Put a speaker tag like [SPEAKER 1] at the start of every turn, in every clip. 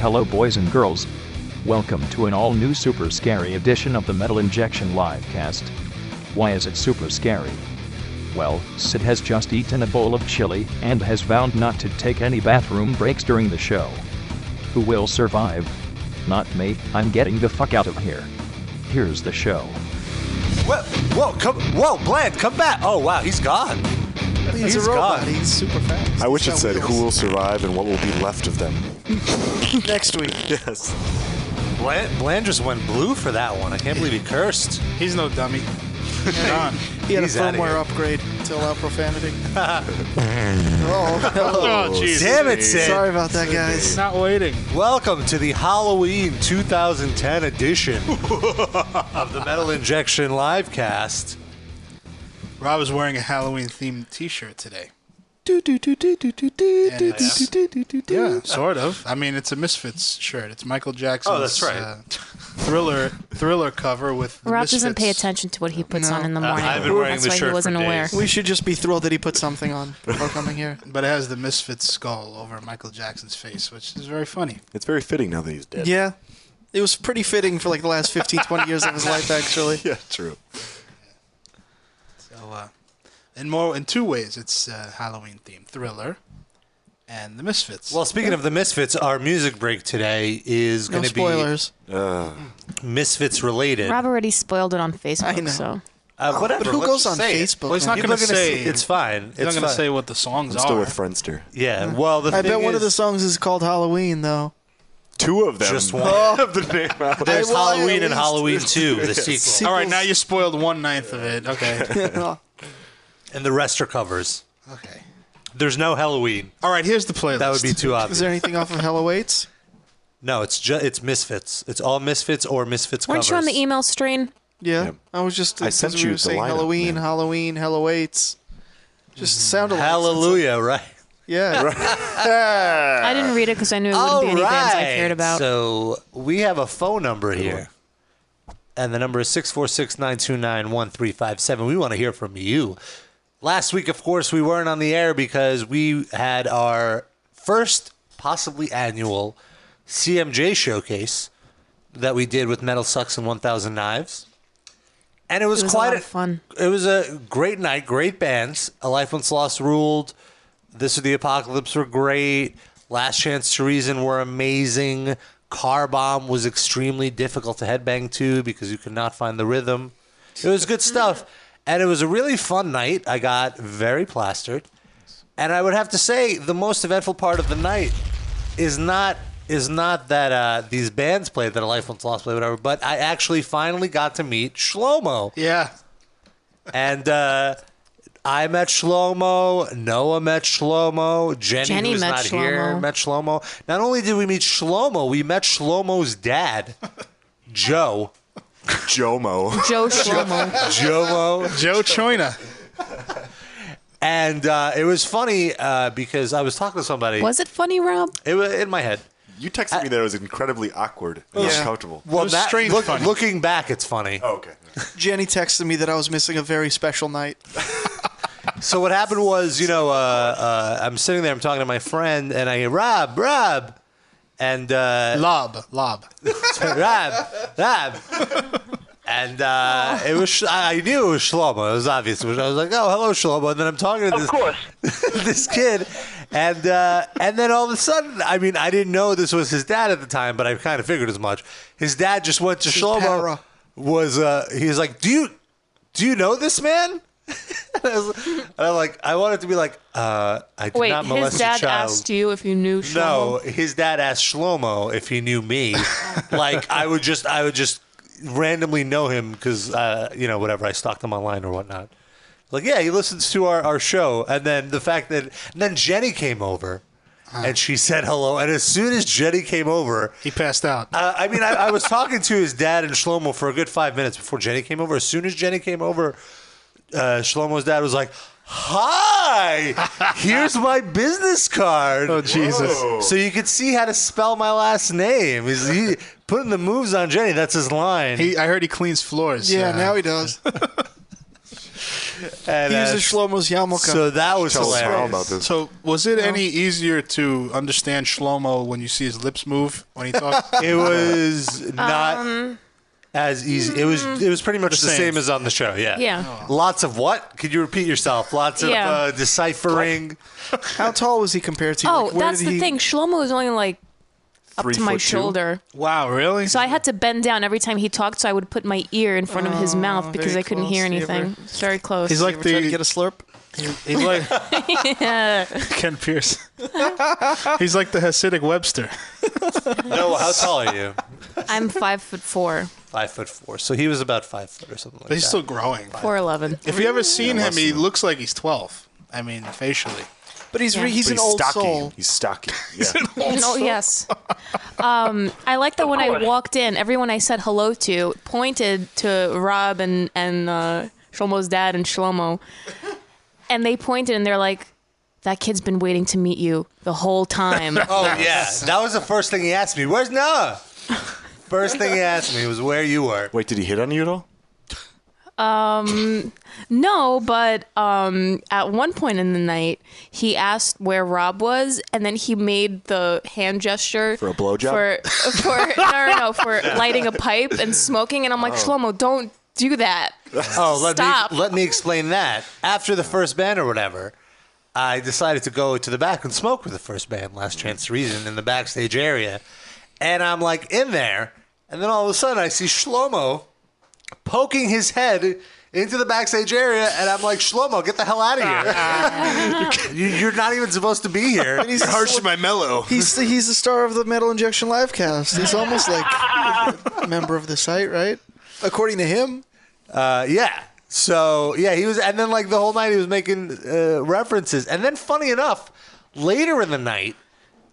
[SPEAKER 1] Hello, boys and girls. Welcome to an all new super scary edition of the Metal Injection Livecast. Why is it super scary? Well, Sid has just eaten a bowl of chili and has vowed not to take any bathroom breaks during the show. Who will survive? Not me, I'm getting the fuck out of here. Here's the show.
[SPEAKER 2] Whoa, whoa, come, whoa, Bland, come back. Oh, wow, he's gone.
[SPEAKER 3] He's, a robot. He's super fast.
[SPEAKER 4] I wish it
[SPEAKER 3] He's got
[SPEAKER 4] said who will
[SPEAKER 3] wheels.
[SPEAKER 4] survive and what will be left of them.
[SPEAKER 3] next week.
[SPEAKER 4] Yes.
[SPEAKER 2] Bland, Bland just went blue for that one. I can't believe he cursed.
[SPEAKER 3] He's no dummy. Hang on. He had
[SPEAKER 2] He's
[SPEAKER 3] a
[SPEAKER 2] outta here.
[SPEAKER 3] firmware upgrade to allow profanity. oh,
[SPEAKER 5] Oh, jeez.
[SPEAKER 2] Damn it, Sid.
[SPEAKER 3] sorry about that, guys.
[SPEAKER 5] Not waiting.
[SPEAKER 2] Welcome to the Halloween 2010 edition of the Metal Injection Livecast.
[SPEAKER 3] Rob is wearing a Halloween-themed T-shirt today. And it's- Yeah, sort of. I mean, it's a Misfits shirt. It's Michael Jackson's
[SPEAKER 2] Oh, that's right.
[SPEAKER 3] uh, thriller thriller cover with the
[SPEAKER 6] Rob doesn't pay
[SPEAKER 3] Misfits.
[SPEAKER 6] attention to what he puts
[SPEAKER 3] No.
[SPEAKER 6] on in the
[SPEAKER 2] Uh,
[SPEAKER 6] morning.
[SPEAKER 2] I've been wearing
[SPEAKER 6] That's
[SPEAKER 2] this
[SPEAKER 6] why
[SPEAKER 2] shirt
[SPEAKER 6] he
[SPEAKER 2] for
[SPEAKER 6] wasn't aware.
[SPEAKER 2] days.
[SPEAKER 7] We should just be thrilled that he put something on before coming here.
[SPEAKER 3] But it has the Misfits skull over Michael Jackson's face, which is very funny.
[SPEAKER 4] It's very fitting now that he's dead.
[SPEAKER 7] Yeah. It was pretty fitting for like the last 15, 20 years of his life, actually.
[SPEAKER 4] Yeah, true.
[SPEAKER 3] So, uh, in more in two ways, it's uh, Halloween themed thriller, and the Misfits.
[SPEAKER 2] Well, speaking of the Misfits, our music break today is
[SPEAKER 7] No
[SPEAKER 2] going to
[SPEAKER 7] spoilers.
[SPEAKER 2] be Misfits related.
[SPEAKER 6] Rob already spoiled it on Facebook,
[SPEAKER 7] I know.
[SPEAKER 6] so
[SPEAKER 2] Uh, whatever,
[SPEAKER 7] But who
[SPEAKER 2] let's
[SPEAKER 7] goes
[SPEAKER 2] just
[SPEAKER 7] on
[SPEAKER 2] say it.
[SPEAKER 7] Facebook?
[SPEAKER 3] Well, he's not
[SPEAKER 2] You're
[SPEAKER 3] going to
[SPEAKER 2] looking to
[SPEAKER 3] say.
[SPEAKER 2] see- it's fine.
[SPEAKER 3] He's
[SPEAKER 2] It's
[SPEAKER 3] not going
[SPEAKER 2] fine.
[SPEAKER 3] to say what the songs
[SPEAKER 4] I'm
[SPEAKER 3] are.
[SPEAKER 4] still with Friendster.
[SPEAKER 2] Yeah. Well, the
[SPEAKER 7] I
[SPEAKER 2] thing
[SPEAKER 7] bet one
[SPEAKER 2] is,
[SPEAKER 7] of the songs is called Halloween, though. Oh.
[SPEAKER 4] Two of them.
[SPEAKER 2] Just one.
[SPEAKER 4] have the name out.
[SPEAKER 2] There's
[SPEAKER 7] I lied, at
[SPEAKER 2] Halloween and
[SPEAKER 7] least.
[SPEAKER 2] Halloween 2, the sequel.
[SPEAKER 3] All right, now you spoiled one ninth of it. Okay.
[SPEAKER 2] And the rest are covers.
[SPEAKER 3] okay.
[SPEAKER 2] There's no Halloween.
[SPEAKER 3] All right, here's the playlist.
[SPEAKER 2] That would be too
[SPEAKER 7] Is
[SPEAKER 2] obvious.
[SPEAKER 7] there anything off of Hell Awaits?
[SPEAKER 2] No, it's just it's Misfits. It's all Misfits or Misfits
[SPEAKER 6] weren't
[SPEAKER 2] covers.
[SPEAKER 6] you on the email strain?
[SPEAKER 7] Yeah.
[SPEAKER 4] Yep.
[SPEAKER 7] I was just.
[SPEAKER 4] I sent
[SPEAKER 7] because we
[SPEAKER 4] you
[SPEAKER 7] were
[SPEAKER 4] the
[SPEAKER 7] saying
[SPEAKER 4] lineup,
[SPEAKER 7] Halloween,
[SPEAKER 4] man.
[SPEAKER 7] Halloween, Hell Awaits. Just sound alike.
[SPEAKER 2] Hallelujah, right?
[SPEAKER 7] Yeah.
[SPEAKER 6] I didn't read it because I knew it wouldn't be any bands I cared about.
[SPEAKER 2] So we have a phone number here. And the number is 646-929-1357. We want to hear from you. Last week, of course, we weren't on the air because we had our first possibly annual CMJ showcase that we did with Metal Sucks and 1000 Knives. And it was,
[SPEAKER 6] It was a
[SPEAKER 2] quite
[SPEAKER 6] lot of fun.
[SPEAKER 2] It was a great night, great bands. A Life Once Lost ruled. This or the Apocalypse were great. Last Chance to Reason were amazing. Car Bomb was extremely difficult to headbang to because you could not find the rhythm. It was good stuff. And it was a really fun night. I got very plastered. And I would have to say the most eventful part of the night is not is not that uh, these bands played that a life once lost play whatever, but I actually finally got to meet Shlomo
[SPEAKER 3] yeah.
[SPEAKER 2] and uh, I met Shlomo. Noah met Shlomo. Jenny,
[SPEAKER 6] Jenny
[SPEAKER 2] who's
[SPEAKER 6] met
[SPEAKER 2] not here,
[SPEAKER 6] Shlomo.
[SPEAKER 2] met Shlomo. Not only did we meet Shlomo, we met Shlomo's dad, Joe.
[SPEAKER 4] Jomo.
[SPEAKER 6] Joe Shlomo.
[SPEAKER 2] Jomo.
[SPEAKER 3] Joe Choina.
[SPEAKER 2] And uh, it was funny uh, because I was talking to somebody.
[SPEAKER 6] was it funny, Rob?
[SPEAKER 2] It was in my head.
[SPEAKER 4] You texted me that it was incredibly awkward and
[SPEAKER 7] Yeah.
[SPEAKER 4] uncomfortable.
[SPEAKER 2] Well,
[SPEAKER 3] was
[SPEAKER 2] that,
[SPEAKER 3] strange
[SPEAKER 2] look,
[SPEAKER 3] funny.
[SPEAKER 2] looking back, it's funny.
[SPEAKER 4] Oh, okay.
[SPEAKER 7] Jenny texted me that I was missing a very special night.
[SPEAKER 2] So what happened was, you know, uh, uh, I'm sitting there, I'm talking to my friend, and I hear Rob, Rob, and uh,
[SPEAKER 3] Lob. Lob.
[SPEAKER 2] Rab, Rab. And uh, it was, Sh- I knew it was Shlomo. It was obvious. I was like, oh, hello, Shlomo. And then I'm talking to this, this kid. And uh, and then all of a sudden, I mean, I didn't know this was his dad at the time, but I kind of figured as much. His dad just went to Shlomo.
[SPEAKER 7] para.
[SPEAKER 2] Was, uh, he was like, do you, do you know this man? and, I was, and I'm like, I wanted to be like, uh, I did
[SPEAKER 6] Wait,
[SPEAKER 2] not molest
[SPEAKER 6] his dad
[SPEAKER 2] a child.
[SPEAKER 6] asked you if you knew
[SPEAKER 2] No,
[SPEAKER 6] Shlomo.
[SPEAKER 2] his dad asked Shlomo if he knew me. like I would just, I would just randomly know him because uh, you know whatever I stalked him online or whatnot. Like yeah, he listens to our, our show, and then the fact that and then Jenny came over. And she said hello. And as soon as Jenny came over,
[SPEAKER 3] Uh-huh. He passed out.
[SPEAKER 2] uh, I mean, I, I was talking to his dad and Shlomo for a good five minutes before Jenny came over. As soon as Jenny came over, uh, Shlomo's dad was like, "Hi, here's my business card."
[SPEAKER 3] oh Jesus.
[SPEAKER 2] So you could see how to spell my last name. He's he putting the moves on Jenny. That's his line.
[SPEAKER 3] He, I heard he cleans floors.
[SPEAKER 7] Yeah,
[SPEAKER 3] uh,
[SPEAKER 7] now he does.
[SPEAKER 2] And,
[SPEAKER 7] He
[SPEAKER 2] uh,
[SPEAKER 7] used a Shlomo's yarmulke.
[SPEAKER 2] so that was
[SPEAKER 4] Tell us all
[SPEAKER 2] hilarious.
[SPEAKER 4] about this.
[SPEAKER 3] So, was it any easier to understand Shlomo when you see his lips move when he talks?
[SPEAKER 2] It
[SPEAKER 7] Um,
[SPEAKER 2] was not
[SPEAKER 6] Um.
[SPEAKER 2] as easy. It was it was pretty much the, same.
[SPEAKER 3] same.
[SPEAKER 2] as on the show. Yeah.
[SPEAKER 6] Yeah.
[SPEAKER 2] Lots of what? Could you repeat yourself? Lots of
[SPEAKER 6] Yeah.
[SPEAKER 2] uh, deciphering.
[SPEAKER 7] How tall was he compared to you?
[SPEAKER 6] Oh,
[SPEAKER 7] Like, where
[SPEAKER 6] that's
[SPEAKER 7] did
[SPEAKER 6] the
[SPEAKER 7] he-
[SPEAKER 6] thing. Shlomo was only like up
[SPEAKER 4] Three
[SPEAKER 6] to my
[SPEAKER 4] foot two?
[SPEAKER 6] shoulder.
[SPEAKER 3] wow, really?
[SPEAKER 6] So I had to bend down every time he talked, so I would put my ear in front of his mouth because
[SPEAKER 7] very
[SPEAKER 6] I couldn't hear
[SPEAKER 7] close. You ever-
[SPEAKER 6] anything. It's Very close.
[SPEAKER 3] He's
[SPEAKER 7] Oh, You
[SPEAKER 3] like
[SPEAKER 7] ever try
[SPEAKER 3] the-
[SPEAKER 7] to get a slurp.
[SPEAKER 3] He's like Ken Pierce. He's like the Hasidic Webster.
[SPEAKER 2] No, how tall are you?
[SPEAKER 6] I'm five foot four,
[SPEAKER 2] Five foot four. So he was about five foot or something like
[SPEAKER 3] But he's
[SPEAKER 2] that.
[SPEAKER 3] still growing.
[SPEAKER 6] four eleven.
[SPEAKER 3] If you ever seen him, he looks like he's 12. I mean, facially.
[SPEAKER 7] But he's re-
[SPEAKER 6] Yeah.
[SPEAKER 7] he's
[SPEAKER 4] But
[SPEAKER 7] an
[SPEAKER 4] he's
[SPEAKER 7] old
[SPEAKER 4] stocky.
[SPEAKER 7] soul.
[SPEAKER 4] He's stocky. Yeah.
[SPEAKER 6] Oh yes. Um, I like that when I walked in, everyone I said hello to pointed to Rob and and uh, Shlomo's dad and Shlomo, and they pointed and they're like, "That kid's been waiting to meet you the whole time."
[SPEAKER 2] Oh yeah, that was the first thing he asked me. Where's Noah? First thing he asked me was where you were.
[SPEAKER 4] Wait, did he hit on you at all?
[SPEAKER 6] Um, No, but um, at one point in the night, he asked where Rob was, and then he made the hand gesture
[SPEAKER 4] For a blowjob?
[SPEAKER 6] For for no, no, no, for lighting a pipe and smoking. And I'm
[SPEAKER 4] Oh.
[SPEAKER 6] like, Shlomo, don't do that.
[SPEAKER 2] Oh, let
[SPEAKER 6] Stop.
[SPEAKER 2] me let me explain that. After the first band or whatever, I decided to go to the back and smoke with the first band, Last Chance to Reason, in the backstage area, and I'm like in there, and then all of a sudden I see Shlomo poking his head into the backstage area, and I'm like, Shlomo, get the hell out of here! You- You're not even supposed to be here.
[SPEAKER 7] He's the
[SPEAKER 4] Harsh
[SPEAKER 7] sl-
[SPEAKER 4] my mellow.
[SPEAKER 7] He's the, he's the star of the Metal Injection live cast. He's almost like a member of the site, right? According to him,
[SPEAKER 2] Uh, yeah. So yeah, he was, and then like the whole night he was making uh, references, and then funny enough, later in the night,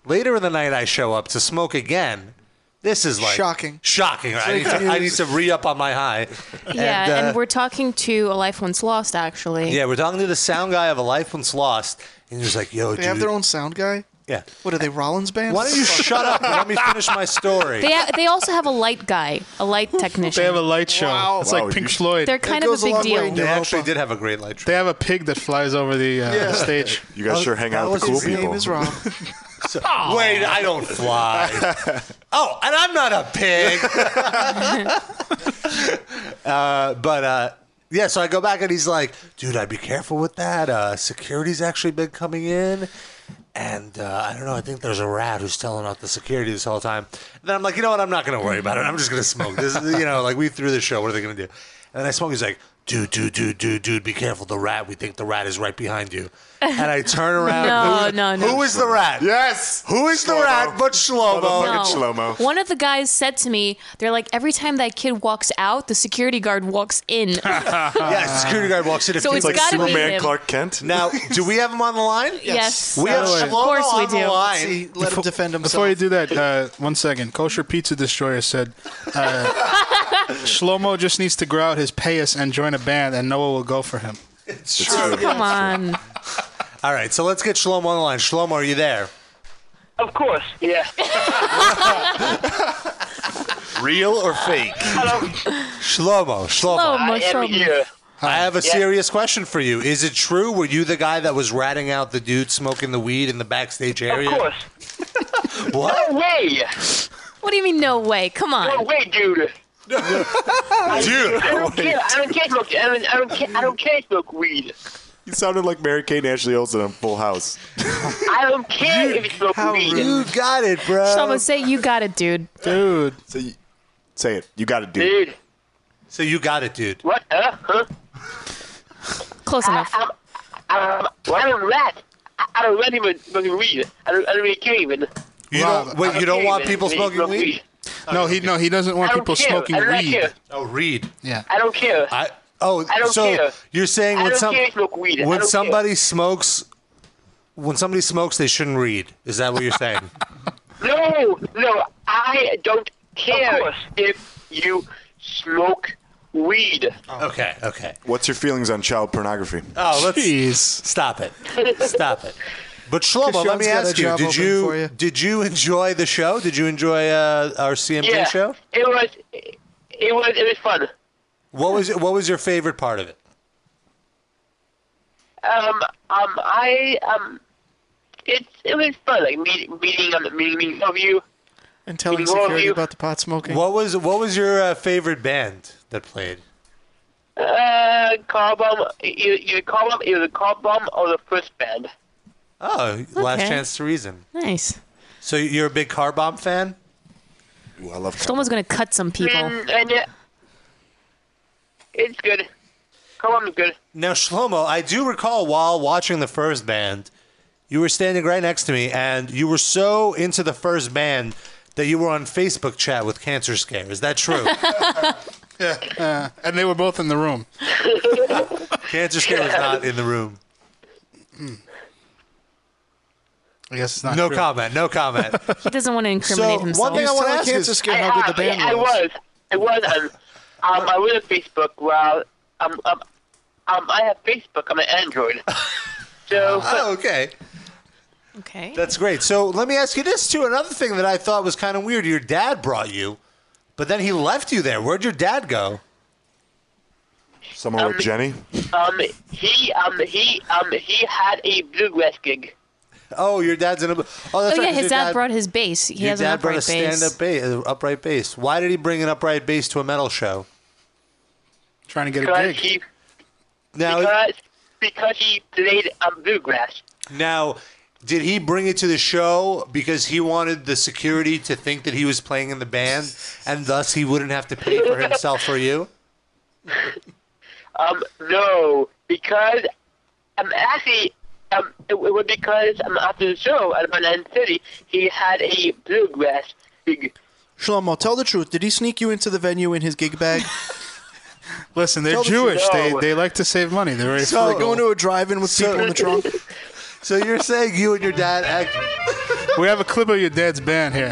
[SPEAKER 2] later in the night I show up to smoke again. This is like
[SPEAKER 7] Shocking.
[SPEAKER 2] shocking. Right? I, need to, I need to re up on my high.
[SPEAKER 6] yeah,
[SPEAKER 2] uh,
[SPEAKER 6] and we're talking to a life once lost, actually.
[SPEAKER 2] yeah, we're talking to the sound guy of a life once lost, and he's like, "Yo,
[SPEAKER 4] Oh,
[SPEAKER 7] they
[SPEAKER 2] dude,
[SPEAKER 7] have their own sound guy.
[SPEAKER 2] yeah."
[SPEAKER 7] What are they, Rollins band?
[SPEAKER 2] Why don't you shut up and let me finish my story?
[SPEAKER 6] They they also have a light guy, a light technician.
[SPEAKER 3] They have a light show.
[SPEAKER 7] Wow.
[SPEAKER 3] It's
[SPEAKER 4] Wow,
[SPEAKER 3] like Pink
[SPEAKER 4] you-
[SPEAKER 3] Floyd.
[SPEAKER 6] They're
[SPEAKER 3] They
[SPEAKER 6] kind
[SPEAKER 7] It
[SPEAKER 6] of
[SPEAKER 7] goes
[SPEAKER 6] a
[SPEAKER 7] a
[SPEAKER 6] big
[SPEAKER 7] long way
[SPEAKER 6] deal.
[SPEAKER 7] in
[SPEAKER 2] They actually
[SPEAKER 7] Europa.
[SPEAKER 2] did have a great light show.
[SPEAKER 3] have a pig that flies over the, uh, the stage.
[SPEAKER 4] You guys sure hang out with
[SPEAKER 2] that
[SPEAKER 4] the cool
[SPEAKER 2] was
[SPEAKER 7] His name
[SPEAKER 4] people.
[SPEAKER 7] is Rob.
[SPEAKER 2] Wait, I don't fly. oh, and I'm not a pig. uh, but uh, yeah, so I go back and he's like, dude, I'd be careful with that. Uh, security's actually been coming in. And uh, I don't know. I think there's a rat who's telling out the security this whole time. And then I'm like, you know what? I'm not going to worry about it. I'm just going to smoke. This is, you know, like we threw the show. What are they going to do? And then I smoke. He's like, dude, dude, dude, dude, dude, be careful. The rat. We think the rat is right behind you. And I turn around.
[SPEAKER 6] No,
[SPEAKER 2] Who-
[SPEAKER 6] no, no.
[SPEAKER 2] Who is the rat?
[SPEAKER 4] Yes.
[SPEAKER 2] Who is the
[SPEAKER 4] Shlomo.
[SPEAKER 2] rat but Shlomo?
[SPEAKER 4] Motherfucker. Fucking Shlomo.
[SPEAKER 6] One of the guys said to me, they're like, every time that kid walks out, the security guard walks in.
[SPEAKER 2] Yeah, the security guard walks in. It
[SPEAKER 6] So it's
[SPEAKER 2] feels
[SPEAKER 4] like
[SPEAKER 6] gotta be
[SPEAKER 4] Superman
[SPEAKER 6] him.
[SPEAKER 4] Clark Kent.
[SPEAKER 2] now, do we have him on the line?
[SPEAKER 6] yes.
[SPEAKER 2] We have Shlomo
[SPEAKER 6] Of course we
[SPEAKER 2] on the
[SPEAKER 6] do.
[SPEAKER 2] line.
[SPEAKER 7] See, let him defend himself.
[SPEAKER 3] uh, Before you do that, uh, one second. Kosher Pizza Destroyer said uh, Shlomo just needs to grow out his payas and join a band, and Noah will go for him.
[SPEAKER 6] Come on.
[SPEAKER 2] All right, so let's get Shlomo on the line. Shlomo, are you there?
[SPEAKER 5] Of course, yeah.
[SPEAKER 4] Real or fake?
[SPEAKER 5] Hello.
[SPEAKER 2] Shlomo, Shlomo.
[SPEAKER 6] Shlomo.
[SPEAKER 5] I am here.
[SPEAKER 2] I have a serious question for you. Is it true? Were you the guy that was ratting out the dude smoking the weed in the backstage
[SPEAKER 5] Of
[SPEAKER 2] area?
[SPEAKER 5] course.
[SPEAKER 2] What?
[SPEAKER 5] No way.
[SPEAKER 6] What do you mean, no way? Come
[SPEAKER 5] No
[SPEAKER 6] on.
[SPEAKER 5] way, dude.
[SPEAKER 4] Dude,
[SPEAKER 5] I don't care. I don't care. Look, I don't, I don't care. I don't care. Smoke weed.
[SPEAKER 4] you sounded like Mary Kate and Ashley Olsen on Full House.
[SPEAKER 5] I don't care if it's smoke
[SPEAKER 7] how
[SPEAKER 5] weed.
[SPEAKER 7] rude.
[SPEAKER 2] You got it, bro.
[SPEAKER 6] Shlomo, say you got it, dude.
[SPEAKER 3] Dude,
[SPEAKER 4] So you, say it. You got to do.
[SPEAKER 5] Dude,
[SPEAKER 2] So you got it, dude.
[SPEAKER 5] what? Uh, huh?
[SPEAKER 6] Close enough.
[SPEAKER 5] I'm, I'm, well, I'm a rat. I, I don't really even smoke weed. I don't, I don't really care even.
[SPEAKER 2] You
[SPEAKER 3] Rob,
[SPEAKER 2] don't,
[SPEAKER 5] I
[SPEAKER 2] wait,
[SPEAKER 5] don't
[SPEAKER 2] you don't
[SPEAKER 5] care
[SPEAKER 2] want
[SPEAKER 5] even
[SPEAKER 2] people
[SPEAKER 5] if they
[SPEAKER 2] smoking
[SPEAKER 5] smoke
[SPEAKER 2] weed?
[SPEAKER 3] no, he no, he doesn't want
[SPEAKER 5] I don't
[SPEAKER 3] people
[SPEAKER 5] care.
[SPEAKER 3] smoking
[SPEAKER 5] I don't
[SPEAKER 3] weed.
[SPEAKER 5] care.
[SPEAKER 2] Oh, read.
[SPEAKER 3] Yeah,
[SPEAKER 5] I don't care.
[SPEAKER 2] I oh,
[SPEAKER 5] I don't
[SPEAKER 2] so
[SPEAKER 5] care.
[SPEAKER 2] you're saying
[SPEAKER 5] I
[SPEAKER 2] when
[SPEAKER 5] don't
[SPEAKER 2] some
[SPEAKER 5] care if smoke weed. I
[SPEAKER 2] when
[SPEAKER 5] don't
[SPEAKER 2] somebody smokes when somebody smokes they shouldn't read. Is that what you're saying?
[SPEAKER 5] No, no, I don't care if you smoke weed.
[SPEAKER 2] okay, okay.
[SPEAKER 4] What's your feelings on child pornography?
[SPEAKER 2] Oh, let's
[SPEAKER 3] jeez.
[SPEAKER 2] stop it. Stop it. But Shlomo,
[SPEAKER 7] Krishan's
[SPEAKER 2] let me
[SPEAKER 7] got a
[SPEAKER 2] ask you:
[SPEAKER 7] job
[SPEAKER 2] Did
[SPEAKER 7] open
[SPEAKER 2] you,
[SPEAKER 7] for you.
[SPEAKER 2] did you enjoy the show? Did you enjoy uh, our CMJ
[SPEAKER 5] Yeah,
[SPEAKER 2] show?
[SPEAKER 5] it was, it was, it was fun.
[SPEAKER 2] What was what was your favorite part of it?
[SPEAKER 5] Um, um, I um, it it was fun, like meeting meeting um, meeting, meeting all of you.
[SPEAKER 7] And telling
[SPEAKER 5] Meeting all of
[SPEAKER 7] security
[SPEAKER 5] you.
[SPEAKER 7] about the pot smoking.
[SPEAKER 2] What was what was your uh, favorite band that played?
[SPEAKER 5] Uh, car bomb, either, either car bomb, either car bomb or the first band.
[SPEAKER 2] Oh, Last
[SPEAKER 6] Okay.
[SPEAKER 2] Chance to Reason.
[SPEAKER 6] Nice.
[SPEAKER 2] So you're a big Car Bomb fan?
[SPEAKER 4] Ooh, I love
[SPEAKER 6] Someone's gonna cut some people.
[SPEAKER 5] And, and uh, it's good. Car bomb is good.
[SPEAKER 2] Now, Shlomo, I do recall while watching the first band, you were standing right next to me, and you were so into the first band that you were on Facebook chat with Cancer Scare. Is that true?
[SPEAKER 3] Yeah, uh, and they were both in the room.
[SPEAKER 2] Cancer Scare was not in the room.
[SPEAKER 3] I guess it's not
[SPEAKER 2] No
[SPEAKER 3] true.
[SPEAKER 2] comment. No comment.
[SPEAKER 6] He doesn't want to incriminate
[SPEAKER 2] So, one
[SPEAKER 6] himself.
[SPEAKER 2] thing I wanna
[SPEAKER 7] Telling
[SPEAKER 2] ask you-
[SPEAKER 7] Cancer Scare
[SPEAKER 5] I,
[SPEAKER 7] how good
[SPEAKER 5] uh,
[SPEAKER 7] the band
[SPEAKER 5] I, I was. I was. Um, um, I was on Facebook. Well, um, um, um, I have Facebook. I'm an Android. So,
[SPEAKER 2] oh, okay.
[SPEAKER 6] okay.
[SPEAKER 2] That's great. So let me ask you this too. Another thing that I thought was kind of weird. Your dad brought you, but then he left you there. Where'd your dad go?
[SPEAKER 4] Someone with Jenny.
[SPEAKER 5] um, he, um, he, um, he had a bluegrass gig.
[SPEAKER 2] Oh, your dad's in a. Oh, that's
[SPEAKER 6] Oh
[SPEAKER 2] right,
[SPEAKER 6] yeah,
[SPEAKER 2] 'cause your
[SPEAKER 6] his dad brought his bass. He
[SPEAKER 2] your
[SPEAKER 6] has an
[SPEAKER 2] dad brought a
[SPEAKER 6] upright bass.
[SPEAKER 2] stand-up bass, uh, upright bass. Why did he bring an upright bass to a metal show?
[SPEAKER 3] Trying to get a
[SPEAKER 5] Because
[SPEAKER 3] gig.
[SPEAKER 5] he,
[SPEAKER 2] Now,
[SPEAKER 5] because, because he played um, bluegrass.
[SPEAKER 2] now, did he bring it to the show because he wanted the security to think that he was playing in the band, and thus he wouldn't have to pay for himself or you?
[SPEAKER 5] Um, no, because um, actually, um, it, w- it was because um, after the show at about nine thirty, he had a bluegrass gig.
[SPEAKER 7] Shlomo, tell the truth. Did he sneak you into the venue in his gig bag?
[SPEAKER 3] Listen, they're
[SPEAKER 7] Tell the
[SPEAKER 3] Jewish.
[SPEAKER 5] truth.
[SPEAKER 3] They
[SPEAKER 5] No.
[SPEAKER 3] they like to save money. They're very
[SPEAKER 2] So-
[SPEAKER 3] frugal.
[SPEAKER 7] Going to a drive-in with people in the trunk?
[SPEAKER 2] So you're saying you and your dad act.
[SPEAKER 3] We have a clip of your dad's band here.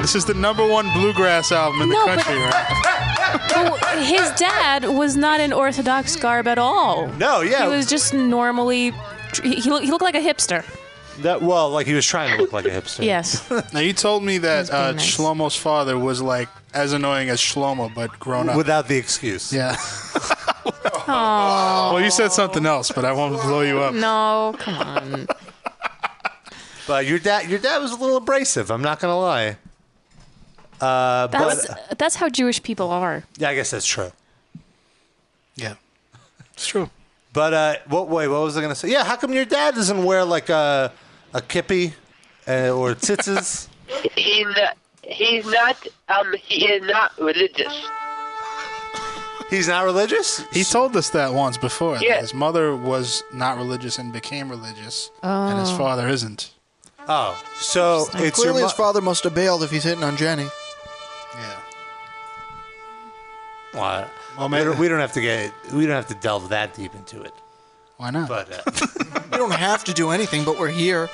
[SPEAKER 3] This is the number one bluegrass album in the
[SPEAKER 6] No, but-
[SPEAKER 3] country. Right?
[SPEAKER 6] But his dad was not in Orthodox garb at all.
[SPEAKER 2] No, yeah,
[SPEAKER 6] He was just normally. He, he looked he looked like a hipster.
[SPEAKER 2] that, well, like he was trying to look like a hipster.
[SPEAKER 6] Yes.
[SPEAKER 3] Now you told me that
[SPEAKER 6] He's being
[SPEAKER 3] uh,
[SPEAKER 6] nice.
[SPEAKER 3] Shlomo's father was like as annoying as Shlomo, but grown up.
[SPEAKER 2] Without the excuse.
[SPEAKER 3] yeah. well, you said something else, but I won't blow you up.
[SPEAKER 6] No, come on.
[SPEAKER 2] But your dad, your dad was a little abrasive. I'm not gonna lie. Uh,
[SPEAKER 6] That's
[SPEAKER 2] but
[SPEAKER 6] that's how Jewish people are.
[SPEAKER 2] yeah, I guess that's true.
[SPEAKER 3] Yeah, it's true.
[SPEAKER 2] But uh, what? Wait, what was I gonna say? Yeah, how come your dad doesn't wear like a a kippy uh, or titses?
[SPEAKER 5] He's not, he's not, um, he is not religious.
[SPEAKER 2] He's not religious.
[SPEAKER 3] He told us that once before. that
[SPEAKER 5] Yeah.
[SPEAKER 3] His mother was not religious and became religious, and his father isn't.
[SPEAKER 2] Oh, so it's your
[SPEAKER 7] Clearly,
[SPEAKER 2] mo-
[SPEAKER 7] his father must have bailed if he's hitting on Jenny.
[SPEAKER 3] Yeah.
[SPEAKER 2] Well, uh,
[SPEAKER 3] Well,
[SPEAKER 2] we don't-
[SPEAKER 3] maybe,
[SPEAKER 2] we don't have to get we don't have to delve that deep into it.
[SPEAKER 3] why not?
[SPEAKER 2] But uh,
[SPEAKER 7] We don't have to do anything, but we're here.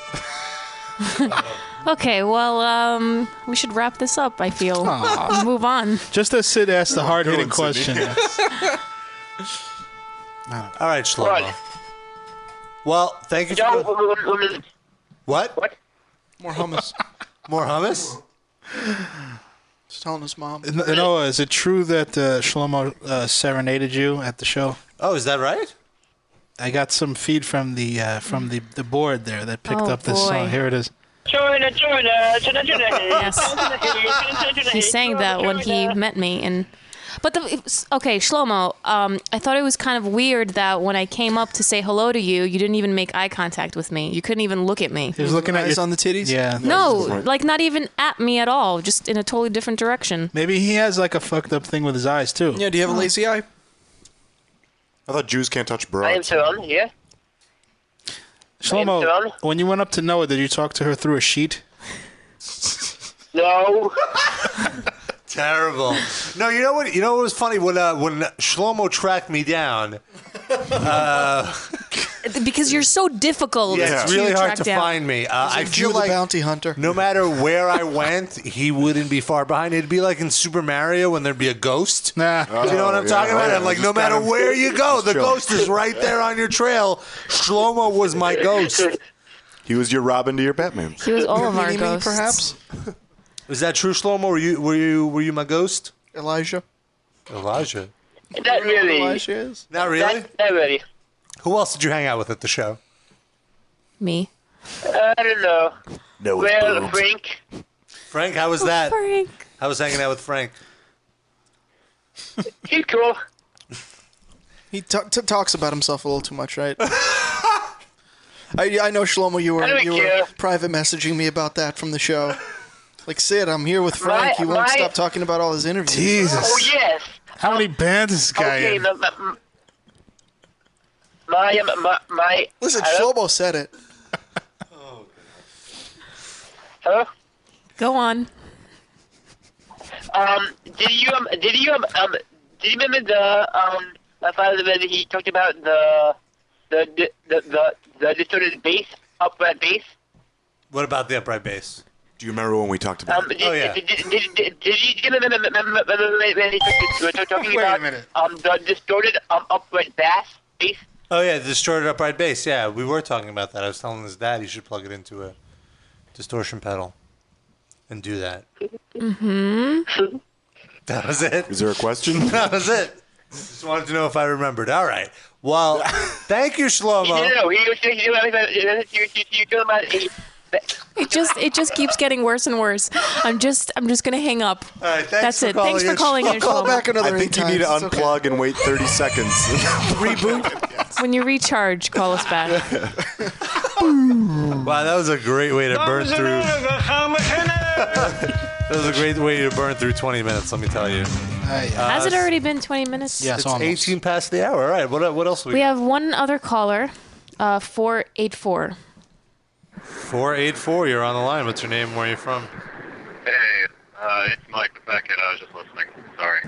[SPEAKER 6] Okay, well, um, we should wrap this up. I feel.
[SPEAKER 3] Aw.
[SPEAKER 6] Move on.
[SPEAKER 3] Just as Sid asked the hard hitting
[SPEAKER 4] going, Sidney.
[SPEAKER 3] question.
[SPEAKER 2] all right, Shlomo.
[SPEAKER 5] Right.
[SPEAKER 2] Well, thank you.
[SPEAKER 5] Don't, um,
[SPEAKER 2] For, what?
[SPEAKER 5] what?
[SPEAKER 7] More hummus.
[SPEAKER 2] More hummus?
[SPEAKER 7] Just telling his mom.
[SPEAKER 3] N- Noah, is it true that uh, Shlomo uh, serenaded you at the show?
[SPEAKER 2] Oh, is that right?
[SPEAKER 3] I got some feed from the uh, from the, the board there that picked
[SPEAKER 6] Mm. Oh,
[SPEAKER 3] up this
[SPEAKER 6] boy.
[SPEAKER 3] song. Here it is.
[SPEAKER 5] China, China, China, China.
[SPEAKER 6] Yes. He sang that when he met me, and but the okay, Shlomo. Um, I thought it was kind of weird that when I came up to say hello to you, you didn't even make eye contact with me. You couldn't even look at me.
[SPEAKER 3] He was looking at
[SPEAKER 7] Eyes
[SPEAKER 3] your-
[SPEAKER 7] on the titties?
[SPEAKER 3] Yeah.
[SPEAKER 6] No, like not even at me at all. Just in a totally different direction.
[SPEAKER 3] Maybe he has like a fucked up thing with his eyes too.
[SPEAKER 7] Yeah, do you have
[SPEAKER 6] Oh.
[SPEAKER 7] a lazy eye?
[SPEAKER 4] I thought Jews can't touch
[SPEAKER 5] I am
[SPEAKER 4] broads.
[SPEAKER 5] Salon, yeah.
[SPEAKER 3] Shlomo,
[SPEAKER 5] Done.
[SPEAKER 3] when you went up to Noah, did you talk to her through a sheet?
[SPEAKER 5] No.
[SPEAKER 2] Terrible. No, you know what? You know what was funny when uh, when Shlomo tracked me down. uh,
[SPEAKER 6] Because you're so difficult.
[SPEAKER 2] Yeah, it's really hard
[SPEAKER 6] track
[SPEAKER 2] to
[SPEAKER 6] down.
[SPEAKER 2] find me. Uh, I
[SPEAKER 7] Jew
[SPEAKER 2] feel
[SPEAKER 7] the
[SPEAKER 2] like
[SPEAKER 7] bounty hunter.
[SPEAKER 2] no matter where I went, he wouldn't be far behind. It'd be like in Super Mario when there'd be a ghost.
[SPEAKER 3] Nah.
[SPEAKER 2] Do you know what I'm
[SPEAKER 4] Oh,
[SPEAKER 2] talking
[SPEAKER 4] yeah.
[SPEAKER 2] about?
[SPEAKER 4] Oh,
[SPEAKER 2] And like,
[SPEAKER 4] yeah.
[SPEAKER 2] no
[SPEAKER 4] Just
[SPEAKER 2] matter
[SPEAKER 4] kind of-
[SPEAKER 2] where you go, the
[SPEAKER 4] chill.
[SPEAKER 2] ghost is right there on your trail. Shlomo was my ghost.
[SPEAKER 4] He was your Robin to your Batman.
[SPEAKER 6] He was all of our
[SPEAKER 7] Mini me,
[SPEAKER 6] ghosts.
[SPEAKER 7] perhaps?
[SPEAKER 2] Is that true, Shlomo? Were you were you were you my ghost?
[SPEAKER 7] Elijah?
[SPEAKER 2] Elijah.
[SPEAKER 5] Not really.
[SPEAKER 2] why she Not really.
[SPEAKER 5] Not, not really.
[SPEAKER 2] Who else did you hang out with at the show?
[SPEAKER 6] Me.
[SPEAKER 5] I don't know.
[SPEAKER 2] No,
[SPEAKER 5] well, Frank.
[SPEAKER 2] Frank, how
[SPEAKER 5] Oh,
[SPEAKER 2] was that?
[SPEAKER 6] Frank.
[SPEAKER 2] I was hanging out with Frank.
[SPEAKER 5] He's cool.
[SPEAKER 7] He ta- t- talks about himself a little too much, right? I, I know Shlomo, you
[SPEAKER 5] I
[SPEAKER 7] were
[SPEAKER 5] don't
[SPEAKER 7] you
[SPEAKER 5] care.
[SPEAKER 7] were private messaging me about that from the show. Like Sid, I'm here with
[SPEAKER 5] My-
[SPEAKER 7] Frank. he won't
[SPEAKER 5] my-
[SPEAKER 7] stop talking about all his interviews.
[SPEAKER 5] Oh yes.
[SPEAKER 3] How many bands is this guy
[SPEAKER 5] Okay.
[SPEAKER 3] in?
[SPEAKER 5] My my my, um, my, my
[SPEAKER 7] Listen,
[SPEAKER 5] hello?
[SPEAKER 7] Shlomo said it.
[SPEAKER 5] hello.
[SPEAKER 6] Go on.
[SPEAKER 5] Um, did you um did you um, um did you remember the um my father that he talked about the the the the the, the distorted bass upright bass?
[SPEAKER 2] What about the upright bass?
[SPEAKER 4] Do you remember when we talked about
[SPEAKER 5] Um, did,
[SPEAKER 2] Oh, yeah.
[SPEAKER 5] did, did, did, did, did you did you remember remember- remember when he talked, we were talking
[SPEAKER 3] Wait a
[SPEAKER 5] about
[SPEAKER 3] minute.
[SPEAKER 5] um the distorted um upright bass bass?
[SPEAKER 2] Oh yeah, the distorted upright bass. Yeah, we were talking about that. I was telling his dad he should plug it into a distortion pedal and do that.
[SPEAKER 5] Mm-hmm.
[SPEAKER 2] That was it.
[SPEAKER 4] Is there a question?
[SPEAKER 2] That was it. Just wanted to know if I remembered. All right. Well, thank you,
[SPEAKER 5] No,
[SPEAKER 2] Shlomo.
[SPEAKER 5] no, he was he was he was he was talking about a
[SPEAKER 6] It just it just keeps getting worse and worse. I'm just I'm just gonna hang up.
[SPEAKER 2] All right. Thanks
[SPEAKER 6] That's
[SPEAKER 2] for
[SPEAKER 6] it. Thanks
[SPEAKER 2] calling
[SPEAKER 6] for calling in,
[SPEAKER 2] in,
[SPEAKER 7] Call
[SPEAKER 6] Shlomo.
[SPEAKER 7] back another
[SPEAKER 4] I think
[SPEAKER 7] eight
[SPEAKER 4] you need to
[SPEAKER 7] times. It's okay.
[SPEAKER 4] unplug and wait 30 seconds. Reboot.
[SPEAKER 6] When you recharge, call us back.
[SPEAKER 2] Wow, that was a great way to burn through. that was a great way to burn through 20 minutes. Let me tell you. Uh,
[SPEAKER 3] Aye, aye.
[SPEAKER 6] Has it already been 20 minutes?
[SPEAKER 3] Yes,
[SPEAKER 2] It's
[SPEAKER 3] almost.
[SPEAKER 2] 18 past the hour. All right. What what else?
[SPEAKER 6] We have one other caller, uh, four eight four.
[SPEAKER 2] four eight four. You're on the line. What's your name? Where are you from?
[SPEAKER 8] Hey, uh, it's Mike Beckett. I was just listening. Sorry.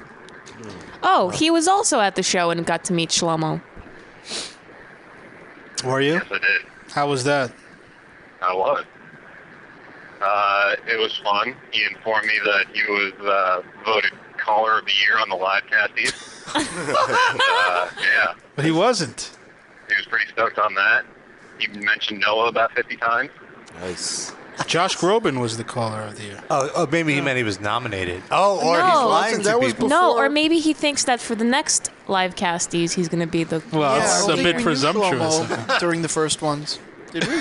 [SPEAKER 6] Oh, he was also at the show and got to meet Shlomo.
[SPEAKER 3] Were you?
[SPEAKER 8] Yes, I did.
[SPEAKER 3] How was that?
[SPEAKER 8] I was. Uh, it was fun. He informed me that he was uh, voted caller of the year on the live casties. uh, yeah,
[SPEAKER 3] But he wasn't.
[SPEAKER 8] he was pretty stoked on that. He mentioned Noah about 50 times.
[SPEAKER 4] Nice.
[SPEAKER 3] Josh Groban was the caller of the year.
[SPEAKER 2] Oh, oh maybe he meant he was nominated. Oh, or he's
[SPEAKER 6] No.
[SPEAKER 2] lying
[SPEAKER 7] That
[SPEAKER 2] to
[SPEAKER 7] was
[SPEAKER 2] people.
[SPEAKER 6] No,
[SPEAKER 7] Before-
[SPEAKER 6] or maybe he thinks that for the next live casties he's gonna be the.
[SPEAKER 3] Well,
[SPEAKER 7] Yeah, I
[SPEAKER 3] Uh, it's
[SPEAKER 7] don't
[SPEAKER 3] a
[SPEAKER 7] think
[SPEAKER 3] bit
[SPEAKER 7] we knew
[SPEAKER 3] presumptuous.
[SPEAKER 7] Shlomo during the first ones. Did we? I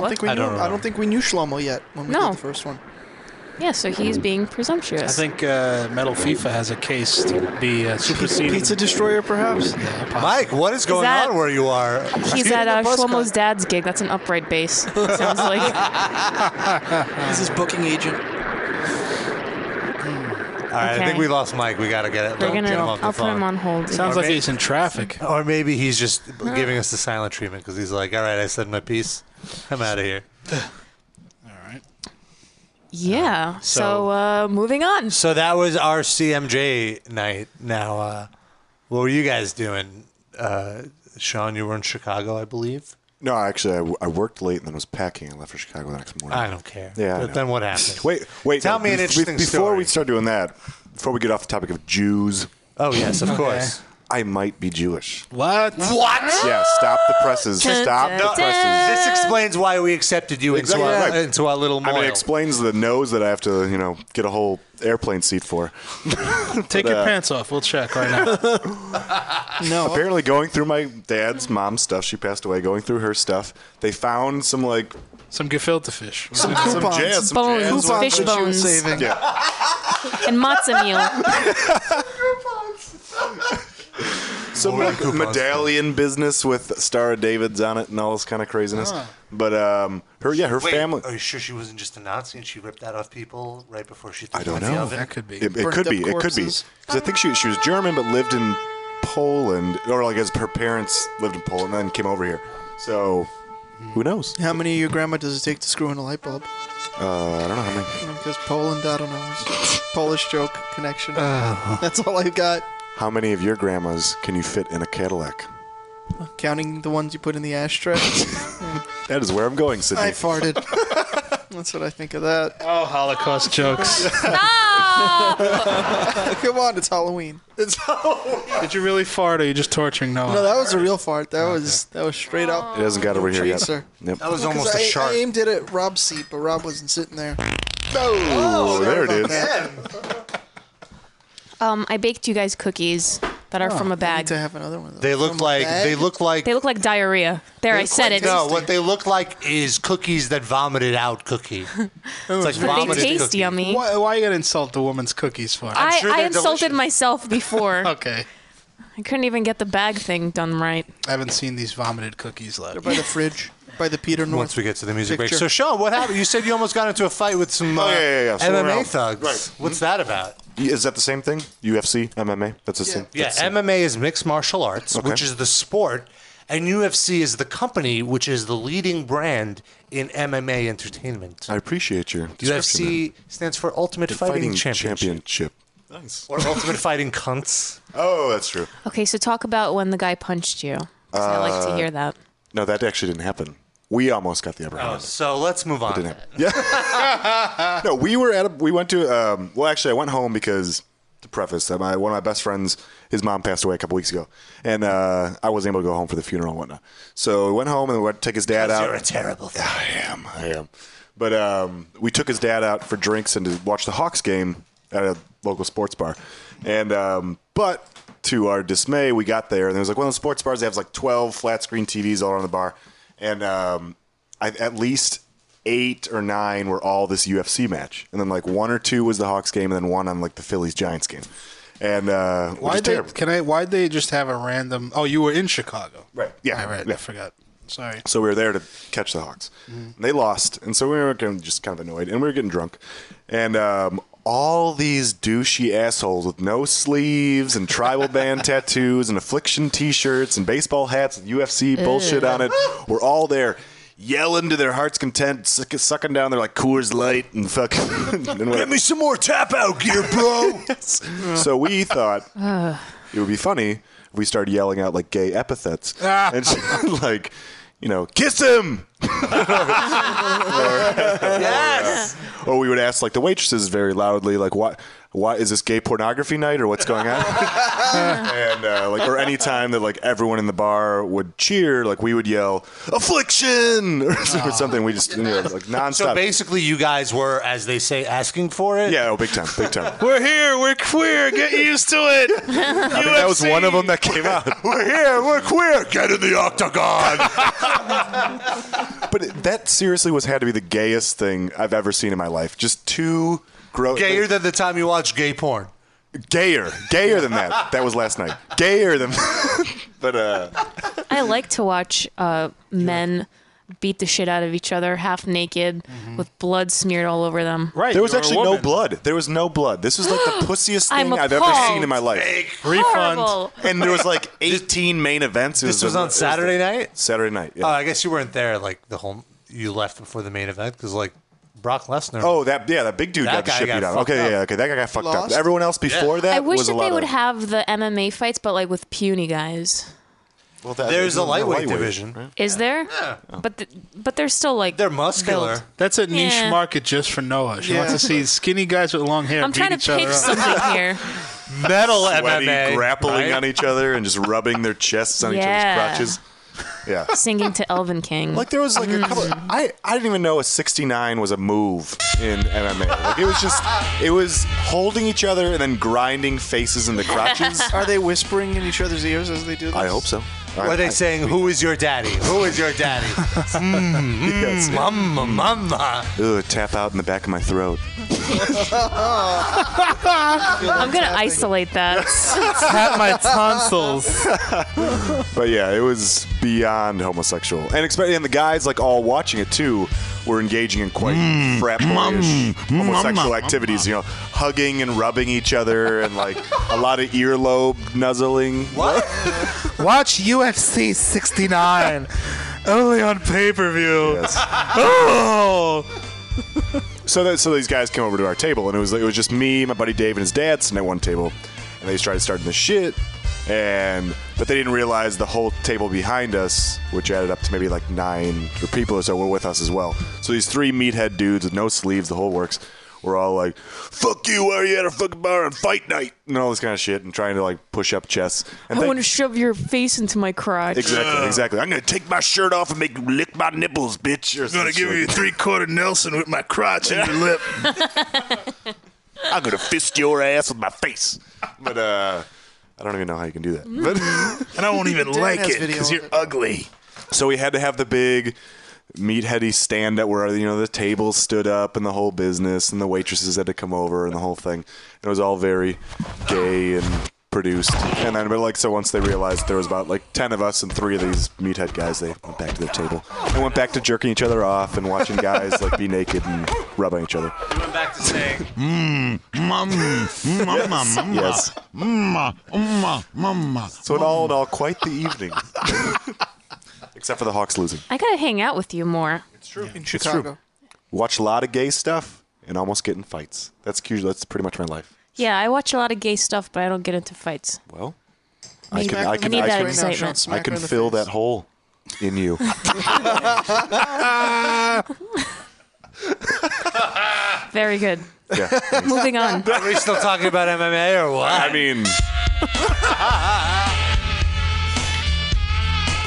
[SPEAKER 7] don't think we
[SPEAKER 2] I
[SPEAKER 7] knew.
[SPEAKER 2] don't
[SPEAKER 7] I
[SPEAKER 2] remember.
[SPEAKER 7] don't think we knew Shlomo yet when we
[SPEAKER 6] No.
[SPEAKER 7] did the first one.
[SPEAKER 6] yeah, so he's being presumptuous.
[SPEAKER 3] I think uh, Metal FIFA has a case to be uh, superseded.
[SPEAKER 7] Pizza Destroyer, perhaps.
[SPEAKER 2] Mike, what is going
[SPEAKER 6] that-
[SPEAKER 2] on where you are?
[SPEAKER 6] He's at uh, Shlomo's dad's gig. That's an upright bass. Sounds like.
[SPEAKER 7] He's his booking agent.
[SPEAKER 2] All right, I
[SPEAKER 6] Okay.
[SPEAKER 2] think we lost Mike. We gotta get it.
[SPEAKER 6] They're
[SPEAKER 2] get
[SPEAKER 6] gonna.
[SPEAKER 2] him off the
[SPEAKER 6] I'll put
[SPEAKER 2] phone.
[SPEAKER 6] him on hold.
[SPEAKER 3] Sounds like
[SPEAKER 2] Or may-
[SPEAKER 3] he's in traffic.
[SPEAKER 2] Or maybe he's just giving us the silent treatment because he's like, "All right, I said my piece. I'm out of here."
[SPEAKER 6] Yeah. So, uh, moving on.
[SPEAKER 2] So that was our CMJ night. Now, uh, what were you guys doing? Uh, Sean, you were in Chicago, I believe.
[SPEAKER 4] No, actually, I, w- I worked late and then was packing and left for Chicago the next morning.
[SPEAKER 2] I don't care.
[SPEAKER 4] Yeah, I
[SPEAKER 2] But
[SPEAKER 4] know.
[SPEAKER 2] then what happened?
[SPEAKER 4] Wait, wait.
[SPEAKER 2] Tell
[SPEAKER 4] no,
[SPEAKER 2] me an
[SPEAKER 4] bef- bef-
[SPEAKER 2] interesting
[SPEAKER 4] Before
[SPEAKER 2] story.
[SPEAKER 4] we start doing that, before we get off the topic of Jews,
[SPEAKER 2] Oh yes, of course.
[SPEAKER 4] I might be Jewish.
[SPEAKER 3] What?
[SPEAKER 2] What?
[SPEAKER 4] Yeah, stop the presses.
[SPEAKER 6] Dun,
[SPEAKER 4] Stop
[SPEAKER 6] dun,
[SPEAKER 4] the
[SPEAKER 6] dun.
[SPEAKER 4] presses.
[SPEAKER 2] This explains why we accepted you
[SPEAKER 4] Exactly
[SPEAKER 2] into, our,
[SPEAKER 4] right.
[SPEAKER 2] into our little
[SPEAKER 4] I
[SPEAKER 2] moil.
[SPEAKER 4] mean, it explains the nose that I have to, you know, get a whole airplane seat for.
[SPEAKER 3] Take your
[SPEAKER 4] uh,
[SPEAKER 3] pants off. We'll check right now.
[SPEAKER 7] No,
[SPEAKER 4] Apparently, going through my dad's mom's stuff, she passed away. Going through her stuff, they found some like
[SPEAKER 3] Some gefilte fish.
[SPEAKER 4] some, some
[SPEAKER 7] Coupons.
[SPEAKER 4] jazz, some
[SPEAKER 6] Bones.
[SPEAKER 4] jazz.
[SPEAKER 7] coupons
[SPEAKER 6] fish
[SPEAKER 7] that she was
[SPEAKER 6] bones.
[SPEAKER 7] saving.
[SPEAKER 6] And matzo meal.
[SPEAKER 4] some
[SPEAKER 2] More
[SPEAKER 4] like
[SPEAKER 2] coupons.
[SPEAKER 4] medallion business with Star of David's on it and all this kind of craziness. But um, her, yeah, her
[SPEAKER 2] Wait, uh,
[SPEAKER 4] family.
[SPEAKER 2] Are you sure she wasn't just a Nazi and she ripped that off people right before she?
[SPEAKER 4] I don't
[SPEAKER 2] threw them in the
[SPEAKER 4] know.
[SPEAKER 2] oven?
[SPEAKER 3] That could be.
[SPEAKER 4] It, it
[SPEAKER 7] Burnt
[SPEAKER 4] could
[SPEAKER 7] up
[SPEAKER 4] be. It could be.
[SPEAKER 7] corpses.
[SPEAKER 4] 'Cause I think she she was German, but lived in Poland, or like as her parents lived in Poland, and then came over here. So who knows?
[SPEAKER 7] How many of your grandma does it take to screw in a light bulb?
[SPEAKER 4] Uh, I don't know how many.
[SPEAKER 7] Because Poland, I don't know. it's a Polish joke connection.
[SPEAKER 3] Uh,
[SPEAKER 7] That's all I've got.
[SPEAKER 4] How many of your grandmas can you fit in a Cadillac?
[SPEAKER 7] Counting the ones you put in the ashtray.
[SPEAKER 4] That is where I'm going, Sydney.
[SPEAKER 7] I farted. That's what I think of that.
[SPEAKER 3] Oh, Holocaust jokes.
[SPEAKER 6] Ah!
[SPEAKER 7] Come on, it's Halloween.
[SPEAKER 3] Did you really fart or are you just torturing Noah?
[SPEAKER 7] No, that was a real fart. That was that was straight up.
[SPEAKER 4] it hasn't got over here yet.
[SPEAKER 7] Treats her.
[SPEAKER 4] Yep.
[SPEAKER 2] That was
[SPEAKER 7] 'Cause
[SPEAKER 2] almost a
[SPEAKER 7] I,
[SPEAKER 2] shark.
[SPEAKER 7] I aimed it at Rob's seat, but Rob wasn't sitting there.
[SPEAKER 4] Oh, there it
[SPEAKER 7] Sorry
[SPEAKER 4] is.
[SPEAKER 7] about that.
[SPEAKER 6] Um, I baked you guys cookies that are from a
[SPEAKER 7] I need
[SPEAKER 6] bag.
[SPEAKER 7] to have another one. Of those.
[SPEAKER 2] They look like Oh. they look like
[SPEAKER 6] They look like diarrhea. There, I said it.
[SPEAKER 2] No, what they look like is cookies that vomited out cookie. It's like
[SPEAKER 6] But they
[SPEAKER 2] vomited
[SPEAKER 6] taste
[SPEAKER 2] cookie.
[SPEAKER 6] yummy.
[SPEAKER 3] Why, why you gotta insult the woman's cookies for?
[SPEAKER 6] I,
[SPEAKER 2] sure
[SPEAKER 6] I
[SPEAKER 2] they're
[SPEAKER 6] insulted
[SPEAKER 2] delicious.
[SPEAKER 6] myself before.
[SPEAKER 3] okay,
[SPEAKER 6] I couldn't even get the bag thing done right.
[SPEAKER 3] I haven't seen these vomited cookies
[SPEAKER 7] They're
[SPEAKER 3] left.
[SPEAKER 7] by the fridge, by the Peter North.
[SPEAKER 2] Once we get to the music break.
[SPEAKER 7] Picture.
[SPEAKER 2] So Sean, what happened? You said you almost got into a fight with some uh,
[SPEAKER 4] Oh, yeah, yeah, yeah. So we're
[SPEAKER 2] MMA
[SPEAKER 4] out.
[SPEAKER 2] thugs.
[SPEAKER 4] Right. Mm-hmm.
[SPEAKER 2] What's that about?
[SPEAKER 4] Is that the same thing? UFC, MMA? That's the same.
[SPEAKER 2] Yeah,
[SPEAKER 4] that's the same.
[SPEAKER 2] MMA is mixed martial arts,
[SPEAKER 4] Okay.
[SPEAKER 2] which is the sport, and UFC is the company, which is the leading brand in MMA entertainment.
[SPEAKER 4] I appreciate your description. man.
[SPEAKER 2] UFC stands for Ultimate Fighting, Championship.
[SPEAKER 4] championship. Nice.
[SPEAKER 2] Or Ultimate Fighting Cunts.
[SPEAKER 4] Oh, that's true.
[SPEAKER 6] Okay, so talk about when the guy punched you. 'cause I like to hear that.
[SPEAKER 4] Uh, No, that actually didn't happen. We almost got the upper hand.
[SPEAKER 2] Oh, So let's move on.
[SPEAKER 4] Didn't happen. Yeah. no, we were at a, we went to um, well actually I went home because to preface that my one of my best friends his mom passed away a couple weeks ago and uh, I wasn't able to go home for the funeral and whatnot. So we went home and we went to take his dad out.
[SPEAKER 2] You're a terrible thing.
[SPEAKER 4] I am. I am. But um, we took his dad out for drinks and to watch the Hawks game at a local sports bar. And um, but to our dismay, we got there and there was like one of those sports bars that has like twelve flat screen TVs all around the bar, and um, I, at least eight or nine were all this UFC match, and then like one or two was the Hawks game, and then one on like the Phillies Giants game. And uh, which
[SPEAKER 3] Why
[SPEAKER 4] is
[SPEAKER 3] they?
[SPEAKER 4] terrible.
[SPEAKER 3] Can I? Why they just have a random? Oh, you were in Chicago.
[SPEAKER 4] Right. Yeah.
[SPEAKER 3] All right.
[SPEAKER 4] Yeah.
[SPEAKER 3] I forgot. Sorry.
[SPEAKER 4] So we were there to catch the Hawks. They lost, and so we were kind of just kind of annoyed, and we were getting drunk, and um, all these douchey assholes with no sleeves and tribal band tattoos and affliction T-shirts and baseball hats with UFC bullshit on it were all there. Yelling to their heart's content, suck, sucking down their like Coors Light and fucking. and Get me some more tap out gear, bro. so we thought it would be funny if we started yelling out like gay epithets and so, like you know kiss him
[SPEAKER 2] Yes.
[SPEAKER 4] or we would ask like the waitresses very loudly like what why is this gay pornography night or what's going on and uh, like or any time that like everyone in the bar would cheer like we would yell affliction or, something we just you know, like nonstop
[SPEAKER 2] So basically, you guys were, as they say, asking for it.
[SPEAKER 4] yeah oh big time big time
[SPEAKER 3] We're here. We're queer. Get used to it.
[SPEAKER 4] I think that was one of them that came out. we're here, we're queer. Get in the octagon. but it- that seriously was had to be the gayest thing I've ever seen in my life. Just two gross.
[SPEAKER 2] Gayer than the time you watched gay porn.
[SPEAKER 4] gayer, gayer than that. That was last night. Gayer than. but uh,
[SPEAKER 6] I like to watch uh, men beat the shit out of each other, half naked, with blood smeared all over them.
[SPEAKER 3] Right.
[SPEAKER 4] there was
[SPEAKER 3] you're a
[SPEAKER 4] actually no
[SPEAKER 3] woman.
[SPEAKER 4] blood. There was no blood. This was like the pussiest
[SPEAKER 6] I'm
[SPEAKER 4] thing I've ever
[SPEAKER 6] appalled.
[SPEAKER 4] seen in my life.
[SPEAKER 3] Refund.
[SPEAKER 6] Horrible.
[SPEAKER 4] And there was like 18 main events. It
[SPEAKER 2] This was
[SPEAKER 4] a-
[SPEAKER 2] on
[SPEAKER 4] it the-
[SPEAKER 2] Saturday night.
[SPEAKER 4] Saturday night. Yeah.
[SPEAKER 2] Oh, I guess you weren't there. Like the whole you left before the main event because like Brock Lesnar.
[SPEAKER 4] Oh, that yeah, that big dude
[SPEAKER 2] That
[SPEAKER 4] got the
[SPEAKER 2] guy
[SPEAKER 4] shit
[SPEAKER 2] got
[SPEAKER 4] beat on.
[SPEAKER 2] fucked
[SPEAKER 4] Okay,
[SPEAKER 2] up.
[SPEAKER 4] yeah, okay, that guy got fucked up.
[SPEAKER 7] Lost?
[SPEAKER 4] Everyone else before that
[SPEAKER 6] I wish
[SPEAKER 4] was
[SPEAKER 6] that
[SPEAKER 4] a lot
[SPEAKER 6] they would
[SPEAKER 4] of,
[SPEAKER 6] have the MMA fights, but like with puny guys.
[SPEAKER 4] Well, that-
[SPEAKER 2] there's a
[SPEAKER 4] no
[SPEAKER 2] lightweight, division.
[SPEAKER 6] Is there? Yeah. But th- but they're still like
[SPEAKER 2] They're muscular.
[SPEAKER 6] built.
[SPEAKER 3] That's a niche
[SPEAKER 6] Yeah.
[SPEAKER 3] market just for Noah. She wants to
[SPEAKER 7] Yeah.
[SPEAKER 3] see skinny guys with long hair
[SPEAKER 6] I'm
[SPEAKER 3] beat
[SPEAKER 6] trying to
[SPEAKER 3] each other
[SPEAKER 6] pitch
[SPEAKER 3] up.
[SPEAKER 6] something here.
[SPEAKER 2] Metal
[SPEAKER 4] Sweaty,
[SPEAKER 2] MMA,
[SPEAKER 4] grappling
[SPEAKER 2] right?
[SPEAKER 4] on each other and just rubbing their chests on
[SPEAKER 6] Yeah.
[SPEAKER 4] each other's crotches. Yeah.
[SPEAKER 6] Singing to Elvin King.
[SPEAKER 4] Like there was like a couple. I I didn't even know a 69 was a move in MMA. Like it was just it was holding each other and then grinding faces in the crotches.
[SPEAKER 7] Are they whispering in each other's ears as they do this?
[SPEAKER 4] I hope so. I-
[SPEAKER 2] Were they
[SPEAKER 4] I-
[SPEAKER 2] saying, "Who is your daddy? Who is your daddy?" Mm-hmm.
[SPEAKER 4] yes, yeah.
[SPEAKER 2] mama, mama.
[SPEAKER 4] Ooh, tap out in the back of my throat.
[SPEAKER 6] I'm gonna isolate that.
[SPEAKER 3] Pat my tonsils.
[SPEAKER 4] But yeah, it was beyond homosexual, and especially and the guys like all watching it too were engaging in quite
[SPEAKER 3] Mm.
[SPEAKER 4] frat boyish
[SPEAKER 3] Mm-hmm.
[SPEAKER 4] homosexual activities. You know, hugging and rubbing each other, and like a lot of earlobe nuzzling.
[SPEAKER 2] What?
[SPEAKER 3] Watch UFC 69 only on pay per view.
[SPEAKER 4] Yes.
[SPEAKER 3] Oh,
[SPEAKER 4] So that, so these guys came over to our table, and it was like, it was just me, my buddy Dave, and his dad sitting at one table, and they just tried starting the shit, and but they didn't realize the whole table behind us, which added up to maybe like nine or people or so, were with us as well. So these three meathead dudes with no sleeves, the whole works, were all like, "Fuck you! Why are you at a fucking bar on fight night?" and all this kind of shit, and trying to like push up chests. And
[SPEAKER 6] I
[SPEAKER 4] thank-
[SPEAKER 6] want to shove your face into my crotch.
[SPEAKER 4] exactly, exactly. I'm gonna take my shirt off and make you lick my nipples, bitch. Or something like that.
[SPEAKER 3] three quarter Nelson with my crotch in your lip.
[SPEAKER 4] I'm gonna fist your ass with my face. but uh, I don't even know how you can do that. But
[SPEAKER 9] And I won't even
[SPEAKER 7] Dan
[SPEAKER 9] like
[SPEAKER 7] has
[SPEAKER 9] it
[SPEAKER 7] video
[SPEAKER 9] because
[SPEAKER 7] of
[SPEAKER 9] you're
[SPEAKER 7] it.
[SPEAKER 9] ugly.
[SPEAKER 4] so we had to have the big meatheady stand up where you know the tables stood up and the whole business and the waitresses had to come over and the whole thing. It was all very gay and produced. And then but like so once they realized there was about like ten of us and three of these meathead guys, they went back to their table. And went back to jerking each other off and watching guys like be naked and rub on each other.
[SPEAKER 2] We went back to saying,
[SPEAKER 9] Mama, mama, mama,
[SPEAKER 4] Yes.
[SPEAKER 9] mama, mama, mama.
[SPEAKER 4] So in all in all, quite the evening. Except for the Hawks losing.
[SPEAKER 6] I gotta hang out with you more.
[SPEAKER 7] in Chicago.
[SPEAKER 4] Watch a lot of gay stuff and almost get in fights. That's cu- that's pretty much my life.
[SPEAKER 6] Yeah, I watch a lot of gay stuff, but I don't get into fights.
[SPEAKER 4] Well,
[SPEAKER 7] I
[SPEAKER 4] can- I can- I can-
[SPEAKER 6] excitement.
[SPEAKER 4] I can fill that hole in you.
[SPEAKER 6] Very good.
[SPEAKER 4] yeah.
[SPEAKER 6] Moving on.
[SPEAKER 2] Are we still talking about MMA or what?
[SPEAKER 4] I mean,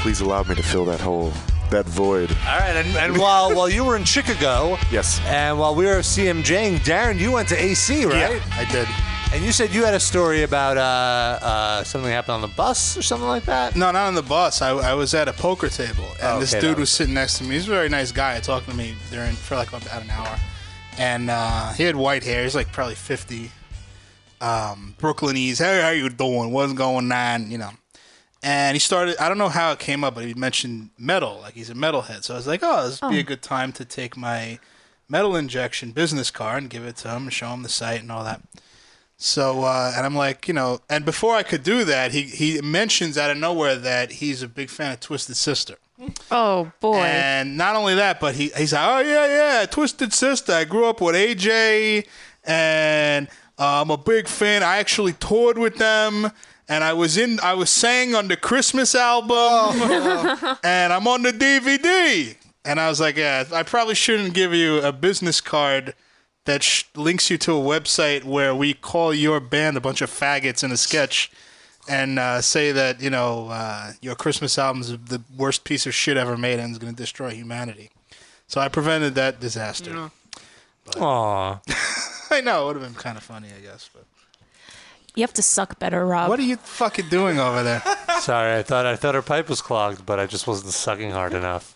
[SPEAKER 4] please allow me to fill that hole, that void.
[SPEAKER 2] All right, and, and while while you were in Chicago,
[SPEAKER 4] Yes.
[SPEAKER 2] and while we were CMJing, Darren, you went to AC, right?
[SPEAKER 3] I did.
[SPEAKER 2] And you said you had a story about uh, uh, something happened on the bus or something like that.
[SPEAKER 3] No, not on the bus. I, I was at a poker table, and
[SPEAKER 2] Oh,
[SPEAKER 3] this
[SPEAKER 2] okay,
[SPEAKER 3] dude
[SPEAKER 2] that
[SPEAKER 3] was,
[SPEAKER 2] was-
[SPEAKER 3] sitting next to me. He's a very nice guy. Talking to me during for like about an hour, and uh, he had white hair. He's like probably fifty. Um, Brooklynese. Hey, how you doing? What's going on? You know. And he started. I don't know how it came up, but he mentioned metal. Like he's a metalhead. So I was like, oh, this would be a good time to take my metal injection business card and give it to him and show him the site and all that. So, uh, and I'm like, you know, and before I could do that, he, he mentions out of nowhere that he's a big fan of Twisted Sister.
[SPEAKER 6] Oh boy.
[SPEAKER 3] And not only that, but he, he's like, oh, yeah, yeah, Twisted Sister. I grew up with AJ, and uh, I'm a big fan. I actually toured with them. And I was in, I was sang on the Christmas album,
[SPEAKER 6] Uh-huh.
[SPEAKER 3] and I'm on the DVD. And I was like, yeah, I probably shouldn't give you a business card that sh- links you to a website where we call your band a bunch of faggots in a sketch and uh, say that you know uh, your Christmas album is the worst piece of shit ever made and is going to destroy humanity. So I prevented that disaster.
[SPEAKER 2] Aw.
[SPEAKER 3] I know it would have been kind of funny, I guess. But
[SPEAKER 6] you have to suck better, Rob.
[SPEAKER 3] what are you fucking doing over there?
[SPEAKER 2] Sorry, I thought I thought her pipe was clogged, but I just wasn't sucking hard enough.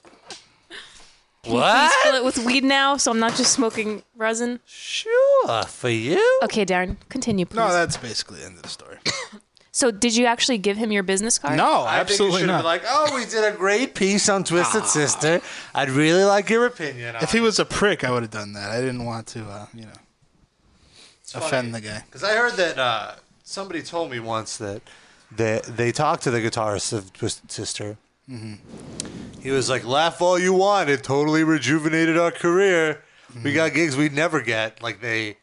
[SPEAKER 2] What?
[SPEAKER 6] Fill it with weed now, so I'm not just smoking resin.
[SPEAKER 2] Sure, for you.
[SPEAKER 6] Okay, Darren, continue, please.
[SPEAKER 3] No, that's basically the end of the story.
[SPEAKER 6] so, did you actually give him your business card?
[SPEAKER 3] No,
[SPEAKER 2] I think you
[SPEAKER 3] absolutely
[SPEAKER 2] should have
[SPEAKER 3] not. Ah.
[SPEAKER 2] been like, oh, we did a great piece on Twisted Sister. I'd really like your opinion.
[SPEAKER 3] if he was a prick, I would have done that. I didn't want to, uh, you know, offend the guy.
[SPEAKER 2] Because I heard that uh, somebody told me once that they, they talked to the guitarist of Twisted Sister. He was like, laugh Mm-hmm. all you want. It totally rejuvenated our career. We got gigs we'd never get. Like, they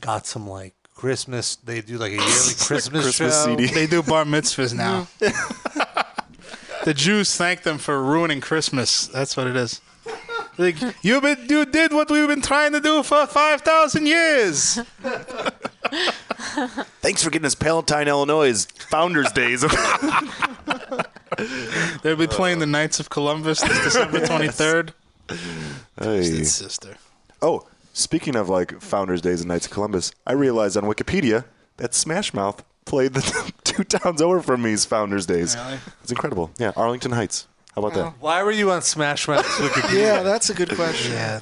[SPEAKER 2] got some, like, Christmas. They do, like, a yearly Christmas,
[SPEAKER 4] Christmas
[SPEAKER 2] show.
[SPEAKER 4] CD.
[SPEAKER 3] They do bar mitzvahs now. the Jews thank them for ruining Christmas. That's what it is. Like you, been, you did what we've been trying to do for five thousand years.
[SPEAKER 4] Thanks for getting us Palatine, Illinois' Founders Days.
[SPEAKER 3] They'll be playing the Knights of Columbus this December twenty third.
[SPEAKER 4] Hey.
[SPEAKER 3] Sister,
[SPEAKER 4] Oh, speaking of like Founders Days and Knights of Columbus, I realized on Wikipedia that Smash Mouth played the two towns over from me's Founders Days.
[SPEAKER 3] Really?
[SPEAKER 4] It's incredible. Yeah, Arlington Heights. How about that?
[SPEAKER 2] Why were you on Smash Mouth's Wikipedia?
[SPEAKER 7] Yeah, that's a good question.
[SPEAKER 4] Uh,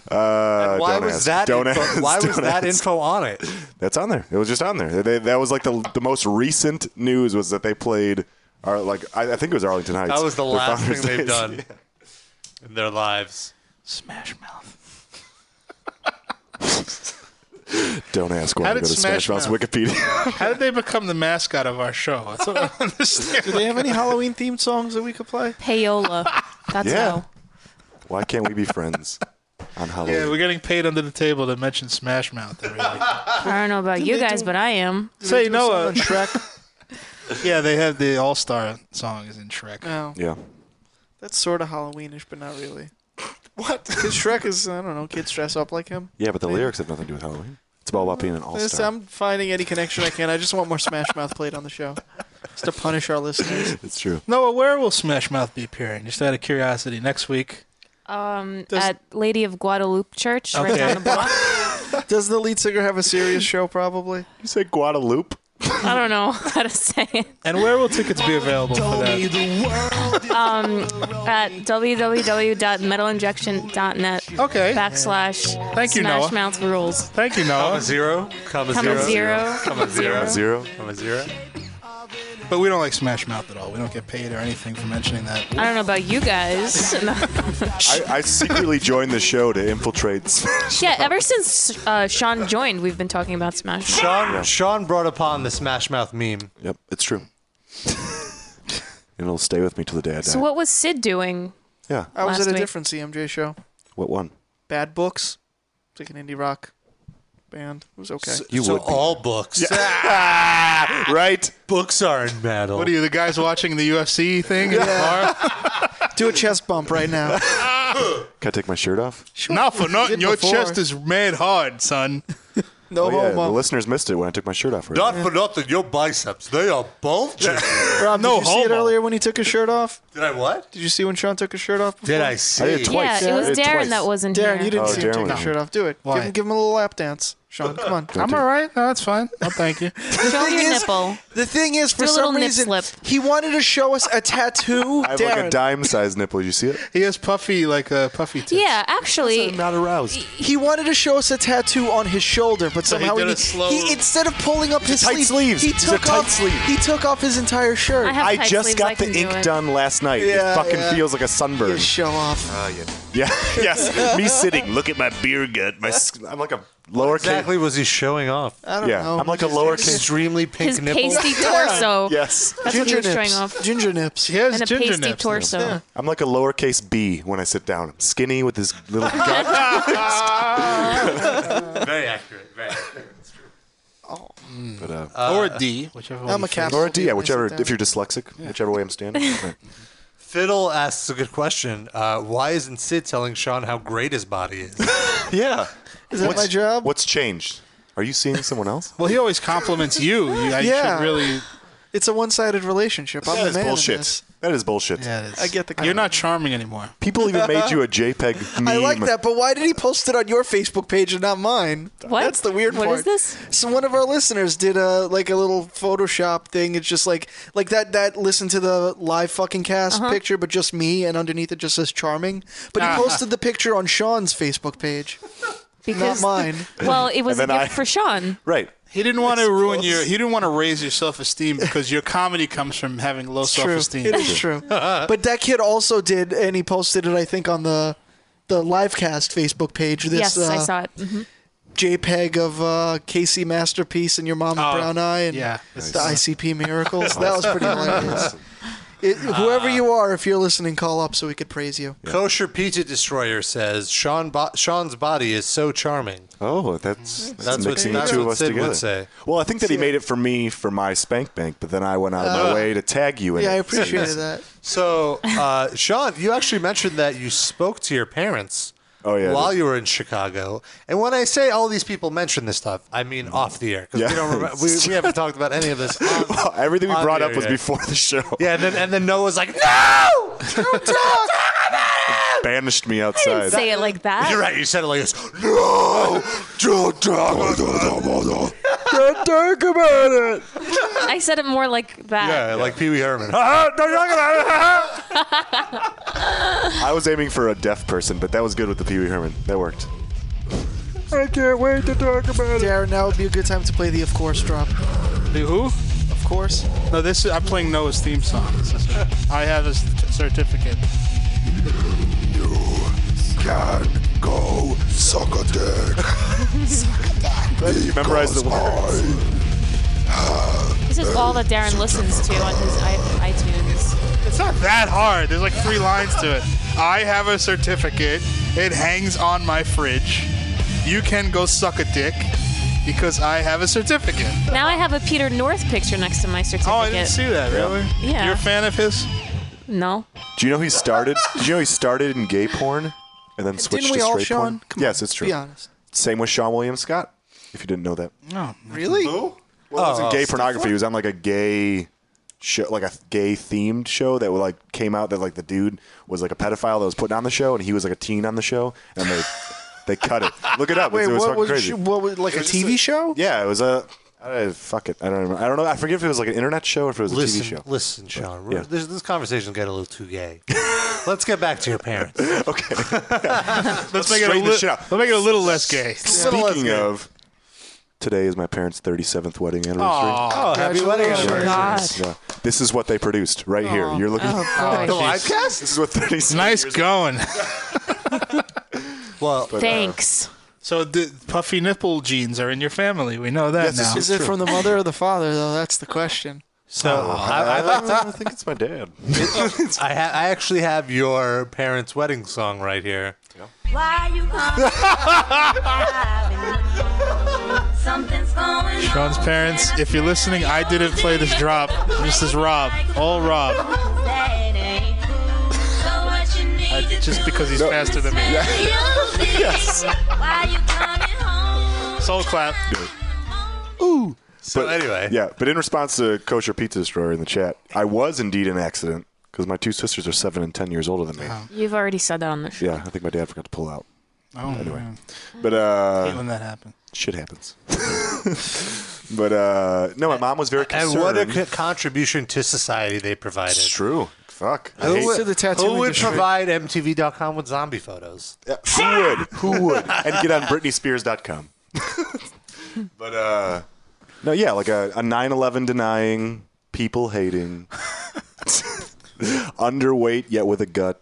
[SPEAKER 2] Why
[SPEAKER 4] don't
[SPEAKER 2] was
[SPEAKER 4] ask.
[SPEAKER 2] that?
[SPEAKER 4] Don't
[SPEAKER 2] info,
[SPEAKER 4] ask.
[SPEAKER 2] Why was
[SPEAKER 4] Don't
[SPEAKER 2] that
[SPEAKER 4] ask.
[SPEAKER 2] info on it?
[SPEAKER 4] That's on there. It was just on there. They, that was like the the most recent news was that they played. Our, like I, I think it was Arlington Heights.
[SPEAKER 2] That was the
[SPEAKER 4] Their
[SPEAKER 2] last
[SPEAKER 4] Founders
[SPEAKER 2] thing they've
[SPEAKER 4] Days.
[SPEAKER 2] done in their lives.
[SPEAKER 3] Smash Mouth.
[SPEAKER 4] Don't ask why
[SPEAKER 3] How
[SPEAKER 4] I go
[SPEAKER 3] did
[SPEAKER 4] to Smash,
[SPEAKER 3] Smash
[SPEAKER 4] Mouth's
[SPEAKER 3] Mouth-
[SPEAKER 4] Wikipedia.
[SPEAKER 3] How did they become the mascot of our show? That's what I don't understand.
[SPEAKER 7] Do they have any Halloween themed songs that we could play?
[SPEAKER 6] Payola. That's
[SPEAKER 4] Yeah.
[SPEAKER 6] how.
[SPEAKER 4] why can't we be friends on Halloween?
[SPEAKER 3] Yeah, we're getting paid under the table to mention Smash Mouth every week.
[SPEAKER 6] I don't know about you
[SPEAKER 7] they
[SPEAKER 6] guys,
[SPEAKER 7] do-
[SPEAKER 6] but I am.
[SPEAKER 3] Say uh, Noah.
[SPEAKER 7] On Shrek.
[SPEAKER 3] Yeah, they have the All Star song is in Shrek.
[SPEAKER 7] No,
[SPEAKER 4] yeah.
[SPEAKER 7] that's sort of Halloweenish, but not really. What? Because Shrek is I don't know. Kids dress up like him.
[SPEAKER 4] Yeah, but the lyrics have nothing to do with Halloween. It's all about being an all
[SPEAKER 7] This-
[SPEAKER 4] star.
[SPEAKER 7] I'm finding any connection I can. I just want more Smash Mouth played on the show, just to punish our listeners.
[SPEAKER 4] It's true.
[SPEAKER 3] Noah, where will Smash Mouth be appearing? Just out of curiosity, next week.
[SPEAKER 6] Um,
[SPEAKER 3] Does-
[SPEAKER 6] at Lady of Guadalupe Church, right
[SPEAKER 3] Okay.
[SPEAKER 6] down the block.
[SPEAKER 7] Does the lead singer have a serious show? Probably.
[SPEAKER 4] You say Guadalupe?
[SPEAKER 6] I don't know how to say it.
[SPEAKER 10] And where will tickets be available for that?
[SPEAKER 6] Um, At www.metalinjection.net.
[SPEAKER 3] Okay.
[SPEAKER 6] Backslash.
[SPEAKER 3] Thank you,
[SPEAKER 6] Smash
[SPEAKER 3] Noah.
[SPEAKER 6] Mouth rules.
[SPEAKER 3] Thank you,
[SPEAKER 2] Comma
[SPEAKER 3] Noah.
[SPEAKER 2] zero. Comma
[SPEAKER 6] Comma
[SPEAKER 2] zero.
[SPEAKER 6] zero.
[SPEAKER 2] Comma zero.
[SPEAKER 4] Zero.
[SPEAKER 2] Comma zero.
[SPEAKER 3] But we don't like Smash Mouth at all. We don't get paid or anything for mentioning that.
[SPEAKER 6] I don't know about you guys.
[SPEAKER 4] I, I secretly joined the show to infiltrate.
[SPEAKER 6] yeah, ever since uh, Sean joined, we've been talking about Smash.
[SPEAKER 2] Sean Sean brought upon the Smash Mouth meme.
[SPEAKER 4] yep, it's true. It'll stay with me till the day I die.
[SPEAKER 6] So what was Sid doing?
[SPEAKER 4] yeah.
[SPEAKER 7] I was
[SPEAKER 6] Last
[SPEAKER 7] at a
[SPEAKER 6] week.
[SPEAKER 7] different CMJ show.
[SPEAKER 4] What one?
[SPEAKER 7] Bad Books. It's like an indie rock band. It was okay.
[SPEAKER 4] You
[SPEAKER 2] so
[SPEAKER 4] would be.
[SPEAKER 2] all books.
[SPEAKER 4] Right?
[SPEAKER 2] Books are in metal.
[SPEAKER 3] What are you, the guys watching the UFC thing? in the bar?
[SPEAKER 7] Do a chest bump right now.
[SPEAKER 4] Can I take my shirt off?
[SPEAKER 3] Not for nothing.
[SPEAKER 7] did
[SPEAKER 3] Your
[SPEAKER 7] before.
[SPEAKER 3] chest is mad hard, son.
[SPEAKER 7] No
[SPEAKER 4] Oh, yeah,
[SPEAKER 7] homo.
[SPEAKER 4] the listeners missed it when I took my shirt off. Right?
[SPEAKER 2] Not for nothing. Your biceps. They are bulging.
[SPEAKER 7] Rob,
[SPEAKER 3] no
[SPEAKER 7] did you see it
[SPEAKER 3] homo.
[SPEAKER 7] earlier when he took his shirt off?
[SPEAKER 2] Did I what?
[SPEAKER 7] Did you see when Sean took his shirt off?
[SPEAKER 2] Did I see?
[SPEAKER 4] I did twice.
[SPEAKER 6] Yeah, it was
[SPEAKER 4] I did
[SPEAKER 6] Darren
[SPEAKER 4] twice.
[SPEAKER 6] that wasn't
[SPEAKER 7] Darren,
[SPEAKER 6] here.
[SPEAKER 7] you didn't
[SPEAKER 4] Oh,
[SPEAKER 7] see him
[SPEAKER 4] Darren
[SPEAKER 7] take his
[SPEAKER 4] was-
[SPEAKER 7] shirt off. Do it.
[SPEAKER 3] Why?
[SPEAKER 7] Give him, give him a little lap dance, Sean. Come on.
[SPEAKER 4] Don't do it.
[SPEAKER 3] right. No, it's fine. No, thank you.
[SPEAKER 6] Show
[SPEAKER 7] thing
[SPEAKER 6] your
[SPEAKER 7] is-
[SPEAKER 6] nipple.
[SPEAKER 7] The thing is, for
[SPEAKER 6] Do a little
[SPEAKER 7] some
[SPEAKER 6] nip
[SPEAKER 7] reason,
[SPEAKER 6] slip.
[SPEAKER 7] he wanted to show us a tattoo.
[SPEAKER 4] I have
[SPEAKER 7] Darren,
[SPEAKER 4] like a dime-sized nipple. You see it?
[SPEAKER 3] He has puffy, like a puffy tits.
[SPEAKER 6] Yeah, actually,
[SPEAKER 4] not aroused.
[SPEAKER 7] he wanted to show us a tattoo on his shoulder, but somehow
[SPEAKER 3] did
[SPEAKER 7] he,
[SPEAKER 3] a slow-
[SPEAKER 7] he- instead of pulling up his
[SPEAKER 4] tight
[SPEAKER 7] sleeve,
[SPEAKER 4] sleeves.
[SPEAKER 7] he
[SPEAKER 4] It's a
[SPEAKER 7] took
[SPEAKER 4] tight
[SPEAKER 7] off
[SPEAKER 4] sleeve.
[SPEAKER 7] he took off his entire shirt.
[SPEAKER 6] I have
[SPEAKER 4] I
[SPEAKER 6] tight
[SPEAKER 4] just
[SPEAKER 6] sleeves, I
[SPEAKER 4] got
[SPEAKER 6] can
[SPEAKER 4] the
[SPEAKER 6] do
[SPEAKER 4] ink
[SPEAKER 6] it.
[SPEAKER 4] done last night.
[SPEAKER 7] Yeah,
[SPEAKER 4] it fucking
[SPEAKER 7] yeah.
[SPEAKER 4] feels like a sunburn.
[SPEAKER 7] Yeah, show off.
[SPEAKER 4] yeah, yes. Me sitting. Look at my beer gut. My s- I'm like a lower
[SPEAKER 2] Exactly. Was he showing off?
[SPEAKER 7] I don't
[SPEAKER 4] Yeah,
[SPEAKER 7] know.
[SPEAKER 4] I'm like a
[SPEAKER 7] Just-
[SPEAKER 4] lower case.
[SPEAKER 2] Extremely pink
[SPEAKER 6] his
[SPEAKER 2] nipple.
[SPEAKER 6] pasty torso.
[SPEAKER 4] Yes.
[SPEAKER 6] That's what he
[SPEAKER 7] ginger
[SPEAKER 6] was showing
[SPEAKER 7] nips.
[SPEAKER 6] off.
[SPEAKER 7] Ginger nips.
[SPEAKER 3] He has
[SPEAKER 6] And a
[SPEAKER 3] ginger
[SPEAKER 6] pasty
[SPEAKER 3] nips.
[SPEAKER 6] torso.
[SPEAKER 4] I'm like a lowercase b when I sit down. I'm skinny with this little gut.
[SPEAKER 2] Very accurate. Very accurate.
[SPEAKER 4] But, uh,
[SPEAKER 3] or a D, whichever one.
[SPEAKER 7] I'm
[SPEAKER 3] you
[SPEAKER 7] a cat.
[SPEAKER 4] or a D, yeah, whichever. If you're dyslexic, whichever way I'm standing. Right.
[SPEAKER 2] Fiddle asks a good question. Uh, why isn't Sid telling Sean how great his body is?
[SPEAKER 4] yeah.
[SPEAKER 7] Is that my job?
[SPEAKER 4] What's changed? Are you seeing someone else?
[SPEAKER 3] Well, he always compliments you. you I
[SPEAKER 7] Yeah.
[SPEAKER 3] should really.
[SPEAKER 7] It's a one-sided relationship. I'm
[SPEAKER 4] That
[SPEAKER 7] the
[SPEAKER 4] is
[SPEAKER 7] man in
[SPEAKER 4] bullshit.
[SPEAKER 7] this.
[SPEAKER 4] That is bullshit.
[SPEAKER 7] I get the.
[SPEAKER 3] You're not charming anymore.
[SPEAKER 4] People even made you a JPEG meme.
[SPEAKER 7] I like that, but why did he post it on your Facebook page and not mine?
[SPEAKER 6] What?
[SPEAKER 7] That's the weird
[SPEAKER 6] What
[SPEAKER 7] part.
[SPEAKER 6] is this?
[SPEAKER 7] So one of our listeners did a like a little Photoshop thing. It's just like like that that listen to the live fucking cast
[SPEAKER 6] Uh-huh.
[SPEAKER 7] picture, but just me, and underneath it just says charming. But he
[SPEAKER 4] Ah.
[SPEAKER 7] posted the picture on Sean's Facebook page, not
[SPEAKER 6] Because
[SPEAKER 7] mine.
[SPEAKER 6] well, it was a
[SPEAKER 4] And then
[SPEAKER 6] gift
[SPEAKER 4] I-
[SPEAKER 6] for Sean.
[SPEAKER 4] Right.
[SPEAKER 3] He didn't want to ruin your. He didn't want to raise your self-esteem because your comedy comes from having low
[SPEAKER 7] True,
[SPEAKER 3] self-esteem.
[SPEAKER 7] it is true. but that kid also did, and he posted it. I think on the the live cast Facebook page. This
[SPEAKER 6] yes, I
[SPEAKER 7] uh,
[SPEAKER 6] saw it. Mhm.
[SPEAKER 7] JPEG of uh, Casey masterpiece and your mom's
[SPEAKER 3] Oh,
[SPEAKER 7] brown eye and
[SPEAKER 3] yeah.
[SPEAKER 7] the ICP miracles. that was pretty hilarious. It, whoever you are, if you're listening, call up so we could praise you.
[SPEAKER 2] Kosher Pizza Destroyer says Sean bo- Sean's body is so charming.
[SPEAKER 4] Oh, that's that's,
[SPEAKER 2] That's what-
[SPEAKER 4] mixing
[SPEAKER 2] that's
[SPEAKER 4] the two of
[SPEAKER 2] what
[SPEAKER 4] us
[SPEAKER 2] Sid would
[SPEAKER 4] together.
[SPEAKER 2] say.
[SPEAKER 4] Well, I think that he made it for me for my spank bank, but then I went out of my way to tag you in
[SPEAKER 7] Yeah, I
[SPEAKER 4] it.
[SPEAKER 7] appreciated that.
[SPEAKER 2] So, uh, Sean, you actually mentioned that you spoke to your parents
[SPEAKER 4] Oh, yeah, I
[SPEAKER 2] while
[SPEAKER 4] did.
[SPEAKER 2] you were in Chicago. And when I say all these people mention this stuff, I mean off the air because
[SPEAKER 4] Mm. Yeah.
[SPEAKER 2] we don't remember, we, we haven't talked about any of this.
[SPEAKER 4] Well, everything we
[SPEAKER 2] on
[SPEAKER 4] brought
[SPEAKER 2] the
[SPEAKER 4] up
[SPEAKER 2] air,
[SPEAKER 4] was
[SPEAKER 2] yeah.
[SPEAKER 4] before the show.
[SPEAKER 2] Yeah, and then and then Noah's like, no, don't talk.
[SPEAKER 4] Banished me
[SPEAKER 6] I didn't
[SPEAKER 4] outside.
[SPEAKER 6] say it like that.
[SPEAKER 2] You're right. You said it like this.
[SPEAKER 4] No, don't talk.
[SPEAKER 7] Don't talk about it.
[SPEAKER 6] I said it more like that.
[SPEAKER 2] Yeah, like Pee Wee Herman.
[SPEAKER 4] I was aiming for a deaf person, but that was good with the Pee Wee Herman. That worked.
[SPEAKER 7] I can't wait to talk about it. Darren, now would be a good time to play the of course drop.
[SPEAKER 3] The who?
[SPEAKER 7] Of course.
[SPEAKER 3] No, this is. I'm playing Noah's theme song. This is- I have his certificate.
[SPEAKER 4] Can go suck a dick. You memorized the words.
[SPEAKER 6] This is all that Darren listens to on his i- iTunes.
[SPEAKER 3] It's not that hard. There's like three lines to it. I have a certificate. It hangs on my fridge. You can go suck a dick because I have a certificate.
[SPEAKER 6] Now I have a Peter North picture next to my certificate.
[SPEAKER 3] Oh, I didn't see that. Really?
[SPEAKER 6] Yeah.
[SPEAKER 3] You're a fan of his?
[SPEAKER 6] No.
[SPEAKER 4] Do you know he started? Did you know he started in gay porn and then switched
[SPEAKER 7] Didn't we
[SPEAKER 4] to
[SPEAKER 7] all,
[SPEAKER 4] straight
[SPEAKER 7] Sean?
[SPEAKER 4] porn? yes, it's true.
[SPEAKER 7] Be honest.
[SPEAKER 4] Same with Sean William Scott. If you didn't know that,
[SPEAKER 7] Really?
[SPEAKER 4] well, it
[SPEAKER 2] Uh,
[SPEAKER 4] wasn't
[SPEAKER 3] Oh.
[SPEAKER 4] gay pornography. It was on like a gay show, like a gay themed show that like came out that like the dude was like a pedophile that was putting on the show, and he was like a teen on the show, and they They cut it. Look it up.
[SPEAKER 7] Wait,
[SPEAKER 4] it was
[SPEAKER 7] what
[SPEAKER 4] fucking
[SPEAKER 7] was
[SPEAKER 4] crazy.
[SPEAKER 7] she- what was- like a
[SPEAKER 4] It just
[SPEAKER 7] TV show?
[SPEAKER 4] Yeah, it was a. I, fuck it. I don't. Remember. I don't know. I forget if it was like an internet show or if it was
[SPEAKER 2] listen,
[SPEAKER 4] a TV show.
[SPEAKER 2] listen, Sean. we're-
[SPEAKER 4] yeah.
[SPEAKER 2] This, this conversation's got a little too gay. Let's get back to your parents.
[SPEAKER 4] Okay.
[SPEAKER 3] Let's make it a
[SPEAKER 4] Straighten
[SPEAKER 3] little.
[SPEAKER 4] this shit out.
[SPEAKER 3] Let's make it a little less gay.
[SPEAKER 4] Speaking of, today is my parents' 37th wedding anniversary.
[SPEAKER 2] Oh, happy wedding anniversary.
[SPEAKER 4] Yeah. This is what they produced right here. You're looking.
[SPEAKER 6] Oh,
[SPEAKER 2] The
[SPEAKER 6] boy.
[SPEAKER 2] live cast?
[SPEAKER 4] This is what 37.
[SPEAKER 3] Nice going.
[SPEAKER 2] Well,
[SPEAKER 4] uh,
[SPEAKER 6] Thanks.
[SPEAKER 3] So the puffy nipple jeans are in your family. We know that
[SPEAKER 4] Yes, it's
[SPEAKER 3] now.
[SPEAKER 4] just-
[SPEAKER 7] Is it from the mother or the father, though? That's the question.
[SPEAKER 2] so
[SPEAKER 4] Oh,
[SPEAKER 2] I,
[SPEAKER 4] I,
[SPEAKER 2] I, like
[SPEAKER 4] I think it's my dad.
[SPEAKER 2] to, I, ha- I actually have your parents' wedding song right here.
[SPEAKER 11] Why you coming? Something's going
[SPEAKER 3] Sean's parents, if you're listening, I didn't play this drop. This is Rob, all Rob,
[SPEAKER 11] I,
[SPEAKER 3] just because he's faster than me.
[SPEAKER 11] yes. Why you coming home?
[SPEAKER 3] Soul clap.
[SPEAKER 2] So anyway,
[SPEAKER 4] Yeah, but in response to Kosher Pizza Destroyer in the chat, I was indeed in an accident because my two sisters are seven and ten years older than me.
[SPEAKER 6] You've already said that on the show.
[SPEAKER 4] Yeah, I think my dad forgot to pull out.
[SPEAKER 3] Oh,
[SPEAKER 4] Anyway,
[SPEAKER 3] man.
[SPEAKER 4] but uh,
[SPEAKER 3] when that happened.
[SPEAKER 4] shit happens. but uh, no, my mom was very
[SPEAKER 2] and
[SPEAKER 4] concerned.
[SPEAKER 2] what a co- contribution to society they provided.
[SPEAKER 4] it's true. Fuck. I
[SPEAKER 7] Who
[SPEAKER 4] hate-
[SPEAKER 7] would, to the tattoo
[SPEAKER 2] Who would
[SPEAKER 7] industry.
[SPEAKER 2] provide MTV.com with zombie photos?
[SPEAKER 4] who would? Who would? And get on BritneySpears.com. but uh, no, yeah, like a, a 9/11 denying, people hating, underweight yet with a gut,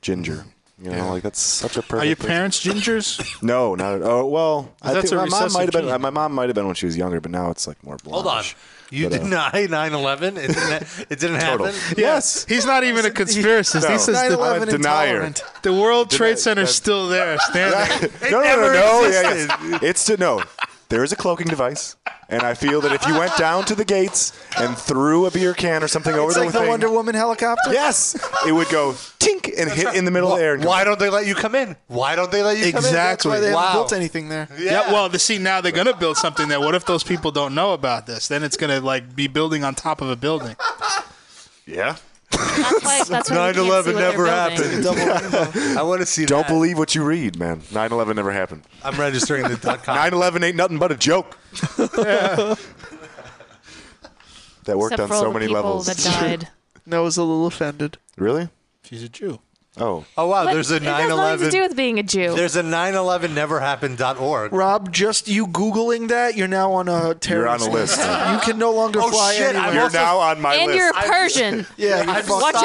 [SPEAKER 4] ginger. You know, like that's such a perfect.
[SPEAKER 3] Are your
[SPEAKER 4] person.
[SPEAKER 3] parents gingers?
[SPEAKER 4] No, not at all. Well, I
[SPEAKER 3] That's
[SPEAKER 4] think my
[SPEAKER 3] a
[SPEAKER 4] mom
[SPEAKER 3] recessive
[SPEAKER 4] might have been.
[SPEAKER 3] gene.
[SPEAKER 4] My mom might have been when she was younger, but now it's like more.
[SPEAKER 2] Hold on.
[SPEAKER 4] blondish.
[SPEAKER 2] You
[SPEAKER 4] But, uh,
[SPEAKER 2] deny 9/11? It didn't, it didn't
[SPEAKER 4] Total.
[SPEAKER 2] happen.
[SPEAKER 4] Yes.
[SPEAKER 3] He's not even a conspiracist.
[SPEAKER 4] No.
[SPEAKER 3] This is the,
[SPEAKER 7] 9/11
[SPEAKER 4] I'm a denier.
[SPEAKER 7] intolerant.
[SPEAKER 3] the World Trade Center's
[SPEAKER 4] that-
[SPEAKER 3] still there, standing.
[SPEAKER 4] no, no, no, no. Yeah, yeah. It's to no. There is a cloaking device, and I feel that if you went down to the gates and threw a beer can or something over
[SPEAKER 7] It's
[SPEAKER 4] the
[SPEAKER 7] like the
[SPEAKER 4] thing-
[SPEAKER 7] Wonder Woman helicopter.
[SPEAKER 4] yes, it would go tink and hit in the middle of the air. And go,
[SPEAKER 2] Why don't they let you come in? Why don't they let you come in?
[SPEAKER 7] That's why they
[SPEAKER 2] wow.
[SPEAKER 7] haven't built anything there.
[SPEAKER 3] Yeah. well, the, see now they're gonna build something there. What if those people don't know about this? Then it's gonna like be building on top of a building.
[SPEAKER 4] Yeah.
[SPEAKER 6] That's why. That's why. 9/11 never happened.
[SPEAKER 2] I want to see
[SPEAKER 4] Don't
[SPEAKER 2] that.
[SPEAKER 4] believe what you read, man. 9/11 never happened.
[SPEAKER 2] I'm registering the dot .com.
[SPEAKER 4] 9/11 ain't nothing but a joke. That worked
[SPEAKER 6] Except
[SPEAKER 4] on
[SPEAKER 6] for all
[SPEAKER 4] so
[SPEAKER 6] the
[SPEAKER 4] many
[SPEAKER 6] people
[SPEAKER 4] levels.
[SPEAKER 6] that died.
[SPEAKER 7] No, I was a little offended.
[SPEAKER 4] Really?
[SPEAKER 3] She's a Jew.
[SPEAKER 4] Oh,
[SPEAKER 2] Oh wow,
[SPEAKER 6] But
[SPEAKER 2] there's a
[SPEAKER 6] it has nothing to do
[SPEAKER 2] 9/11.
[SPEAKER 6] with being a Jew.
[SPEAKER 2] There's a 9/11 never happened.org.
[SPEAKER 7] Rob, just you googling that, you're now on a terrorist
[SPEAKER 4] on a list.
[SPEAKER 7] you can no longer
[SPEAKER 2] Oh,
[SPEAKER 7] fly
[SPEAKER 2] shit,
[SPEAKER 7] anywhere.
[SPEAKER 2] I'm
[SPEAKER 4] you're
[SPEAKER 2] also-
[SPEAKER 4] now on my
[SPEAKER 6] and
[SPEAKER 4] list.
[SPEAKER 6] you're Persian.
[SPEAKER 7] yeah, you're
[SPEAKER 2] I'm
[SPEAKER 7] fucked.
[SPEAKER 6] Watch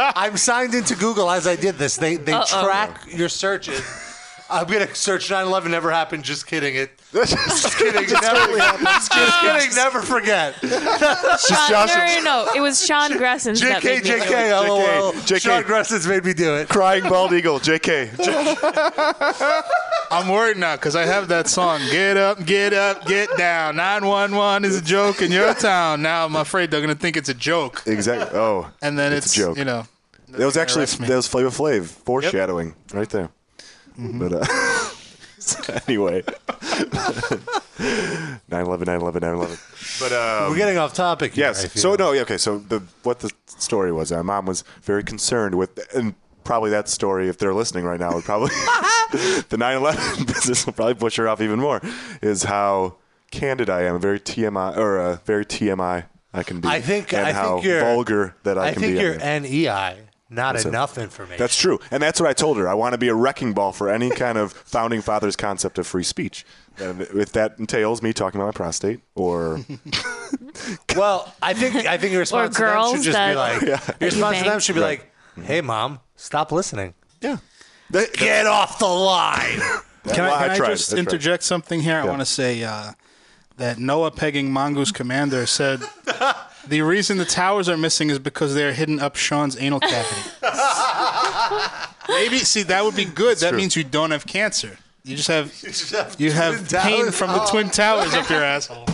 [SPEAKER 6] out.
[SPEAKER 2] I'm signed into Google as I did this. They they
[SPEAKER 6] Uh-oh.
[SPEAKER 2] track your searches. I'm gonna search 9/11 never happened. Just kidding. It. Just kidding. never, just kidding. Never forget.
[SPEAKER 6] Sean,
[SPEAKER 4] Josh-
[SPEAKER 6] no, no, no. It was Sean Gresson's. that
[SPEAKER 2] JK
[SPEAKER 6] made me do it.
[SPEAKER 2] JK LOL.
[SPEAKER 4] JK.
[SPEAKER 2] oh, Sean Gresson's made me do it.
[SPEAKER 4] Crying bald eagle, J.K.
[SPEAKER 3] I'm worried now because I have that song. Get up, get up, get down. 911 is a joke in your town. Now I'm afraid they're gonna think it's a joke,
[SPEAKER 4] Exactly. Oh,
[SPEAKER 3] and then it's,
[SPEAKER 4] It's a joke.
[SPEAKER 3] you know.
[SPEAKER 4] that was actually
[SPEAKER 3] arrest me.
[SPEAKER 4] that was Flavor Flav foreshadowing right there.
[SPEAKER 3] Mm-hmm.
[SPEAKER 4] But uh, anyway, 9/11, 9/11, 9/11. But um,
[SPEAKER 2] We're getting off topic. Here, I
[SPEAKER 4] yes.
[SPEAKER 2] feel.
[SPEAKER 4] So no, yeah, okay. So the what the story was, my mom was very concerned with, and probably that story, if they're listening right now, would probably the 9/11 business will probably push her off even more. Is how candid I am, very TMI or uh, very TMI I can be.
[SPEAKER 2] I think-
[SPEAKER 4] and
[SPEAKER 2] I
[SPEAKER 4] how
[SPEAKER 2] think you're-
[SPEAKER 4] vulgar that I,
[SPEAKER 2] I
[SPEAKER 4] can
[SPEAKER 2] think
[SPEAKER 4] be.
[SPEAKER 2] you're
[SPEAKER 4] am.
[SPEAKER 2] NEI, not
[SPEAKER 4] it.
[SPEAKER 2] enough information.
[SPEAKER 4] That's true. And that's what I told her. I want to be a wrecking ball for any kind of founding fathers concept of free speech. And if that entails me talking about my prostate or
[SPEAKER 2] Well, I think I think your response to them should
[SPEAKER 6] girls
[SPEAKER 2] just
[SPEAKER 6] that-
[SPEAKER 2] be like your response to them
[SPEAKER 6] bang.
[SPEAKER 2] should be like, "Hey, mom, stop listening.
[SPEAKER 4] yeah.
[SPEAKER 2] Get off the line."
[SPEAKER 3] Can I,
[SPEAKER 4] Well,
[SPEAKER 3] can
[SPEAKER 4] I
[SPEAKER 3] I,
[SPEAKER 4] tried,
[SPEAKER 3] just
[SPEAKER 4] I tried.
[SPEAKER 3] interject something here? I want to say uh, that Noah pegging Mongoose Commander said the reason the towers are missing is because they are hidden up Sean's anal cavity. Maybe see that would be good. that
[SPEAKER 4] true.
[SPEAKER 3] means you don't have cancer. You just have you,
[SPEAKER 2] have
[SPEAKER 3] have
[SPEAKER 2] twin
[SPEAKER 3] pain
[SPEAKER 2] towers.
[SPEAKER 3] from the twin towers up your asshole.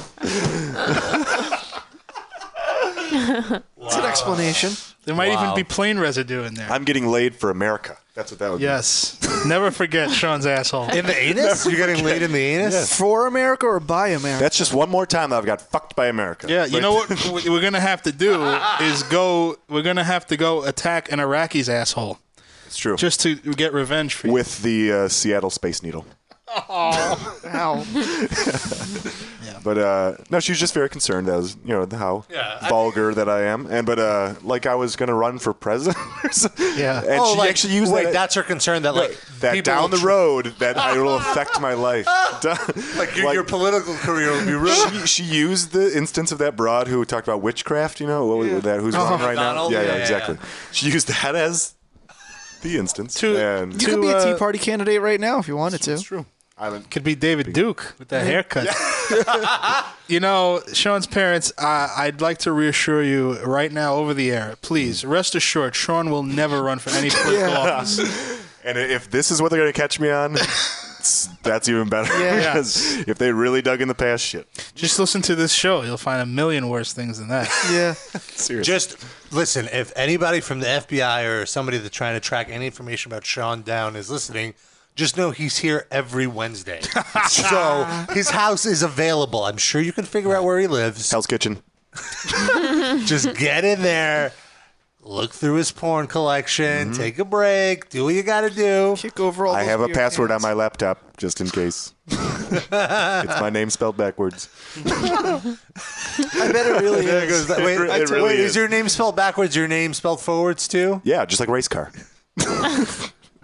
[SPEAKER 7] That's an explanation.
[SPEAKER 3] There might even be plane residue in there.
[SPEAKER 4] I'm getting laid for America. That's what that would
[SPEAKER 3] yes, never forget Sean's asshole.
[SPEAKER 2] In the anus? You're getting laid in the anus?
[SPEAKER 7] For America or by
[SPEAKER 4] be.
[SPEAKER 7] America?
[SPEAKER 4] That's just one more time that I've got fucked by America.
[SPEAKER 3] Yeah, you
[SPEAKER 4] Like,
[SPEAKER 3] know what we- we're gonna have to do is go. We're gonna have to go attack an Iraqi's asshole.
[SPEAKER 4] It's true.
[SPEAKER 3] Just to get revenge for you.
[SPEAKER 4] With the uh, Seattle Space Needle.
[SPEAKER 3] Oh,
[SPEAKER 4] But uh, no, she was just very concerned as you know how
[SPEAKER 2] Yeah, I-
[SPEAKER 4] vulgar that I am, and but uh, like I was gonna run for president. yeah, and
[SPEAKER 2] oh,
[SPEAKER 4] she
[SPEAKER 2] like,
[SPEAKER 4] actually used
[SPEAKER 2] wait,
[SPEAKER 4] that.
[SPEAKER 2] that's her concern that like
[SPEAKER 4] that
[SPEAKER 2] people will
[SPEAKER 4] down the
[SPEAKER 2] tr-
[SPEAKER 4] road, that I will affect my life. like,
[SPEAKER 2] your- your political career will be
[SPEAKER 4] ruined. She, she used the instance of that broad who talked about witchcraft. You know, what was that who's
[SPEAKER 2] Oh.
[SPEAKER 4] on right now?
[SPEAKER 2] Donald?
[SPEAKER 4] Yeah,
[SPEAKER 2] Yeah,
[SPEAKER 4] yeah,
[SPEAKER 2] yeah,
[SPEAKER 4] exactly. She used that as the instance. and uh,
[SPEAKER 7] You could be a Tea Party candidate right now if you wanted to. uh, That's
[SPEAKER 4] true.
[SPEAKER 3] Could be David Duke with that
[SPEAKER 7] Yeah.
[SPEAKER 3] haircut. you know, Sean's parents, uh, I'd like to reassure you right now over the air, please rest assured, Sean will never run for any political office.
[SPEAKER 4] And if this is what they're going to catch me on, it's- that's even better.
[SPEAKER 3] Yeah.
[SPEAKER 4] Because if they really dug in the past shit.
[SPEAKER 3] Just listen to this show. You'll find a million worse things than that.
[SPEAKER 7] Yeah.
[SPEAKER 4] Seriously.
[SPEAKER 2] Just listen, if anybody from the FBI or somebody that's trying to track any information about Sean Down is listening, just know he's here every Wednesday. so his house is available. I'm sure you can figure out where he lives.
[SPEAKER 4] Hell's Kitchen.
[SPEAKER 2] just get in there, look through his porn collection, take a break, do what you got to do.
[SPEAKER 7] Kick over all
[SPEAKER 4] I have a password on my laptop just in case. it's my name spelled backwards.
[SPEAKER 2] I bet it really
[SPEAKER 4] is. It
[SPEAKER 2] wait,
[SPEAKER 4] re-
[SPEAKER 2] I
[SPEAKER 4] it
[SPEAKER 2] told-
[SPEAKER 4] really
[SPEAKER 2] wait, is.
[SPEAKER 4] is.
[SPEAKER 2] your name spelled backwards? Your name spelled forwards too?
[SPEAKER 4] Yeah, just like race car.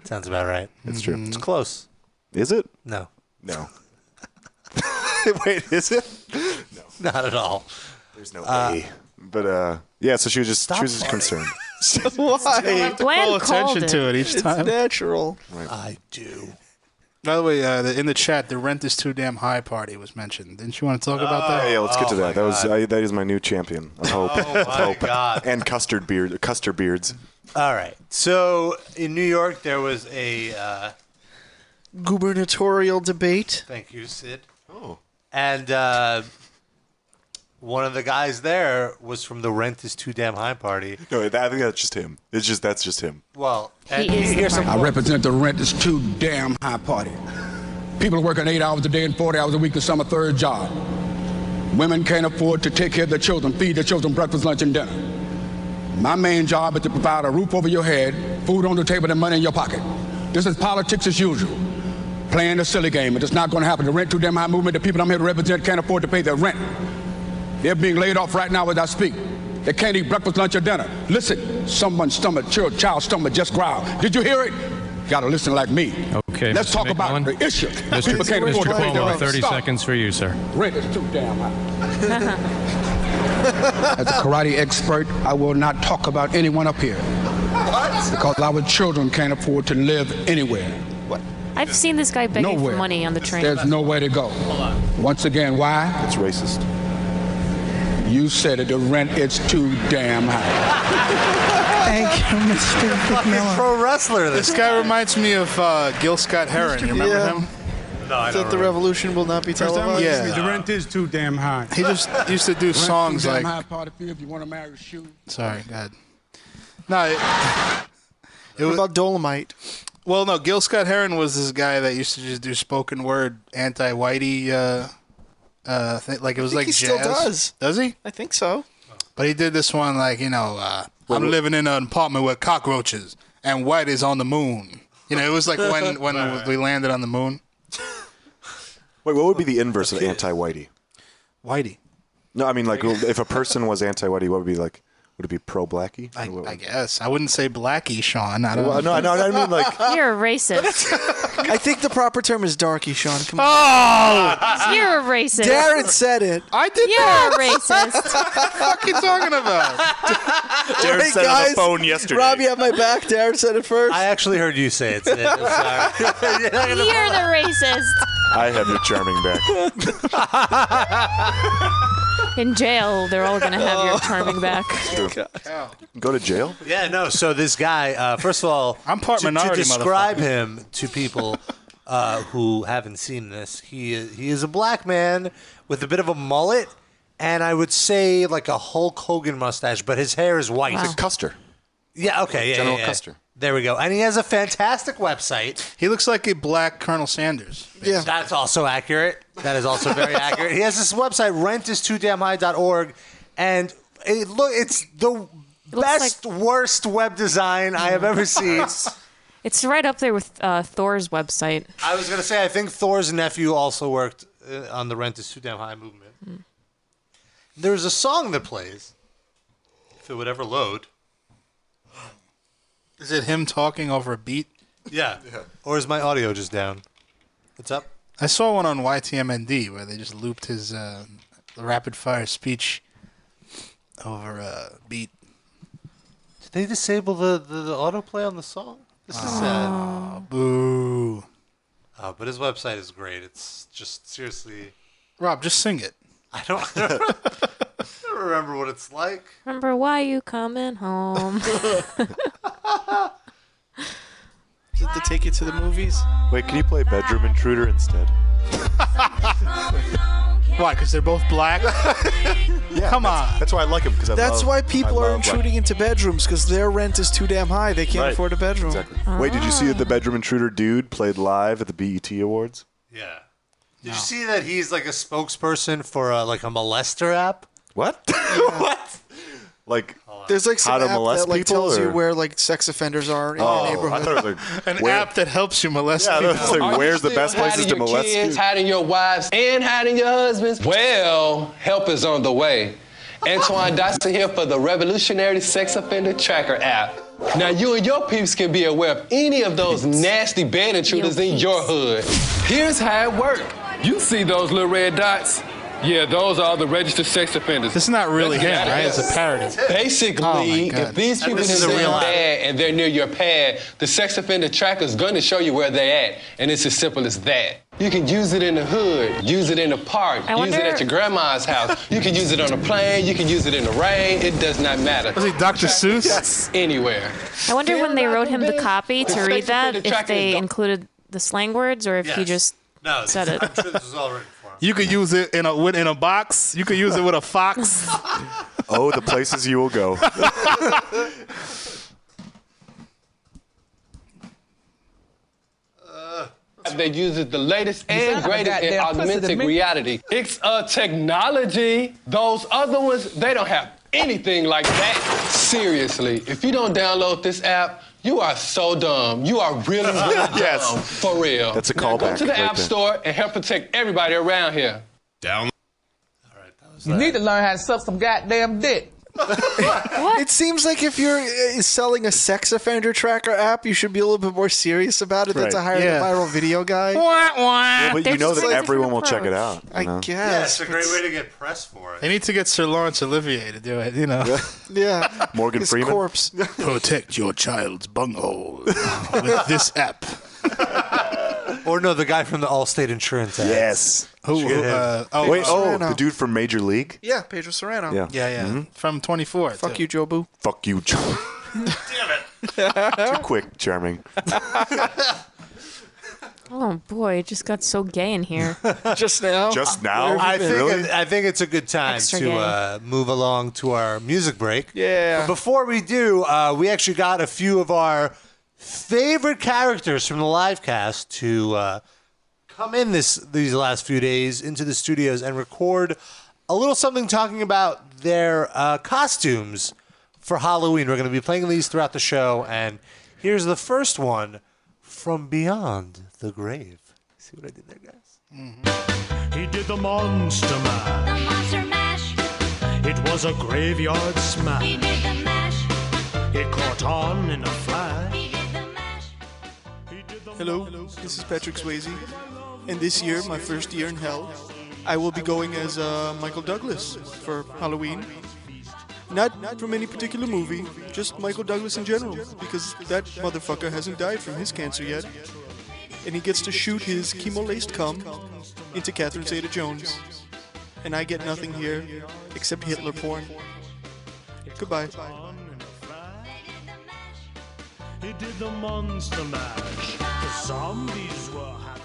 [SPEAKER 2] Sounds about right.
[SPEAKER 4] It's true.
[SPEAKER 2] It's close.
[SPEAKER 4] Is it?
[SPEAKER 2] No,
[SPEAKER 4] No. Wait, is it?
[SPEAKER 2] not at all.
[SPEAKER 4] There's no A. But uh, yeah, so she was just she was just concerned.
[SPEAKER 7] Why?
[SPEAKER 3] Call
[SPEAKER 6] Glenn called
[SPEAKER 3] attention
[SPEAKER 6] it.
[SPEAKER 3] to it each
[SPEAKER 7] It's
[SPEAKER 3] time.
[SPEAKER 7] natural.
[SPEAKER 2] I do.
[SPEAKER 3] By the way, uh, the, in the chat, the rent is too damn high party was mentioned. Didn't you want to talk about that?
[SPEAKER 4] Uh, yeah, let's get to
[SPEAKER 2] Oh, my
[SPEAKER 4] that. That was
[SPEAKER 2] God.
[SPEAKER 4] I, that is my new champion of hope.
[SPEAKER 2] Oh my god.
[SPEAKER 4] and custard beard, custard beards.
[SPEAKER 2] All right. So in New York, there was a. Uh,
[SPEAKER 7] Gubernatorial debate.
[SPEAKER 2] thank you, Sid.
[SPEAKER 4] Oh.
[SPEAKER 2] And uh, one of the guys there was from the Rent is Too Damn High party.
[SPEAKER 4] No, that, Oh, I think that's just him. It's just that's just him.
[SPEAKER 2] Well, and
[SPEAKER 6] is the
[SPEAKER 2] here's some.
[SPEAKER 10] I represent the rent is too damn high party. People are working eight hours a day and 40 hours a week to some a third job. Women can't afford to take care of their children, feed their children breakfast, lunch, and dinner. My main job is to provide a roof over your head, food on the table, and money in your pocket. This is politics as usual. Playing the silly game. It's not going to happen. The rent too damn high movement, the people I'm here to represent can't afford to pay their rent. They're being laid off right now as I speak. They can't eat breakfast, lunch, or dinner. Listen, someone's stomach, child, child's stomach just growled. Did you hear it? Gotta listen like me.
[SPEAKER 12] Okay,
[SPEAKER 10] Let's
[SPEAKER 12] Mr.
[SPEAKER 10] talk about
[SPEAKER 12] McMillan.
[SPEAKER 10] the issue.
[SPEAKER 12] Mr.
[SPEAKER 10] People can't
[SPEAKER 12] Mr.
[SPEAKER 10] afford to pay their
[SPEAKER 12] Cuomo,
[SPEAKER 10] rent.
[SPEAKER 12] 30
[SPEAKER 10] Stop.
[SPEAKER 12] seconds for you, sir.
[SPEAKER 10] Rent is too damn high. As a karate expert, I will not talk about anyone up here. Because our children can't afford to live anywhere.
[SPEAKER 6] I've seen this guy begging
[SPEAKER 10] Nowhere.
[SPEAKER 6] for money on the train.
[SPEAKER 10] There's nowhere to go. Once again, why?
[SPEAKER 4] It's racist.
[SPEAKER 10] You said it, the rent is too damn high.
[SPEAKER 13] Thank you, Mr. McMillan.
[SPEAKER 2] Pro wrestler, this
[SPEAKER 3] This guy reminds me of uh, Gil Scott Heron. You remember
[SPEAKER 7] Yeah.
[SPEAKER 3] him?
[SPEAKER 7] That the revolution will not be televised.
[SPEAKER 3] Yeah.
[SPEAKER 13] The rent is too damn high.
[SPEAKER 3] He just used to do songs like. Sorry, God. No, it, it
[SPEAKER 7] What
[SPEAKER 3] was,
[SPEAKER 7] about Dolomite?
[SPEAKER 3] well, no. Gil Scott Heron was this guy that used to just do spoken word anti-whitey. Uh, uh, th- like it was
[SPEAKER 7] think
[SPEAKER 3] like
[SPEAKER 7] he still
[SPEAKER 3] jazz.
[SPEAKER 7] does.
[SPEAKER 3] Does he?
[SPEAKER 7] I think so.
[SPEAKER 3] But he did this one like you know, uh, I'm living in an apartment with cockroaches and white is on the moon. You know, it was like when when we landed on the moon.
[SPEAKER 4] Wait, what would be the inverse of anti-whitey?
[SPEAKER 3] Whitey,
[SPEAKER 4] No, I mean like if a person was anti-whitey, what would be like? Would it be pro-blacky?
[SPEAKER 3] I,
[SPEAKER 4] What-
[SPEAKER 3] I guess. I wouldn't say blackie, Sean. I don't
[SPEAKER 4] Well,
[SPEAKER 3] know.
[SPEAKER 4] no, no, I mean like
[SPEAKER 6] You're a racist.
[SPEAKER 7] I think the proper term is darky, Sean. Come on.
[SPEAKER 3] Oh,
[SPEAKER 6] You're a racist.
[SPEAKER 7] Darren said it.
[SPEAKER 3] I did
[SPEAKER 6] You're
[SPEAKER 3] that.
[SPEAKER 6] a racist.
[SPEAKER 3] What the fuck you talking about?
[SPEAKER 4] Jared
[SPEAKER 7] Hey,
[SPEAKER 4] said on
[SPEAKER 7] guys,
[SPEAKER 4] the phone yesterday.
[SPEAKER 7] Rob, you have my back. Darren said it first.
[SPEAKER 2] I actually heard you say it. Sid. I'm sorry. You're not
[SPEAKER 6] You're
[SPEAKER 2] gonna-
[SPEAKER 6] the racist.
[SPEAKER 4] I have your charming back.
[SPEAKER 6] In jail, they're all gonna have your charming back.
[SPEAKER 4] Go to jail.
[SPEAKER 2] Yeah, no. So this guy, uh, first of all,
[SPEAKER 3] I'm part
[SPEAKER 2] to,
[SPEAKER 3] minority,
[SPEAKER 2] To describe him to people uh, who haven't seen this, he is, he is a black man with a bit of a mullet, and I would say like a Hulk Hogan mustache, but his hair is white.
[SPEAKER 4] Custer.
[SPEAKER 2] Yeah, okay, yeah,
[SPEAKER 4] General
[SPEAKER 2] yeah, yeah.
[SPEAKER 4] Custer.
[SPEAKER 2] There we go. And he has a fantastic website.
[SPEAKER 3] He looks like a black Colonel Sanders.
[SPEAKER 7] yeah.
[SPEAKER 2] That's also accurate. That is also very accurate. He has this website, rentistoodammhigh.org, and it look it's the
[SPEAKER 6] looks
[SPEAKER 2] best worst web design I have ever seen.
[SPEAKER 6] It's right up there with uh, Thor's website.
[SPEAKER 2] I was gonna say I think Thor's nephew also worked uh, on the Rent is Too Damn High movement. There's a song that plays. If it would ever load.
[SPEAKER 3] Is it him talking over a beat?
[SPEAKER 2] Yeah. Or is my audio just down? What's up?
[SPEAKER 3] I saw one on YTMND where they just looped his uh, rapid fire speech over a beat.
[SPEAKER 2] Did they disable the, the, the autoplay on the song? This is sad.
[SPEAKER 3] Ah, Boo.
[SPEAKER 2] Uh, but his website is great. It's just seriously.
[SPEAKER 3] Rob, just sing it.
[SPEAKER 2] I don't. I don't remember what it's like.
[SPEAKER 6] Remember why you coming home?
[SPEAKER 7] Is it to take you to the movies?
[SPEAKER 4] Wait, can you play Bedroom Intruder instead?
[SPEAKER 3] Why? Because they're both black.
[SPEAKER 4] yeah,
[SPEAKER 3] come
[SPEAKER 4] that's, on. That's why I like him. Because
[SPEAKER 7] That's why people are intruding into bedrooms because their rent is too damn high. They can't
[SPEAKER 4] Right.
[SPEAKER 7] afford a bedroom.
[SPEAKER 4] Exactly. Wait, did you see that the Bedroom Intruder dude played live at the BET Awards?
[SPEAKER 2] Yeah. Did you see that he's like a spokesperson for uh, like a molester app?
[SPEAKER 4] What? what? Like
[SPEAKER 7] There's like some
[SPEAKER 4] how to
[SPEAKER 7] app
[SPEAKER 4] molest
[SPEAKER 7] that like
[SPEAKER 4] people,
[SPEAKER 7] tells you
[SPEAKER 4] or-
[SPEAKER 7] where like sex offenders are in
[SPEAKER 4] Oh,
[SPEAKER 7] your neighborhood.
[SPEAKER 4] I thought it was like
[SPEAKER 3] An
[SPEAKER 4] where-
[SPEAKER 3] app that helps you molest
[SPEAKER 4] Yeah, I
[SPEAKER 3] people.
[SPEAKER 4] was gonna say, Are you where's the still best places
[SPEAKER 12] hiding your kids, hiding your wives, and hiding your husbands. Well, help is on the way. Antoine Dotson here for the revolutionary sex offender tracker app. Now you and your peeps can be aware of any of those nasty bed intruders in your hood. Here's how it works. You see those little red dots? Yeah, those are the registered sex offenders. This is
[SPEAKER 3] not really him, right? It's a parody.
[SPEAKER 12] Basically,
[SPEAKER 3] Oh my God.
[SPEAKER 12] if these
[SPEAKER 3] And
[SPEAKER 12] people
[SPEAKER 3] this is
[SPEAKER 12] is in
[SPEAKER 3] a real
[SPEAKER 12] your
[SPEAKER 3] app.
[SPEAKER 12] pad and they're near your pad, the sex offender tracker is going to show you where they're at, and it's as simple as that. You can use it in the hood, use it in the park,
[SPEAKER 6] I
[SPEAKER 12] use it
[SPEAKER 6] wonder-
[SPEAKER 12] at your grandma's house. You can use it on a plane, you can use it in the rain. It does not matter.
[SPEAKER 3] Was he Dr. Seuss?
[SPEAKER 12] Anywhere.
[SPEAKER 6] I wonder when they wrote him the copy to read that
[SPEAKER 12] The track is
[SPEAKER 6] if they
[SPEAKER 12] done.
[SPEAKER 6] included the slang words or if he
[SPEAKER 3] Yes.
[SPEAKER 6] just
[SPEAKER 2] No,
[SPEAKER 6] said it.
[SPEAKER 2] I'm sure this was all written for.
[SPEAKER 3] You could use it in a with- in a box. You could use it with a fox.
[SPEAKER 4] oh, the places you will go.
[SPEAKER 12] That uses the latest and
[SPEAKER 14] son of a
[SPEAKER 12] greatest in
[SPEAKER 14] goddamn pussy to
[SPEAKER 12] augmented
[SPEAKER 14] me.
[SPEAKER 12] reality. It's a technology. Those other ones, they don't have anything like that. Seriously, if you don't download this app, you are so dumb. You are really, really
[SPEAKER 4] Yes.
[SPEAKER 12] dumb. Oh, For real.
[SPEAKER 4] That's a
[SPEAKER 12] Now Go
[SPEAKER 4] callback
[SPEAKER 12] to the
[SPEAKER 4] right
[SPEAKER 12] App
[SPEAKER 4] there.
[SPEAKER 12] Store and help protect everybody around here. Down.
[SPEAKER 14] You need to learn how to suck some goddamn dick.
[SPEAKER 7] It seems like if you're uh, selling a sex offender tracker app, you should be a little bit more serious about it than to
[SPEAKER 4] Right.
[SPEAKER 7] hire
[SPEAKER 4] Yeah.
[SPEAKER 7] the viral video guy.
[SPEAKER 4] Yeah, but you know that everyone will check it out. you
[SPEAKER 7] I
[SPEAKER 4] know?
[SPEAKER 7] guess.
[SPEAKER 2] Yeah, it's a great way to get press for it.
[SPEAKER 3] They need to get Sir Lawrence Olivier to do it. You know.
[SPEAKER 7] Yeah.
[SPEAKER 4] Morgan
[SPEAKER 3] His
[SPEAKER 4] Freeman.
[SPEAKER 7] corpse.
[SPEAKER 3] Protect your child's bunghole with this app.
[SPEAKER 2] Or no, the guy from the Allstate Insurance. Ad.
[SPEAKER 4] Yes.
[SPEAKER 2] Who?
[SPEAKER 3] who, uh,
[SPEAKER 4] oh, wait, oh,
[SPEAKER 3] Serrano.
[SPEAKER 4] the dude from Major League.
[SPEAKER 7] Yeah, Pedro Serrano.
[SPEAKER 4] Yeah. Mm-hmm.
[SPEAKER 3] Yeah, yeah. From 24.
[SPEAKER 7] Fuck you, Joe Boo.
[SPEAKER 4] Fuck you, Charming. Damn it. Too quick, Charming.
[SPEAKER 6] Oh boy, it just got so gay in here.
[SPEAKER 7] just now.
[SPEAKER 6] Uh,
[SPEAKER 4] Just now?
[SPEAKER 2] I think
[SPEAKER 4] Really?
[SPEAKER 2] I think it's a good time
[SPEAKER 6] Extra
[SPEAKER 2] to
[SPEAKER 6] gay.
[SPEAKER 2] uh, move along to our music break.
[SPEAKER 7] Yeah.
[SPEAKER 2] But before we do, uh, we actually got a few of our favorite characters from the live cast to uh, come in this these last few days into the studios and record a little something talking about their uh, costumes for Halloween. We're going to be playing these throughout the show, and here's the first one from Beyond the Grave. See what I did there, guys?
[SPEAKER 15] He did the monster mash.
[SPEAKER 11] The monster mash.
[SPEAKER 15] It was a graveyard
[SPEAKER 11] He
[SPEAKER 15] smash.
[SPEAKER 11] did the mash.
[SPEAKER 15] It caught on in a flash.
[SPEAKER 14] Hello, this is Patrick Swayze, and this year, my first year in hell, I will be going as uh, Michael Douglas for Halloween. Not, not from any particular movie, just Michael Douglas in general, because that motherfucker hasn't died from his cancer yet. And he gets to shoot his chemo laced cum into Catherine Zeta Jones. And I get nothing here except Hitler porn. Goodbye.
[SPEAKER 15] He did the monster mash. The zombies were happy.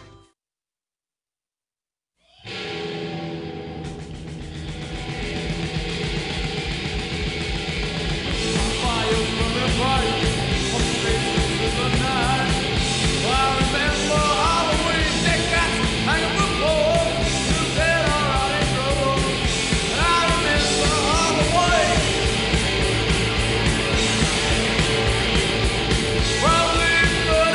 [SPEAKER 11] Well,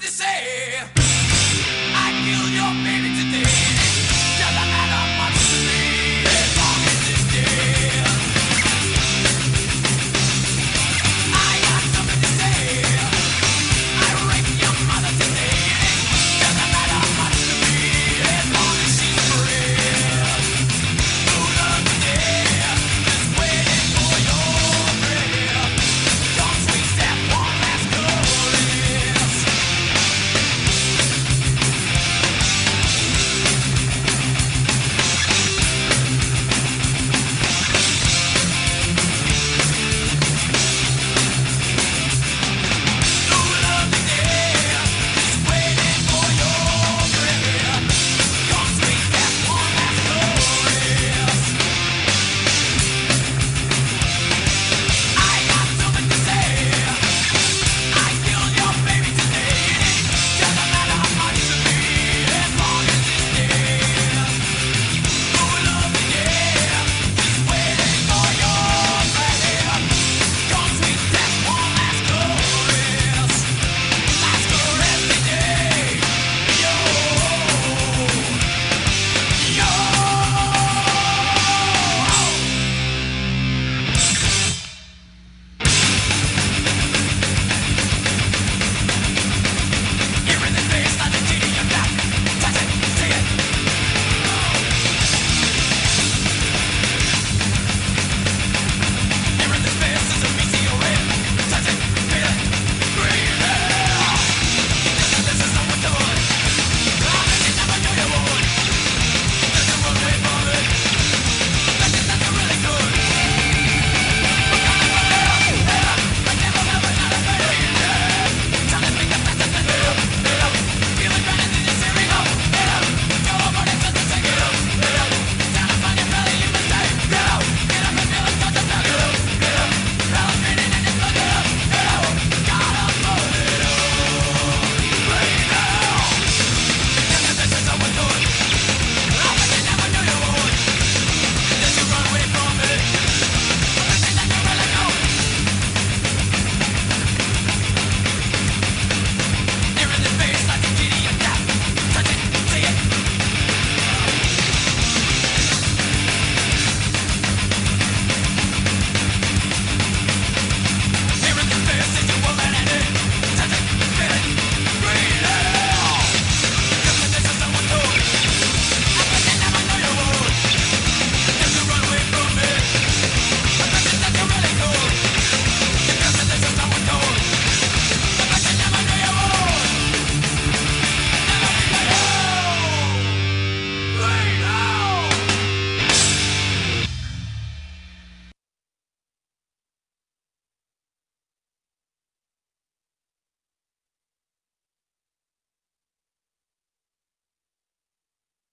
[SPEAKER 16] to say. I killed your baby today. Doesn't matter much to me as long as it's dead. I got something to say. I raped your mother today. Doesn't matter much to me as long as she's free.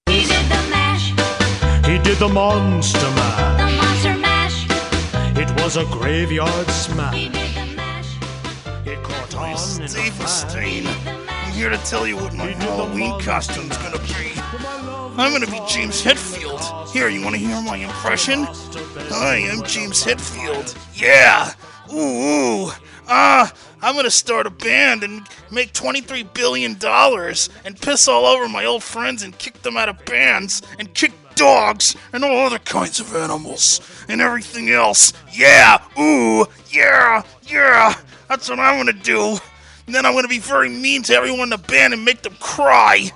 [SPEAKER 11] He did the mash,
[SPEAKER 15] He did the monster mash.
[SPEAKER 11] the monster mash.
[SPEAKER 15] It was a graveyard smash.
[SPEAKER 11] He did the mash.
[SPEAKER 15] It caught on.
[SPEAKER 17] Steve Mustaine. I'm here to tell you what my Halloween costume's gonna be. I'm gonna be James Hetfield. Here, you wanna hear my impression? I am James Hetfield. Yeah! Ooh, ooh. Ah, I'm gonna start a band and make $23 billion and piss all over my old friends and kick them out of bands and kick dogs and all other kinds of animals and everything else. Yeah! Ooh, yeah, yeah! That's what I'm gonna do. And then I'm gonna be very mean to everyone in the band and make them cry.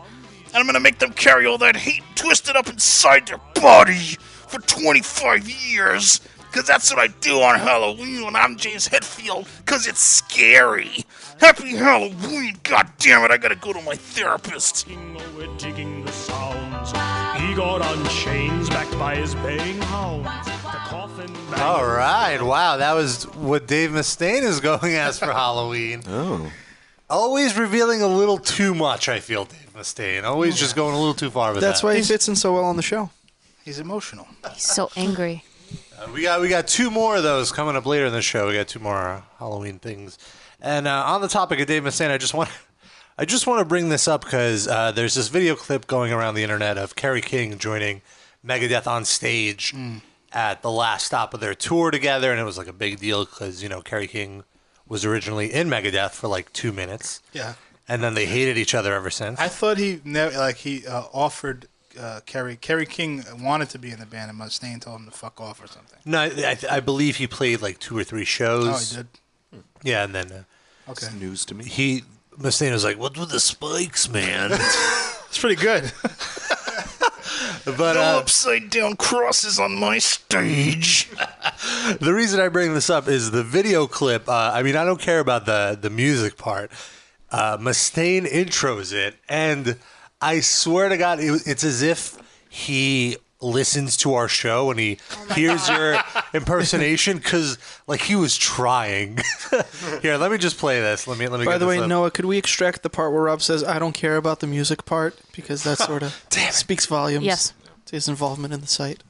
[SPEAKER 17] And I'm gonna make them carry all that hate twisted up inside their body for 25 years. Cause that's what I do on Halloween when I'm James Hetfield, cause it's scary. Happy Halloween, god damn it, I gotta go to my therapist.
[SPEAKER 15] We're digging the sounds. Igor on chains, backed by his baying hounds. The coffin.
[SPEAKER 2] All right. Wow. That was what Dave Mustaine is going as for Halloween.
[SPEAKER 4] Oh.
[SPEAKER 2] Always revealing a little too much, I feel, Dave Mustaine. Always just going a little too far with
[SPEAKER 7] That's
[SPEAKER 2] that.
[SPEAKER 7] why he fits in so well on the show.
[SPEAKER 17] He's emotional.
[SPEAKER 6] He's so angry.
[SPEAKER 2] Uh, we got we got two more of those coming up later in the show. We got two more uh, Halloween things. And uh, on the topic of Dave Mustaine, I just want I just want to bring this up because uh, there's this video clip going around the internet of Kerry King joining Megadeth on stage at the last stop of their tour together, and it was like a big deal because you know Kerry King was originally in Megadeth for like two minutes.
[SPEAKER 3] Yeah.
[SPEAKER 2] and then they hated each other ever since.
[SPEAKER 3] I thought he never like he uh, offered uh, Kerry. Kerry King wanted to be in the band, and Mustaine told him to fuck off or something.
[SPEAKER 2] No, I, I, I believe he played like two or three shows.
[SPEAKER 3] Oh, he did?
[SPEAKER 2] Yeah, and then uh,
[SPEAKER 3] Okay. It's
[SPEAKER 2] news to me. He Mustaine was like, "What's with the spikes, man?"
[SPEAKER 3] It's pretty good.
[SPEAKER 2] but
[SPEAKER 17] no
[SPEAKER 2] uh,
[SPEAKER 17] upside down crosses on my stage.
[SPEAKER 2] the reason I bring this up is the video clip. Uh, I mean, I don't care about the the music part. Uh, Mustaine intros it, and I swear to God, it, it's as if he listens to our show and he hears your impersonation because, like, he was trying. Here, let me just play this. Let me let me.
[SPEAKER 14] By
[SPEAKER 2] get
[SPEAKER 14] the
[SPEAKER 2] this
[SPEAKER 14] way,
[SPEAKER 2] up.
[SPEAKER 14] Noah, could we extract the part where Rob says, I don't care about the music part? Because that sort of speaks volumes
[SPEAKER 6] Yes.
[SPEAKER 14] to his involvement in the site.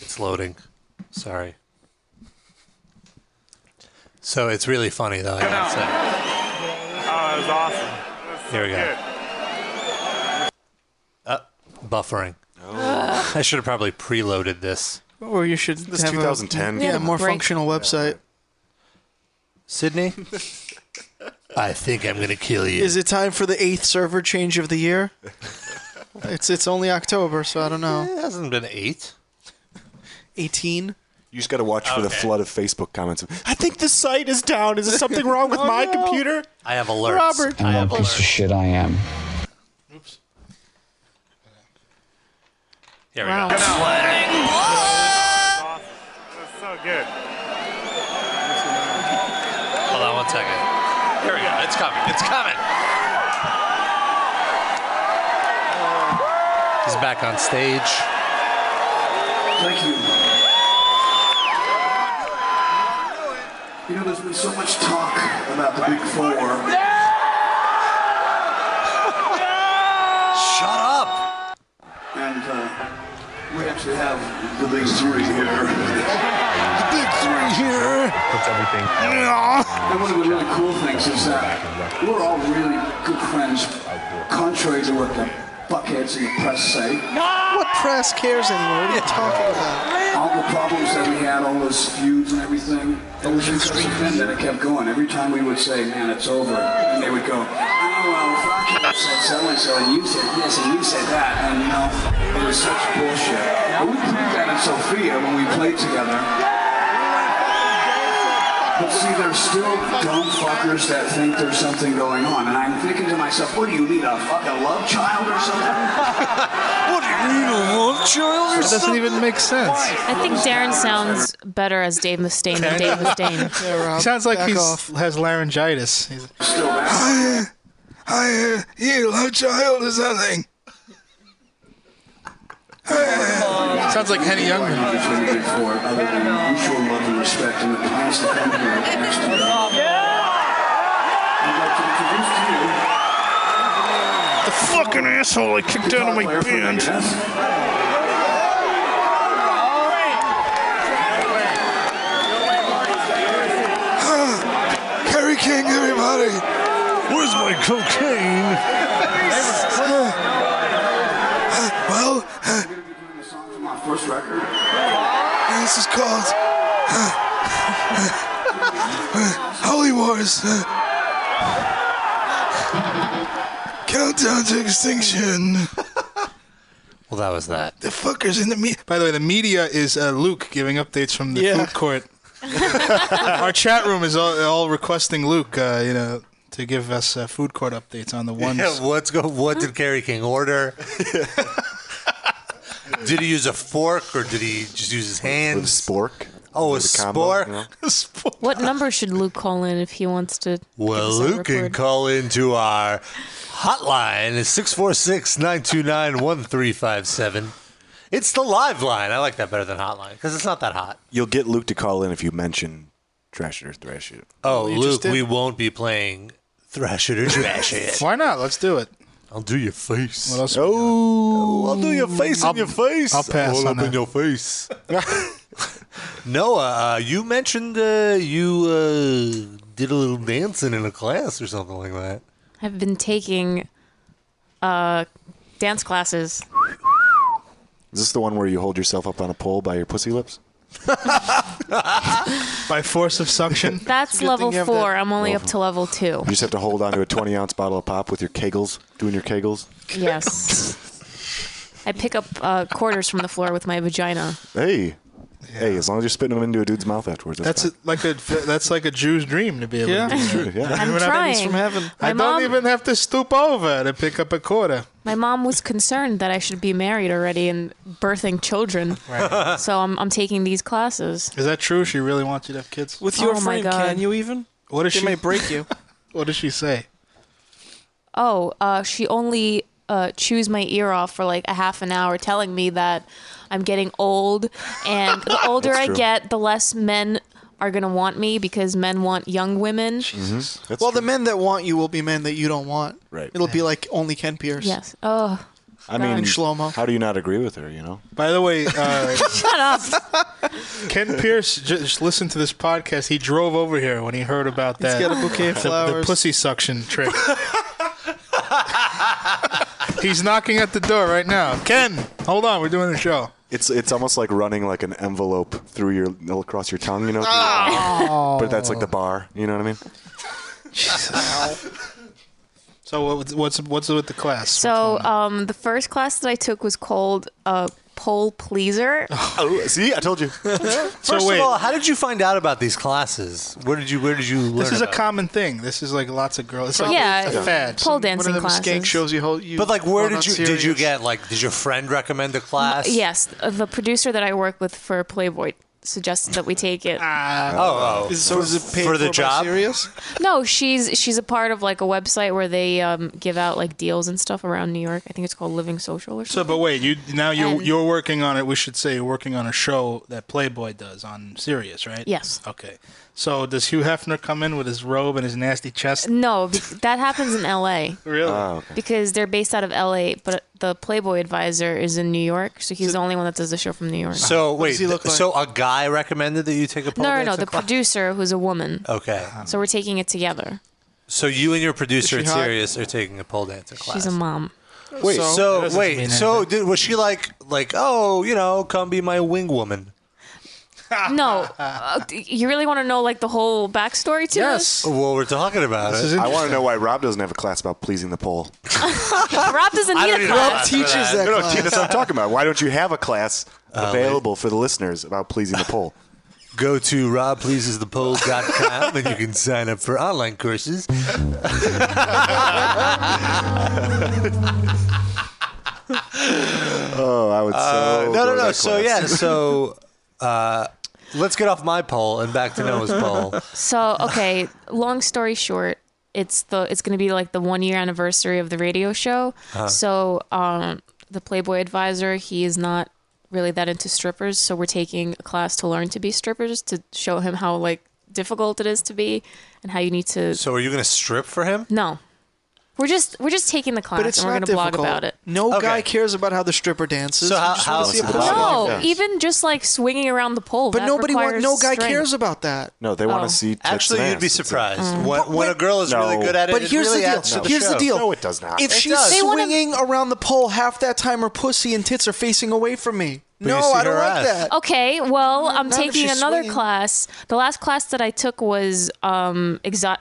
[SPEAKER 2] It's loading. Sorry. So it's really funny though. I gotta say.
[SPEAKER 18] that was awesome.
[SPEAKER 2] Here we go. Uh, buffering. I should have probably preloaded this.
[SPEAKER 14] Or you should
[SPEAKER 4] This
[SPEAKER 14] have a-
[SPEAKER 4] 2010.
[SPEAKER 14] yeah,
[SPEAKER 4] Yeah,
[SPEAKER 14] more
[SPEAKER 4] right.
[SPEAKER 14] functional website.
[SPEAKER 2] Sydney, I think I'm gonna kill you.
[SPEAKER 14] Is it time for the eighth server change of the year? it's it's only October, so I don't know.
[SPEAKER 2] It hasn't been eight.
[SPEAKER 14] 18?
[SPEAKER 4] You just got to watch for the
[SPEAKER 2] Okay.
[SPEAKER 4] flood of Facebook comments.
[SPEAKER 16] I think the site is down. Is there something wrong with
[SPEAKER 4] Oh,
[SPEAKER 16] my
[SPEAKER 4] no.
[SPEAKER 16] computer?
[SPEAKER 2] I have alerts.
[SPEAKER 16] Robert.
[SPEAKER 2] I
[SPEAKER 16] I
[SPEAKER 2] have
[SPEAKER 16] am
[SPEAKER 2] alerts.
[SPEAKER 16] a piece of shit I am.
[SPEAKER 2] Here we
[SPEAKER 16] Wow.
[SPEAKER 2] go.
[SPEAKER 16] Sweating
[SPEAKER 18] blood. That's so good.
[SPEAKER 2] Hold on one second. Here we go. It's coming. It's coming. He's back on stage.
[SPEAKER 10] Thank you.
[SPEAKER 19] You know, there's been so much talk about the Big Four.
[SPEAKER 2] Shut up!
[SPEAKER 19] And uh, we actually have the Big Three here. the Big Three here! That's everything. Yeah. And one of the really cool things is that we're all really good friends, contrary to what the buckheads in the press say.
[SPEAKER 14] What press cares anymore? What are you talking about?
[SPEAKER 19] All the problems that we had, all those feuds and everything, it was just then that it kept going. Every time we would say, man, it's over, and they would go, oh, well, fucking said so-and-so, and you said this, and you said that, and, you know, it was such bullshit. But we proved that in Sofia when we played together. But see, there's still dumb fuckers that think there's something going on, and I'm thinking to myself, what do you need, a fucking love child or something?
[SPEAKER 16] What do you mean a love child or
[SPEAKER 14] It doesn't
[SPEAKER 16] something?
[SPEAKER 14] even make sense.
[SPEAKER 6] I think Darren sounds better as Dave Mustaine than Dave Mustaine.
[SPEAKER 3] He sounds like he has laryngitis. He's,
[SPEAKER 10] I, I, uh, you, love child is that thing.
[SPEAKER 3] sounds like Henny Youngman.
[SPEAKER 19] for it, other than mutual love and respect and the plans that come here with the next year. I'd like to introduce to you
[SPEAKER 17] The fucking asshole I kicked out of my band.
[SPEAKER 10] Kerry King, everybody. Where's my cocaine? well, uh,
[SPEAKER 19] my first record.
[SPEAKER 10] this is called uh, uh, uh, Holy Wars. uh, countdown to extinction.
[SPEAKER 2] Well, that was that.
[SPEAKER 3] The fuckers in the media. By the way, the media is uh, Luke giving updates from the food court. Our chat room is all, all requesting Luke, uh, you know, to give us uh, food court updates on the ones.
[SPEAKER 2] Yeah, what's go? What did Kerry King order? did he use a fork or did he just use his hands?
[SPEAKER 4] spork.
[SPEAKER 2] Oh, a
[SPEAKER 4] With a combo,
[SPEAKER 2] spork.
[SPEAKER 4] you know?
[SPEAKER 6] What number should Luke call in if he wants to?
[SPEAKER 2] Well, Luke can call into our hotline. It's 646 929 1357. It's the live line. I like that better than hotline because it's not that hot.
[SPEAKER 4] You'll get Luke to call in if you mention Trash It or Thrash It.
[SPEAKER 2] Oh,
[SPEAKER 4] Well, you just
[SPEAKER 2] Luke,
[SPEAKER 4] did.
[SPEAKER 2] we won't be playing Thrash It or Trash It.
[SPEAKER 3] Why not? Let's do it.
[SPEAKER 2] I'll do your face.
[SPEAKER 3] What else we
[SPEAKER 2] oh, I'll do your face
[SPEAKER 3] I'll-
[SPEAKER 2] in your face.
[SPEAKER 3] I'll pass
[SPEAKER 2] All
[SPEAKER 3] on
[SPEAKER 2] up
[SPEAKER 3] that.
[SPEAKER 2] in your face. Noah, uh, you mentioned uh, you uh, did a little dancing in a class or something like that.
[SPEAKER 6] I've been taking uh, dance classes.
[SPEAKER 4] Is this the one where you hold yourself up on a pole by your pussy lips?
[SPEAKER 3] By force of suction.
[SPEAKER 6] That's level four. I'm only up to level two.
[SPEAKER 4] You just have to hold on to a 20 ounce bottle of pop with your kegels, doing your kegels.
[SPEAKER 6] Yes. I pick up uh, quarters from the floor with my vagina.
[SPEAKER 4] Hey. Hey, as long as you're spitting them into a dude's mouth afterwards.
[SPEAKER 3] That's a, like a that's like a Jew's dream to be able
[SPEAKER 4] Yeah.
[SPEAKER 3] to do.
[SPEAKER 4] It's true, yeah.
[SPEAKER 3] I don't
[SPEAKER 4] I'm
[SPEAKER 3] even have to-
[SPEAKER 6] trying. From heaven. My
[SPEAKER 3] I
[SPEAKER 6] mom-
[SPEAKER 3] don't even have to stoop over to pick up a quarter.
[SPEAKER 6] My mom was concerned that I should be married already and birthing children.
[SPEAKER 3] Right.
[SPEAKER 6] So I'm, I'm taking these classes.
[SPEAKER 3] Is that true? She really wants you to have kids
[SPEAKER 6] With your Oh my frame, God. can you
[SPEAKER 3] even? What does
[SPEAKER 6] They
[SPEAKER 3] she?
[SPEAKER 6] may break
[SPEAKER 3] you. what does she say?
[SPEAKER 6] Oh, uh, she only uh, chews my ear off for like a half an hour, telling me that I'm getting old, and the older
[SPEAKER 7] That's
[SPEAKER 6] I
[SPEAKER 7] true.
[SPEAKER 6] get, the less men are gonna want me because men want young women.
[SPEAKER 14] well, the men that want you will be men that you don't want.
[SPEAKER 4] Right.
[SPEAKER 14] It'll be like only Ken Pierce.
[SPEAKER 6] Yes. Oh.
[SPEAKER 4] I
[SPEAKER 14] God.
[SPEAKER 4] mean,
[SPEAKER 14] And Shlomo.
[SPEAKER 4] how do you not agree with her, you know?
[SPEAKER 3] By the way, uh,
[SPEAKER 6] shut up.
[SPEAKER 3] Ken Pierce ju- just listened to this podcast. He drove over here when he heard about
[SPEAKER 14] He's
[SPEAKER 3] that.
[SPEAKER 14] got a bouquet of
[SPEAKER 3] the- The
[SPEAKER 14] flowers.
[SPEAKER 3] pussy suction trick. He's knocking at the door right now. Ken, hold on. We're doing a show.
[SPEAKER 4] It's it's almost like running like an envelope through your across your tongue, you know. through your-
[SPEAKER 3] Oh.
[SPEAKER 4] But that's like the bar, you know what I mean?
[SPEAKER 3] So what, what's what's with the class?
[SPEAKER 6] So um, the first class that I took was called uh, Pole Pleaser.
[SPEAKER 4] Oh, see, I told you.
[SPEAKER 2] First
[SPEAKER 3] So wait.
[SPEAKER 2] of all, how did you find out about these classes? Where did you Where did you learn?
[SPEAKER 3] This is a
[SPEAKER 2] about it?
[SPEAKER 3] common thing. This is like lots of girls. It's like
[SPEAKER 6] Yeah,
[SPEAKER 3] it's a fad.
[SPEAKER 6] pole
[SPEAKER 3] Some-
[SPEAKER 6] dancing classes.
[SPEAKER 3] you hold.
[SPEAKER 2] but like, where
[SPEAKER 6] are
[SPEAKER 2] did
[SPEAKER 6] not
[SPEAKER 2] you did you get like? Did your friend recommend the class?
[SPEAKER 6] Yes, uh, the producer that I work with for Playboy suggested that we take it.
[SPEAKER 2] Oh, oh.
[SPEAKER 14] So Ah. is it paid
[SPEAKER 2] for
[SPEAKER 14] for
[SPEAKER 2] the
[SPEAKER 14] by
[SPEAKER 2] job?
[SPEAKER 14] Sirius?
[SPEAKER 6] No, she's she's a part of like a website where they um, give out like deals and stuff around New York. I think it's called Living Social or
[SPEAKER 3] So,
[SPEAKER 6] something.
[SPEAKER 3] but wait, you now you're
[SPEAKER 6] And-
[SPEAKER 3] you're working on it. We should say you're working on a show that Playboy does on Sirius, right?
[SPEAKER 6] Yes.
[SPEAKER 3] Okay. So does Hugh Hefner come in with his robe and his nasty chest?
[SPEAKER 6] no, be- that happens in L.A.
[SPEAKER 3] Really?
[SPEAKER 6] because they're based out of L.A. But the Playboy advisor is in New York, so he's the only one that does the show from New York.
[SPEAKER 2] So wait, th- so a guy recommended that you take a pole
[SPEAKER 6] no, no, no,
[SPEAKER 2] dancing
[SPEAKER 6] the
[SPEAKER 2] class?
[SPEAKER 6] producer who's a woman.
[SPEAKER 2] Okay,
[SPEAKER 6] So we're taking it together.
[SPEAKER 2] so you and your producer
[SPEAKER 6] Uh-huh. Is
[SPEAKER 2] at
[SPEAKER 6] she hot?
[SPEAKER 2] Sirius are taking a pole dancing class.
[SPEAKER 6] She's a mom.
[SPEAKER 2] Wait, so,
[SPEAKER 6] mean
[SPEAKER 2] wait, so did, was she like like oh you know come be my wing woman?
[SPEAKER 6] no, uh, d- you really want to know like the whole backstory to this?
[SPEAKER 2] Well, we're talking about
[SPEAKER 4] it. I want to know why Rob doesn't have a class about pleasing the pole.
[SPEAKER 6] Rob doesn't need a class.
[SPEAKER 4] No, no, that's what I'm talking about. Why don't you have a class
[SPEAKER 2] Oh,
[SPEAKER 4] available for the listeners about pleasing the pole?
[SPEAKER 2] Go to robpleasesthepole.com and you can sign up for online courses.
[SPEAKER 4] Oh, I would so.
[SPEAKER 2] Uh, no,
[SPEAKER 4] go
[SPEAKER 2] no,
[SPEAKER 4] to
[SPEAKER 2] no.
[SPEAKER 4] that
[SPEAKER 2] So
[SPEAKER 4] class.
[SPEAKER 2] yeah, so uh, let's get off my poll and back to Noah's poll.
[SPEAKER 6] So okay, long story short, it's the it's gonna be like the one year anniversary of the radio show.
[SPEAKER 11] Uh-huh.
[SPEAKER 6] So um, the Playboy advisor, he is not really that into strippers, so we're taking a class to learn to be strippers to show him how like difficult it is to be and how you need to.
[SPEAKER 2] So are you going to strip for him?
[SPEAKER 6] No, we're just we're just taking the class
[SPEAKER 14] But it's
[SPEAKER 6] and we're
[SPEAKER 14] not
[SPEAKER 6] gonna
[SPEAKER 14] difficult.
[SPEAKER 6] blog about it.
[SPEAKER 14] No guy cares about how the stripper dances.
[SPEAKER 2] So
[SPEAKER 14] We
[SPEAKER 2] how-
[SPEAKER 14] just
[SPEAKER 2] how-
[SPEAKER 14] wanna see a
[SPEAKER 4] What's the
[SPEAKER 14] pole.
[SPEAKER 4] bottom
[SPEAKER 6] No,
[SPEAKER 4] line? Yeah.
[SPEAKER 6] Oh, even just like swinging around the pole.
[SPEAKER 14] But
[SPEAKER 6] that
[SPEAKER 14] nobody wants.
[SPEAKER 6] requires
[SPEAKER 14] No guy
[SPEAKER 6] strength.
[SPEAKER 14] cares about that.
[SPEAKER 4] No, they want
[SPEAKER 6] Oh.
[SPEAKER 4] to see. tits
[SPEAKER 2] Actually,
[SPEAKER 4] and
[SPEAKER 2] you'd be
[SPEAKER 4] ass. It's a-
[SPEAKER 2] surprised. When, when a girl is really
[SPEAKER 4] No.
[SPEAKER 2] good at it,
[SPEAKER 14] Mm. But
[SPEAKER 2] it
[SPEAKER 14] here's
[SPEAKER 2] really
[SPEAKER 14] the deal.
[SPEAKER 2] adds to
[SPEAKER 14] here's the
[SPEAKER 2] show.
[SPEAKER 14] deal.
[SPEAKER 4] No, it does not.
[SPEAKER 14] If
[SPEAKER 2] It
[SPEAKER 14] she's
[SPEAKER 2] does. They wanna-
[SPEAKER 14] swinging around the pole half that time, her pussy and tits are facing away from me.
[SPEAKER 2] But you
[SPEAKER 14] no,
[SPEAKER 2] see
[SPEAKER 14] I don't
[SPEAKER 2] her
[SPEAKER 14] like
[SPEAKER 2] ass.
[SPEAKER 14] that.
[SPEAKER 6] Okay, well, I'm
[SPEAKER 14] not if
[SPEAKER 6] taking
[SPEAKER 14] she's
[SPEAKER 6] another
[SPEAKER 14] swinging.
[SPEAKER 6] class. The last class that I took was um exo-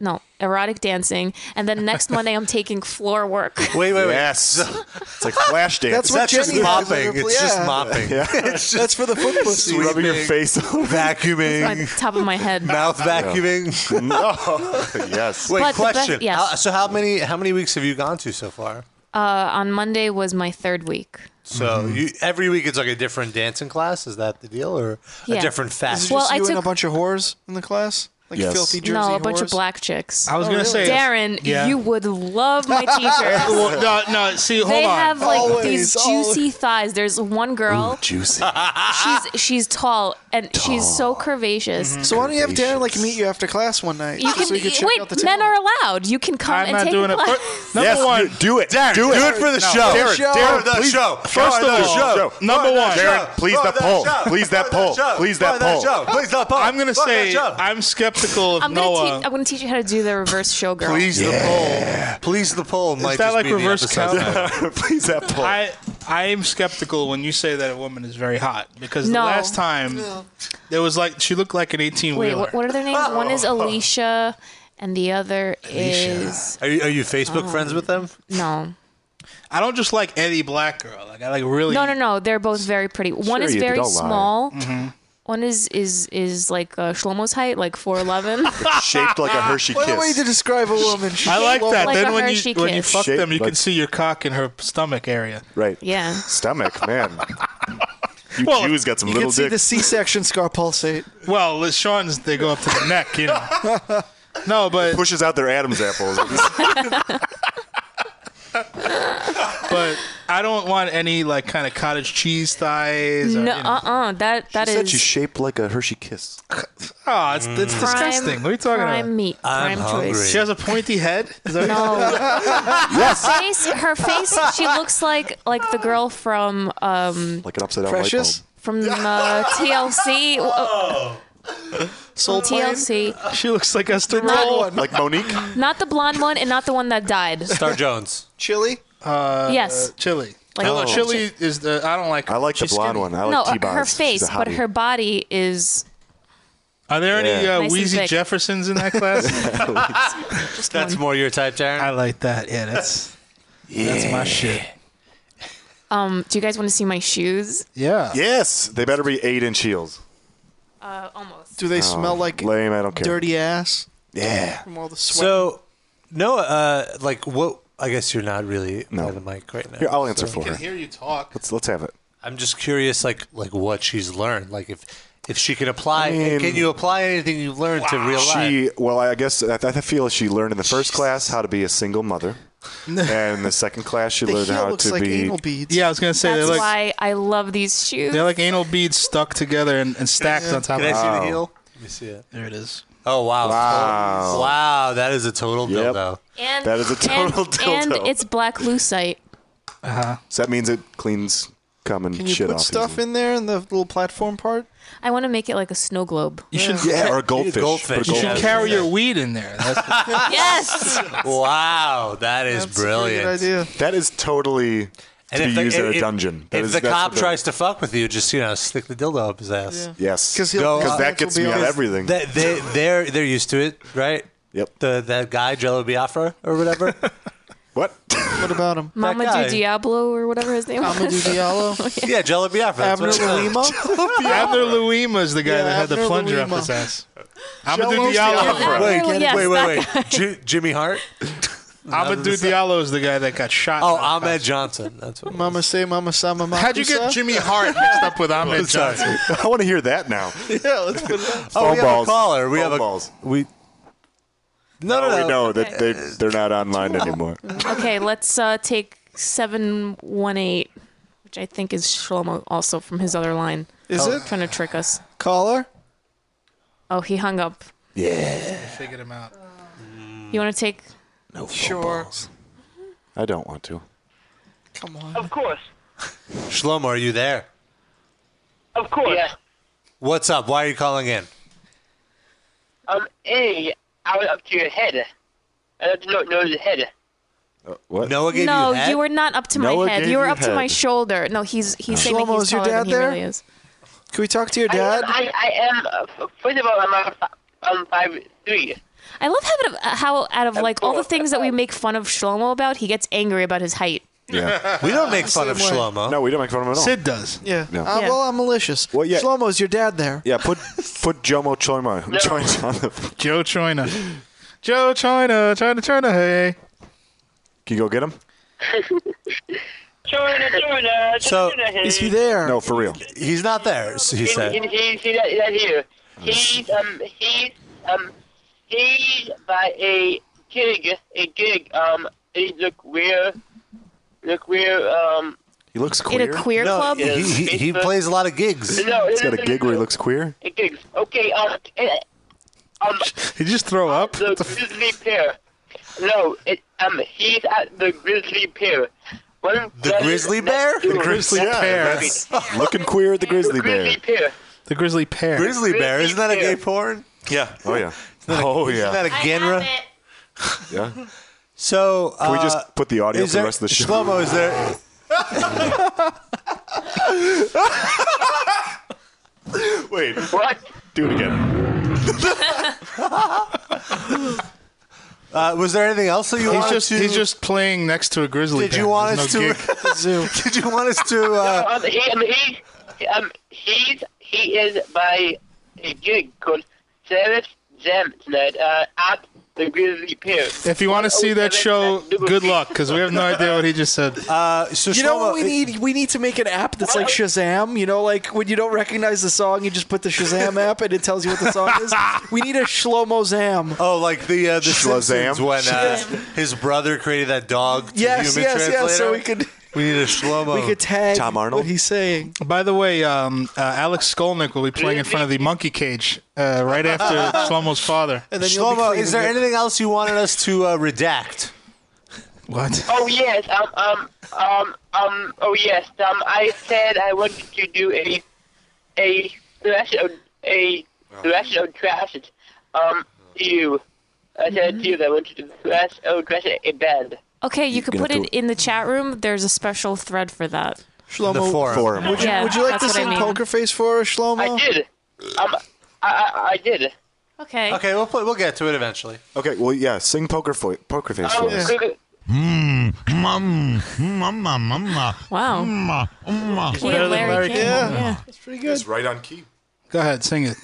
[SPEAKER 6] no, erotic dancing, and then next Monday I'm taking floor work.
[SPEAKER 2] Wait, wait, wait.
[SPEAKER 4] Yes. it's like flash dance.
[SPEAKER 14] That's what
[SPEAKER 2] That's just
[SPEAKER 14] Jenny has
[SPEAKER 2] mopping.
[SPEAKER 14] on her
[SPEAKER 2] It's just
[SPEAKER 14] yeah.
[SPEAKER 2] mopping.
[SPEAKER 4] Yeah.
[SPEAKER 2] It's just
[SPEAKER 14] That's for the foot pussy.
[SPEAKER 4] rubbing your face.
[SPEAKER 6] My
[SPEAKER 2] vacuuming,
[SPEAKER 6] top of my head.
[SPEAKER 2] mouth vacuuming.
[SPEAKER 4] no. yes.
[SPEAKER 2] Wait,
[SPEAKER 6] But the best-
[SPEAKER 2] question.
[SPEAKER 6] yes.
[SPEAKER 2] How- so how many how many weeks have you gone to so far?
[SPEAKER 6] Uh, on Monday was my third week.
[SPEAKER 2] So you every week it's like a different dancing class. Is that the deal, or
[SPEAKER 6] Yeah.
[SPEAKER 2] a different
[SPEAKER 14] Is it
[SPEAKER 2] fashion?
[SPEAKER 14] just
[SPEAKER 6] Well, I
[SPEAKER 14] you and a
[SPEAKER 6] took-
[SPEAKER 14] bunch of whores in the class? Like
[SPEAKER 2] Yes.
[SPEAKER 14] filthy Jersey
[SPEAKER 6] No, a bunch
[SPEAKER 14] whores? Oh,
[SPEAKER 6] of black chicks.
[SPEAKER 7] Oh,
[SPEAKER 3] I was gonna say
[SPEAKER 6] Darren,
[SPEAKER 3] Yeah.
[SPEAKER 6] you would love my teacher.
[SPEAKER 3] Well, no, no. See, hold
[SPEAKER 6] they
[SPEAKER 3] on.
[SPEAKER 6] have like
[SPEAKER 14] Always,
[SPEAKER 6] these
[SPEAKER 14] always.
[SPEAKER 6] juicy thighs. There's one girl.
[SPEAKER 4] Juicy.
[SPEAKER 6] she's she's tall and she's so
[SPEAKER 2] mm-hmm.
[SPEAKER 6] curvaceous.
[SPEAKER 7] Mm-hmm.
[SPEAKER 14] So why don't you have Darren like meet you after class one night?
[SPEAKER 6] You can,
[SPEAKER 14] so you can check
[SPEAKER 6] wait.
[SPEAKER 14] out the
[SPEAKER 6] men
[SPEAKER 14] talent.
[SPEAKER 6] are allowed. You can come
[SPEAKER 3] I'm
[SPEAKER 6] and
[SPEAKER 3] not
[SPEAKER 6] take
[SPEAKER 3] doing
[SPEAKER 6] a
[SPEAKER 3] it.
[SPEAKER 6] class.
[SPEAKER 3] Fir- number one,
[SPEAKER 4] do it. do it.
[SPEAKER 2] for the
[SPEAKER 4] No.
[SPEAKER 2] show.
[SPEAKER 4] Darren,
[SPEAKER 14] Show.
[SPEAKER 4] Darren,
[SPEAKER 2] For the
[SPEAKER 4] please,
[SPEAKER 2] show.
[SPEAKER 3] First
[SPEAKER 4] For
[SPEAKER 3] of all,
[SPEAKER 4] the show.
[SPEAKER 3] number
[SPEAKER 2] For the
[SPEAKER 3] one.
[SPEAKER 2] show.
[SPEAKER 4] Darren, please
[SPEAKER 2] For
[SPEAKER 4] the
[SPEAKER 2] the
[SPEAKER 4] pole.
[SPEAKER 2] show.
[SPEAKER 4] Please that
[SPEAKER 2] For the
[SPEAKER 4] pole.
[SPEAKER 2] show.
[SPEAKER 4] Please
[SPEAKER 2] For
[SPEAKER 4] that
[SPEAKER 2] the
[SPEAKER 4] pole.
[SPEAKER 2] show. Please the pole.
[SPEAKER 3] I'm gonna
[SPEAKER 2] For the
[SPEAKER 3] say
[SPEAKER 2] show.
[SPEAKER 3] I'm skeptical of
[SPEAKER 6] I'm gonna
[SPEAKER 3] Noah.
[SPEAKER 6] teach. I'm gonna teach you how to do the reverse showgirl.
[SPEAKER 2] Please the poll. Please the poll. might
[SPEAKER 3] that
[SPEAKER 2] just
[SPEAKER 3] like
[SPEAKER 2] be the
[SPEAKER 3] reverse
[SPEAKER 2] episode.
[SPEAKER 4] please that pole.
[SPEAKER 3] I I am skeptical when you say that a woman is very hot because the
[SPEAKER 6] No.
[SPEAKER 3] last time
[SPEAKER 6] No.
[SPEAKER 3] there was like she looked like an eighteen
[SPEAKER 6] Wait,
[SPEAKER 3] wheeler.
[SPEAKER 6] what, what are their names? One is Alicia, and the other is
[SPEAKER 3] Are you, are you Facebook
[SPEAKER 6] Oh.
[SPEAKER 3] friends with them?
[SPEAKER 6] no.
[SPEAKER 3] I don't just like any black girl. Like I like really.
[SPEAKER 6] No, no, no. They're both very pretty. One
[SPEAKER 3] Sure
[SPEAKER 6] is
[SPEAKER 3] you do.
[SPEAKER 6] very
[SPEAKER 3] Don't lie.
[SPEAKER 6] small.
[SPEAKER 3] Mhm.
[SPEAKER 6] One is is is like uh, Shlomo's height, like four eleven.
[SPEAKER 4] Shaped like a Hershey
[SPEAKER 7] What a way
[SPEAKER 4] kiss.
[SPEAKER 7] to describe a woman.
[SPEAKER 3] I like that.
[SPEAKER 6] Like
[SPEAKER 3] then
[SPEAKER 6] a
[SPEAKER 3] when
[SPEAKER 6] Hershey
[SPEAKER 3] you when you
[SPEAKER 6] kiss.
[SPEAKER 3] fuck
[SPEAKER 4] Shaped
[SPEAKER 3] them, you
[SPEAKER 4] like-
[SPEAKER 3] can see your cock in her stomach area.
[SPEAKER 4] Right.
[SPEAKER 6] Yeah.
[SPEAKER 4] Stomach, man. You Jews got some
[SPEAKER 7] you
[SPEAKER 4] little
[SPEAKER 7] can see
[SPEAKER 4] dick.
[SPEAKER 7] the C-section scar pulsate.
[SPEAKER 3] Well, the Sean's they go up to the neck, you know. No, but
[SPEAKER 4] pushes out their Adam's apples.
[SPEAKER 3] but I don't want any like kind of cottage cheese thighs. Or,
[SPEAKER 6] no,
[SPEAKER 3] you know.
[SPEAKER 6] uh, uh That that is
[SPEAKER 4] said she's shaped like a Hershey kiss.
[SPEAKER 3] Oh, it's, it's
[SPEAKER 4] Mm.
[SPEAKER 3] disgusting. What are you talking
[SPEAKER 6] prime
[SPEAKER 3] about?
[SPEAKER 6] meat,
[SPEAKER 4] I'm
[SPEAKER 6] prime
[SPEAKER 4] hungry.
[SPEAKER 6] choice.
[SPEAKER 3] She has a pointy head. Is that what
[SPEAKER 6] No.
[SPEAKER 3] you're talking about?
[SPEAKER 6] Her face, her face. She looks like like the girl from um
[SPEAKER 4] Like an upside down
[SPEAKER 7] Precious?
[SPEAKER 6] from uh, TLC. Oh.
[SPEAKER 7] Soul Plane?
[SPEAKER 6] TLC.
[SPEAKER 3] She looks like Esther
[SPEAKER 6] Not- Roll.
[SPEAKER 4] Like Monique?
[SPEAKER 6] Not the blonde one, and not the one that died.
[SPEAKER 2] Star Jones.
[SPEAKER 7] Chili?
[SPEAKER 3] Uh,
[SPEAKER 6] Yes.
[SPEAKER 3] Chili.
[SPEAKER 6] Like-
[SPEAKER 3] no,
[SPEAKER 6] Oh.
[SPEAKER 3] Chili is the. I don't like.
[SPEAKER 4] I like the blonde one. I like
[SPEAKER 6] no,
[SPEAKER 4] T-Boz.
[SPEAKER 6] her
[SPEAKER 4] She's a
[SPEAKER 6] face, but
[SPEAKER 4] hottie.
[SPEAKER 6] her body is
[SPEAKER 3] Are there any
[SPEAKER 6] Yeah.
[SPEAKER 3] uh,
[SPEAKER 6] Nice and
[SPEAKER 3] Wheezy
[SPEAKER 6] thick.
[SPEAKER 3] Jeffersons in that class?
[SPEAKER 2] that's more your type, Darren. I
[SPEAKER 3] like that. Yeah, that's that's my shit.
[SPEAKER 6] Um, do you guys want to see my shoes?
[SPEAKER 3] Yeah.
[SPEAKER 4] Yes. They better be eight inch heels.
[SPEAKER 6] Uh, almost.
[SPEAKER 7] Do they
[SPEAKER 4] Oh,
[SPEAKER 7] smell like
[SPEAKER 4] lame? I don't care.
[SPEAKER 7] dirty ass?
[SPEAKER 4] Yeah.
[SPEAKER 7] From all the sweat.
[SPEAKER 2] So, no, uh, like what? I guess you're not really no. the mic right now.
[SPEAKER 4] Here, I'll answer
[SPEAKER 2] so-
[SPEAKER 4] for her.
[SPEAKER 3] you talk.
[SPEAKER 4] Let's let's have it.
[SPEAKER 2] I'm just curious, like like what she's learned, like if if she can apply, can you apply anything you've learned to real life?
[SPEAKER 4] She well, I guess I, I feel she learned in the first class how to be a single mother, and in the second class she learned how to be.
[SPEAKER 7] beads.
[SPEAKER 3] Yeah, I was gonna say
[SPEAKER 6] That's
[SPEAKER 3] they're like
[SPEAKER 6] why I love these shoes.
[SPEAKER 3] they're like anal beads stuck together and, and stacked on top.
[SPEAKER 2] Can
[SPEAKER 3] of
[SPEAKER 2] I see the
[SPEAKER 3] each other.
[SPEAKER 2] heel? Let me see it.
[SPEAKER 3] There it is.
[SPEAKER 2] Oh wow!
[SPEAKER 3] Wow.
[SPEAKER 2] Wow, that is a total dildo.
[SPEAKER 6] And,
[SPEAKER 4] That is a total
[SPEAKER 6] and, and
[SPEAKER 4] dildo.
[SPEAKER 6] it's black lucite.
[SPEAKER 3] Uh-huh.
[SPEAKER 4] So that means it cleans cum and
[SPEAKER 7] Can you
[SPEAKER 4] Mm, shit
[SPEAKER 7] put
[SPEAKER 4] off.
[SPEAKER 7] stuff in there in the little platform part?
[SPEAKER 6] I want to make it like a snow globe.
[SPEAKER 4] You should- Yeah, or a goldfish. Put a
[SPEAKER 3] You should
[SPEAKER 4] goldfish.
[SPEAKER 3] carry your weed in there.
[SPEAKER 6] yes.
[SPEAKER 2] Wow, that is brilliant.
[SPEAKER 7] idea.
[SPEAKER 4] That is totally to be
[SPEAKER 2] the-
[SPEAKER 4] used in
[SPEAKER 2] if-
[SPEAKER 4] a dungeon. That
[SPEAKER 2] If
[SPEAKER 4] is-
[SPEAKER 2] the
[SPEAKER 4] that's
[SPEAKER 2] cop
[SPEAKER 4] what
[SPEAKER 2] tries to fuck with you, just you know, stick the dildo up his ass.
[SPEAKER 4] Yes,
[SPEAKER 7] 'Cause he'll- 'Cause
[SPEAKER 4] that gets me out of everything.
[SPEAKER 2] They, they they're they're used to it, right?
[SPEAKER 4] Yep.
[SPEAKER 2] The that guy Jello Biafra or whatever.
[SPEAKER 4] what?
[SPEAKER 7] What about him?
[SPEAKER 6] Mama
[SPEAKER 2] guy.
[SPEAKER 6] do Diablo or whatever his name was.
[SPEAKER 7] Mama do Diablo?
[SPEAKER 2] Yeah, Jello Biafra. that's what
[SPEAKER 7] Abner
[SPEAKER 2] I thought.
[SPEAKER 3] Abner Luima is the guy
[SPEAKER 2] Yeah,
[SPEAKER 3] that had the
[SPEAKER 2] Abner
[SPEAKER 3] plunger up
[SPEAKER 2] Luima.
[SPEAKER 3] his ass. Amadou
[SPEAKER 2] Jello
[SPEAKER 3] Diallo.
[SPEAKER 2] Biafra. Wait,
[SPEAKER 6] Abner- yes,
[SPEAKER 2] wait, wait,
[SPEAKER 6] that
[SPEAKER 2] wait. Ji- Jimmy Hart.
[SPEAKER 3] Amadou Diallo is the guy that got shot.
[SPEAKER 2] Oh, Ahmed Johnson. That's what.
[SPEAKER 7] Mama say, Mama say, Mama
[SPEAKER 3] How'd you get Jimmy Hart mixed up with Ahmed Johnson?
[SPEAKER 4] I want to hear that now.
[SPEAKER 7] yeah, let's put it up.
[SPEAKER 2] Oh, we
[SPEAKER 4] Phone
[SPEAKER 2] have
[SPEAKER 4] balls.
[SPEAKER 2] a caller. We
[SPEAKER 4] Phone
[SPEAKER 2] have a
[SPEAKER 4] balls.
[SPEAKER 2] we. No, no,
[SPEAKER 4] we
[SPEAKER 2] no.
[SPEAKER 4] know that they they're not online anymore.
[SPEAKER 6] okay, let's uh, take 718, which I think is Shlomo also from his other line.
[SPEAKER 7] Is it?
[SPEAKER 6] Trying to trick us.
[SPEAKER 7] Caller?
[SPEAKER 6] Oh, he hung up.
[SPEAKER 4] Yeah.
[SPEAKER 3] Figured him out.
[SPEAKER 6] You want to take?
[SPEAKER 4] No.
[SPEAKER 7] Sure.
[SPEAKER 4] I don't want to.
[SPEAKER 7] Come on.
[SPEAKER 5] Of course.
[SPEAKER 2] Shlomo, are you there?
[SPEAKER 5] Of course. Yeah.
[SPEAKER 2] What's up? Why are you calling in?
[SPEAKER 5] Um, A, I was up to your head. I don't know, know the head.
[SPEAKER 4] What?
[SPEAKER 2] Noah gave
[SPEAKER 6] no,
[SPEAKER 2] you head.
[SPEAKER 6] were not up to my
[SPEAKER 4] Noah
[SPEAKER 6] head.
[SPEAKER 4] gave
[SPEAKER 6] You were
[SPEAKER 4] you
[SPEAKER 6] up to my
[SPEAKER 4] head.
[SPEAKER 6] shoulder. No, he's he's saying that
[SPEAKER 7] Shlomo,
[SPEAKER 6] he's
[SPEAKER 7] is your
[SPEAKER 6] taller
[SPEAKER 7] dad
[SPEAKER 6] than he
[SPEAKER 7] there?
[SPEAKER 6] really is.
[SPEAKER 7] Can we talk to your dad?
[SPEAKER 5] I, I am, uh, f- first of all, I'm, uh, f- I'm five, three.
[SPEAKER 6] I love how, how out of like all the things that we make fun of Shlomo about, he gets angry about his height.
[SPEAKER 4] Yeah.
[SPEAKER 2] we don't make fun of
[SPEAKER 7] Same way.
[SPEAKER 2] Shlomo.
[SPEAKER 4] No, we don't make fun of him at all.
[SPEAKER 3] Sid does.
[SPEAKER 7] Yeah.
[SPEAKER 4] No.
[SPEAKER 7] Uh,
[SPEAKER 6] Yeah.
[SPEAKER 7] Well, I'm malicious. Well,
[SPEAKER 4] yeah.
[SPEAKER 7] Shlomo, is your dad there?
[SPEAKER 4] Yeah, put put Jomo Choima Choina on the.
[SPEAKER 3] Joe China. Joe China. China, China, hey.
[SPEAKER 4] Can you go get him?
[SPEAKER 5] Join us, join us,
[SPEAKER 2] So,
[SPEAKER 5] join us.
[SPEAKER 7] Is he there?
[SPEAKER 4] No, for real.
[SPEAKER 2] He's not there. So he
[SPEAKER 5] He-
[SPEAKER 2] said. Oh,
[SPEAKER 5] he- he- he- that- that here. He's um he's um he's by a gig a gig um he look weird look weird um
[SPEAKER 4] He looks
[SPEAKER 6] In
[SPEAKER 4] queer.
[SPEAKER 6] a queer
[SPEAKER 2] no,
[SPEAKER 6] club?
[SPEAKER 2] He, he, he plays a lot of gigs.
[SPEAKER 5] no
[SPEAKER 4] He's
[SPEAKER 5] no,
[SPEAKER 4] got a
[SPEAKER 5] no,
[SPEAKER 4] gig
[SPEAKER 5] no,
[SPEAKER 4] where he
[SPEAKER 5] no,
[SPEAKER 4] looks queer.
[SPEAKER 5] a gigs okay um eh, um
[SPEAKER 3] He just throw up?
[SPEAKER 5] the grizzly pear no it um he's at the grizzly pear one
[SPEAKER 2] The grizzly bear.
[SPEAKER 3] The grizzly bear.
[SPEAKER 4] Looking queer at the grizzly bear.
[SPEAKER 5] grizzly pear
[SPEAKER 3] The grizzly pear.
[SPEAKER 2] Grizzly bear. Isn't that a gay porn? Yeah.
[SPEAKER 4] Oh yeah.
[SPEAKER 2] Oh
[SPEAKER 4] yeah.
[SPEAKER 2] Isn't that a genre?
[SPEAKER 4] Yeah.
[SPEAKER 2] So
[SPEAKER 4] Can we
[SPEAKER 2] uh,
[SPEAKER 4] just put the audio
[SPEAKER 2] is
[SPEAKER 4] for the
[SPEAKER 2] there-
[SPEAKER 4] rest of the show?
[SPEAKER 2] Shlomo, is there
[SPEAKER 4] Wait.
[SPEAKER 5] What?
[SPEAKER 4] Do it again.
[SPEAKER 2] Uh, was there anything else that you
[SPEAKER 3] he's
[SPEAKER 2] wanted
[SPEAKER 3] just
[SPEAKER 2] to?
[SPEAKER 3] he's just playing next to a grizzly.
[SPEAKER 2] Did you want us to? Did you want us to? Uh,
[SPEAKER 5] um, he, um, he, um, he's, he is by a gig called Service Jam tonight uh, at the Grizzly Pier.
[SPEAKER 3] If you want to see that show, good luck because we have no idea what he just said.
[SPEAKER 2] Uh, so
[SPEAKER 7] you know what we need? We need to make an app that's like Shazam. You know, like when you don't recognize the song, you just put the Shazam app and it tells you what the song is. We need a Shlomo Zam.
[SPEAKER 2] Oh, like the uh, the
[SPEAKER 7] Shazam?
[SPEAKER 2] Simpsons when uh, his brother created that dog. To
[SPEAKER 7] Yes,
[SPEAKER 2] human
[SPEAKER 7] yes,
[SPEAKER 2] translator.
[SPEAKER 7] yes. So we could
[SPEAKER 2] We need a shlomo.
[SPEAKER 7] we could tag
[SPEAKER 3] Tom Arnold?
[SPEAKER 7] what he's saying.
[SPEAKER 3] By the way, um, uh, Alex Skolnick will be playing in front of the monkey cage uh, right after Shlomo's father.
[SPEAKER 2] Shlomo, is there anything else you wanted us to uh, redact?
[SPEAKER 3] What?
[SPEAKER 5] Oh yes, um, um, um, um, oh yes, um, I said I wanted to do a, a thrash of, a
[SPEAKER 2] Oh.
[SPEAKER 5] thrash of trash, um, you. I said to you that I wanted to thrash of trash a band.
[SPEAKER 6] Okay, you could
[SPEAKER 5] gonna
[SPEAKER 6] put
[SPEAKER 5] do
[SPEAKER 6] it in the chat room. There's a special thread for that.
[SPEAKER 7] Shlomo, Would you,
[SPEAKER 6] Yeah,
[SPEAKER 7] would you like
[SPEAKER 6] that's
[SPEAKER 7] to
[SPEAKER 6] what I
[SPEAKER 7] sing
[SPEAKER 6] mean.
[SPEAKER 7] Poker Face for us, Shlomo?
[SPEAKER 5] I did. Um, I, I, I did.
[SPEAKER 6] Okay.
[SPEAKER 2] Okay, we'll play, we'll get to it eventually.
[SPEAKER 4] Okay, well, yeah, sing Poker, fo- poker Face
[SPEAKER 5] Um,
[SPEAKER 4] for us.
[SPEAKER 9] Mmm, mum, mumma, mumma.
[SPEAKER 6] Wow.
[SPEAKER 9] Mumma, mumma.
[SPEAKER 6] He and Larry, King. Yeah. It's pretty good.
[SPEAKER 4] It's right on key.
[SPEAKER 3] Go ahead, sing it.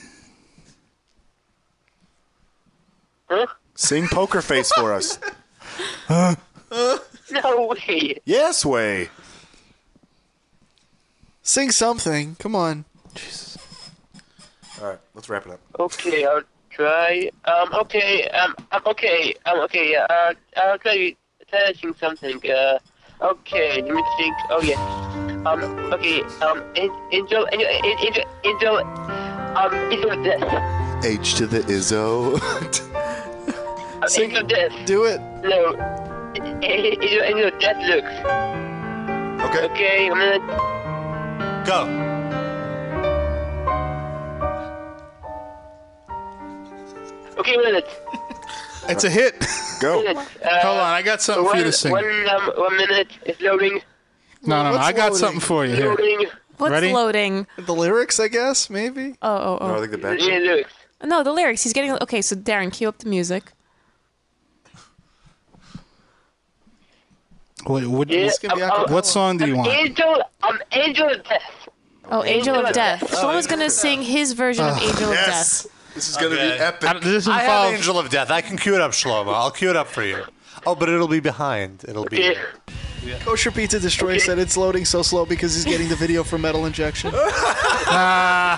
[SPEAKER 4] Sing Poker Face for us.
[SPEAKER 5] no way.
[SPEAKER 4] Yes, way.
[SPEAKER 7] Sing something. Come on.
[SPEAKER 4] All right, let's wrap it up.
[SPEAKER 5] Okay, I'll try. Um, okay, um, um, okay, um, okay, yeah, uh, I'll try touching something. Uh, okay, let me think. Oh, yes. Um, okay, um, en- enjoy, enjoy, enjoy, enjoy, um, enjoy this.
[SPEAKER 4] H to the Izzo.
[SPEAKER 5] Um, enjoy this.
[SPEAKER 7] Do it.
[SPEAKER 5] No. En- en- Enjoy, enjoy death looks.
[SPEAKER 4] Okay.
[SPEAKER 5] Okay, I'm gonna.
[SPEAKER 2] Go.
[SPEAKER 5] Okay, minute.
[SPEAKER 3] It's a hit.
[SPEAKER 4] Go.
[SPEAKER 5] Minute. Uh,
[SPEAKER 3] Oh, Hold on, I got something for you to
[SPEAKER 5] one-
[SPEAKER 3] sing.
[SPEAKER 5] One, um, one minute is loading.
[SPEAKER 3] No, no, no. I got something for you here.
[SPEAKER 5] Loading.
[SPEAKER 6] What's
[SPEAKER 3] Ready?
[SPEAKER 6] loading?
[SPEAKER 7] The lyrics, I guess, maybe.
[SPEAKER 6] Oh, oh, oh.
[SPEAKER 4] the
[SPEAKER 5] Yeah, looks.
[SPEAKER 6] No, the lyrics. He's getting. Okay, so Darren, cue up the music.
[SPEAKER 3] Wait, what,
[SPEAKER 5] Yeah,
[SPEAKER 3] what's-
[SPEAKER 5] um, um,
[SPEAKER 3] what song do
[SPEAKER 6] uh,
[SPEAKER 3] you want?
[SPEAKER 5] Angel, um, Angel of Death.
[SPEAKER 6] Oh, Angel
[SPEAKER 5] Angel
[SPEAKER 6] of
[SPEAKER 5] of
[SPEAKER 6] Death.
[SPEAKER 5] Death.
[SPEAKER 6] Shlomo's gonna sing his version of
[SPEAKER 7] Oh,
[SPEAKER 3] Ugh.
[SPEAKER 6] Angel
[SPEAKER 3] Yes.
[SPEAKER 6] of Death.
[SPEAKER 4] This is going to
[SPEAKER 2] Okay.
[SPEAKER 4] be epic.
[SPEAKER 3] This
[SPEAKER 2] I have
[SPEAKER 3] involves
[SPEAKER 2] Angel of Death. I can cue it up, Shlomo. I'll cue it up for you. Oh, but it'll be behind. It'll be.
[SPEAKER 5] Okay.
[SPEAKER 7] Kosher Pizza Destroy said it's loading so slow because he's getting the video for Metal Injection. Ah.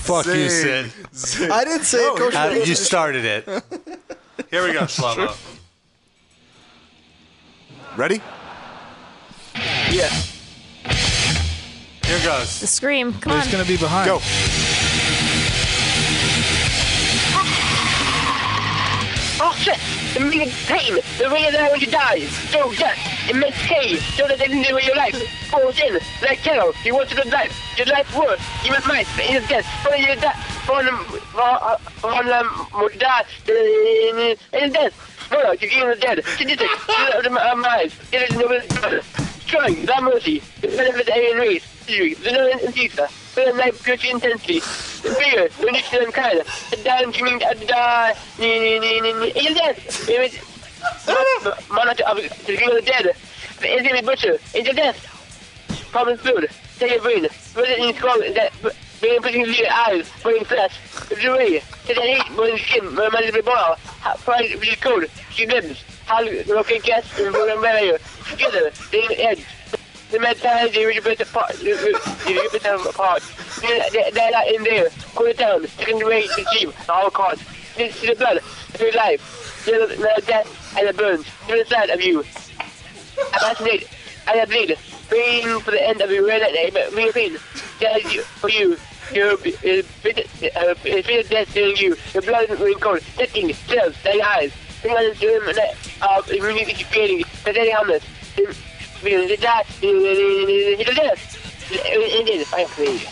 [SPEAKER 2] Fuck you, Sid.
[SPEAKER 7] I didn't say it, Kosher
[SPEAKER 2] Uh,
[SPEAKER 7] Pizza.
[SPEAKER 2] you started it. Here we go, Shlomo.
[SPEAKER 4] Ready?
[SPEAKER 5] Yeah.
[SPEAKER 2] Here goes.
[SPEAKER 6] The scream. Come
[SPEAKER 3] It's
[SPEAKER 6] on.
[SPEAKER 3] gonna be behind.
[SPEAKER 4] Go.
[SPEAKER 5] Oh shit! It makes pain. The way that when you die. So death. It makes pain. So that they didn't do with your life. Falls in. Like cattle. You want to live life. Your life worth. You must mind. It is death. For you die. For them. For for them. Would die. It is death. For you give the dead. Sadistic. You love them our minds. It is no brother. Strong. Thy mercy. The benefit of alien race. You. The known and future. For them life good intensity. Bigger. The nature and kind. The down to me. The die. It is death. It is Monarch of the King of the Dead, the Infinite Butcher, into death. Common food, take your brain, put it in your skull, that brain put into your eyes, brain flesh, the way, take that heat, burn your skin, burn your ball, find your cold, your limbs, how to locate gas, and burn and bury you, together, the edge. The mentality you rip it apart, you you- you rip it apart. They're, they're, they're not in there, cool it down, second away the cheap, all costs. This is the blood, through life, the, the death and the burns, through the side of you. I fascinate. I have bleed. Waiting for the end of your red name. Me pain. Dead you- for you. Your fear death filling you. Your blood is running cold. Sticking cells, dying eyes. The blood is doing that of immunity creating. The deadly harmless. The the die. The death. Ended by flee.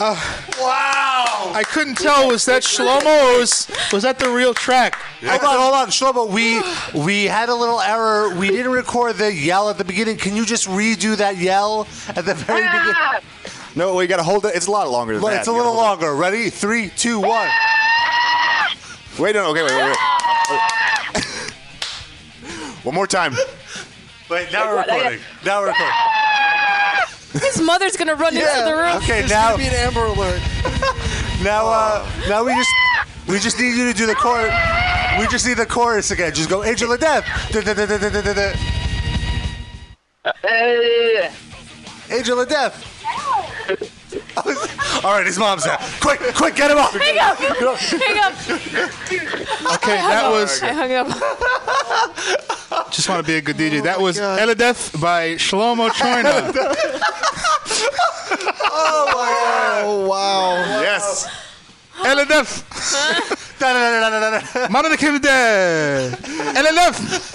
[SPEAKER 3] wow! Ah. I couldn't tell. Was that Shlomo's? Was that the real track?
[SPEAKER 2] Hold on, hold on, Shlomo. We we had a little error. We didn't record the yell at the beginning. Can you just redo that yell at the
[SPEAKER 7] Ah!
[SPEAKER 2] very beginning?
[SPEAKER 4] No, we got to hold it. It's a lot longer than
[SPEAKER 2] Well,
[SPEAKER 4] that.
[SPEAKER 2] it's a
[SPEAKER 4] You gotta
[SPEAKER 2] little
[SPEAKER 4] hold
[SPEAKER 2] longer. Ready? Three, two, one.
[SPEAKER 4] it. Wait, no, okay, wait, wait, wait. One more time.
[SPEAKER 2] Wait, now we're recording. Now we're recording.
[SPEAKER 6] His mother's gonna run into the room.
[SPEAKER 2] Okay, now
[SPEAKER 7] Amber Alert.
[SPEAKER 2] now uh, now we just we just need you to do the chorus. We just need the chorus again. Just go Angel of Death. Da, da, da, da, da, da, da, da. Angel of Death. All right, his mom's out. Quick, quick, get him off.
[SPEAKER 6] Hang up! Hang up!
[SPEAKER 3] Okay,
[SPEAKER 6] I hung
[SPEAKER 3] that
[SPEAKER 6] up.
[SPEAKER 3] was.
[SPEAKER 6] I hung up.
[SPEAKER 4] Ah.
[SPEAKER 3] Just want to be a good DJ.
[SPEAKER 4] Oh
[SPEAKER 3] That was Eladeth by Shlomo Choina.
[SPEAKER 7] oh my god! Oh wow!
[SPEAKER 4] Yes.
[SPEAKER 3] Eladeth.
[SPEAKER 2] Da, da, da, da, da, da.
[SPEAKER 3] Man of the Kingdom Dead. Eladeth.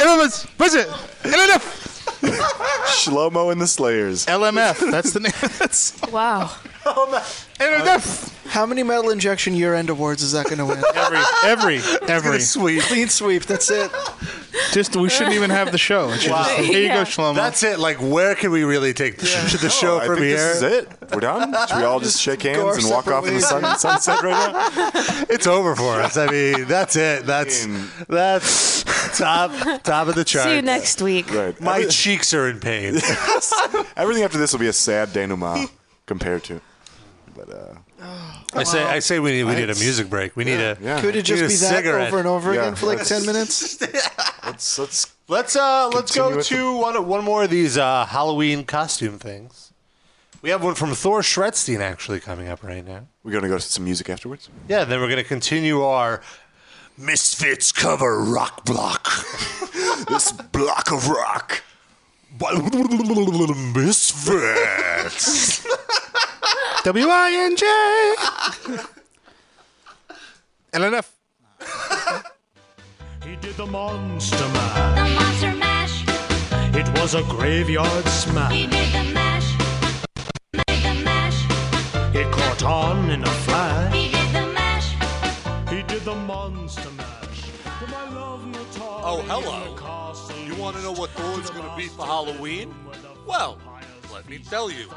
[SPEAKER 3] Everyone's. What's it? Eladeth.
[SPEAKER 4] Shlomo and the Slayers.
[SPEAKER 3] LMF. That's the name. That's
[SPEAKER 6] Wow.
[SPEAKER 7] Oh, How many metal injection year-end awards is that going to win?
[SPEAKER 3] every every.
[SPEAKER 2] Sweep.
[SPEAKER 7] Clean sweep. That's it.
[SPEAKER 3] Just we shouldn't even have the show. It should just- here you go, Shlomo.
[SPEAKER 2] That's it. Like, where can we really take the, sh the show
[SPEAKER 4] I
[SPEAKER 2] from
[SPEAKER 4] think
[SPEAKER 2] here?
[SPEAKER 4] this is it. We're done. Should we all just shake
[SPEAKER 2] our
[SPEAKER 4] hands and walk
[SPEAKER 2] separate
[SPEAKER 4] off in the
[SPEAKER 2] ways.
[SPEAKER 4] sun, sunset right now?
[SPEAKER 2] It's over for us. I mean, that's it. That's that's top top of the chart.
[SPEAKER 6] See you next week.
[SPEAKER 4] Right.
[SPEAKER 2] My
[SPEAKER 4] Every-
[SPEAKER 2] cheeks are in pain.
[SPEAKER 4] Everything after this will be a sad denouement compared to. But uh,
[SPEAKER 2] I say I say we need we need a
[SPEAKER 4] It's-
[SPEAKER 2] music break. We need a
[SPEAKER 4] yeah.
[SPEAKER 7] Could it just
[SPEAKER 2] we need
[SPEAKER 7] be
[SPEAKER 2] a
[SPEAKER 7] that
[SPEAKER 2] cigarette.
[SPEAKER 7] over and over
[SPEAKER 4] Yeah.
[SPEAKER 7] again for like
[SPEAKER 4] Let's-
[SPEAKER 7] ten minutes?
[SPEAKER 4] let's let's
[SPEAKER 2] Let's uh let's
[SPEAKER 4] Continue
[SPEAKER 2] go
[SPEAKER 4] with
[SPEAKER 2] to one one more of these uh, Halloween costume things. We have one from Thor Shredstein actually coming up right now.
[SPEAKER 4] we're gonna go to some music afterwards.
[SPEAKER 2] Yeah, then we're gonna continue our Misfits cover rock block.
[SPEAKER 4] this block of rock.
[SPEAKER 2] Misfits.
[SPEAKER 3] W I N J. LMF.
[SPEAKER 15] He did the monster mash. The monster mash. It was a graveyard smash. He did the mash. It caught on in a flash. He did the mash. He did the monster mash.
[SPEAKER 2] Oh, hello. You want to know what Thor's going to be for Halloween? Well, let me tell you.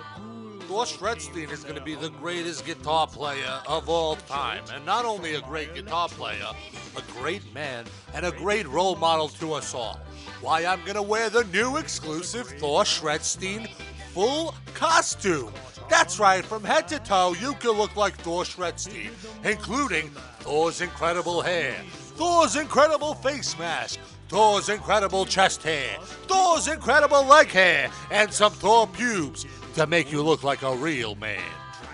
[SPEAKER 2] Thor Shredstein is going to be the greatest guitar player of all time. And not only a great guitar player, a great man, and a great role model to us all. Why, I'm going to wear the new exclusive Thor Shredstein full costume. That's right, from head to toe, you can look like Thor Shredstein, including Thor's incredible hair, Thor's incredible face mask, Thor's incredible chest hair, Thor's incredible leg hair, and some Thor pubes to make you look like a real man.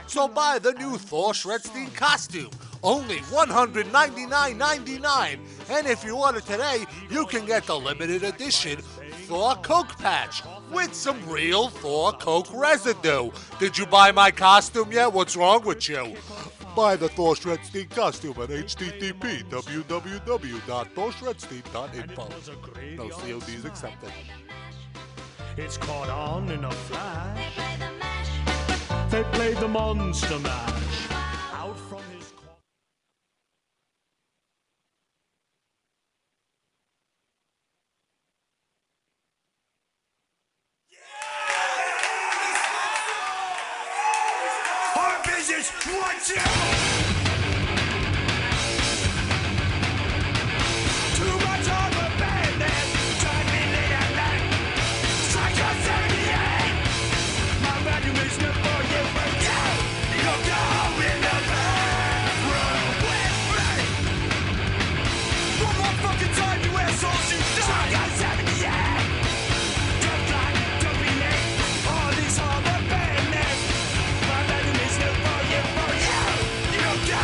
[SPEAKER 2] So buy the new Thor Shredstein costume, only $199.99. And if you order today, you can get the limited edition Thor Coke patch with some real Thor Coke residue. Did you buy my costume yet? What's wrong with you? Buy the Thor Shredstein costume at http www.thorshredstein.info. No CODs accepted.
[SPEAKER 15] It's caught on in a flash. They played the monster mash. Out from his.
[SPEAKER 16] Our business, what's it? Too much of a bandit, drive me late at night. Psycho 38, my value is not for you, but you, you'll go in the back room with me. One more fucking time, you assholes, you die. Psycho 78, don't die, don't be late. All these are the bandits. My venom is new for you, for you. You don't go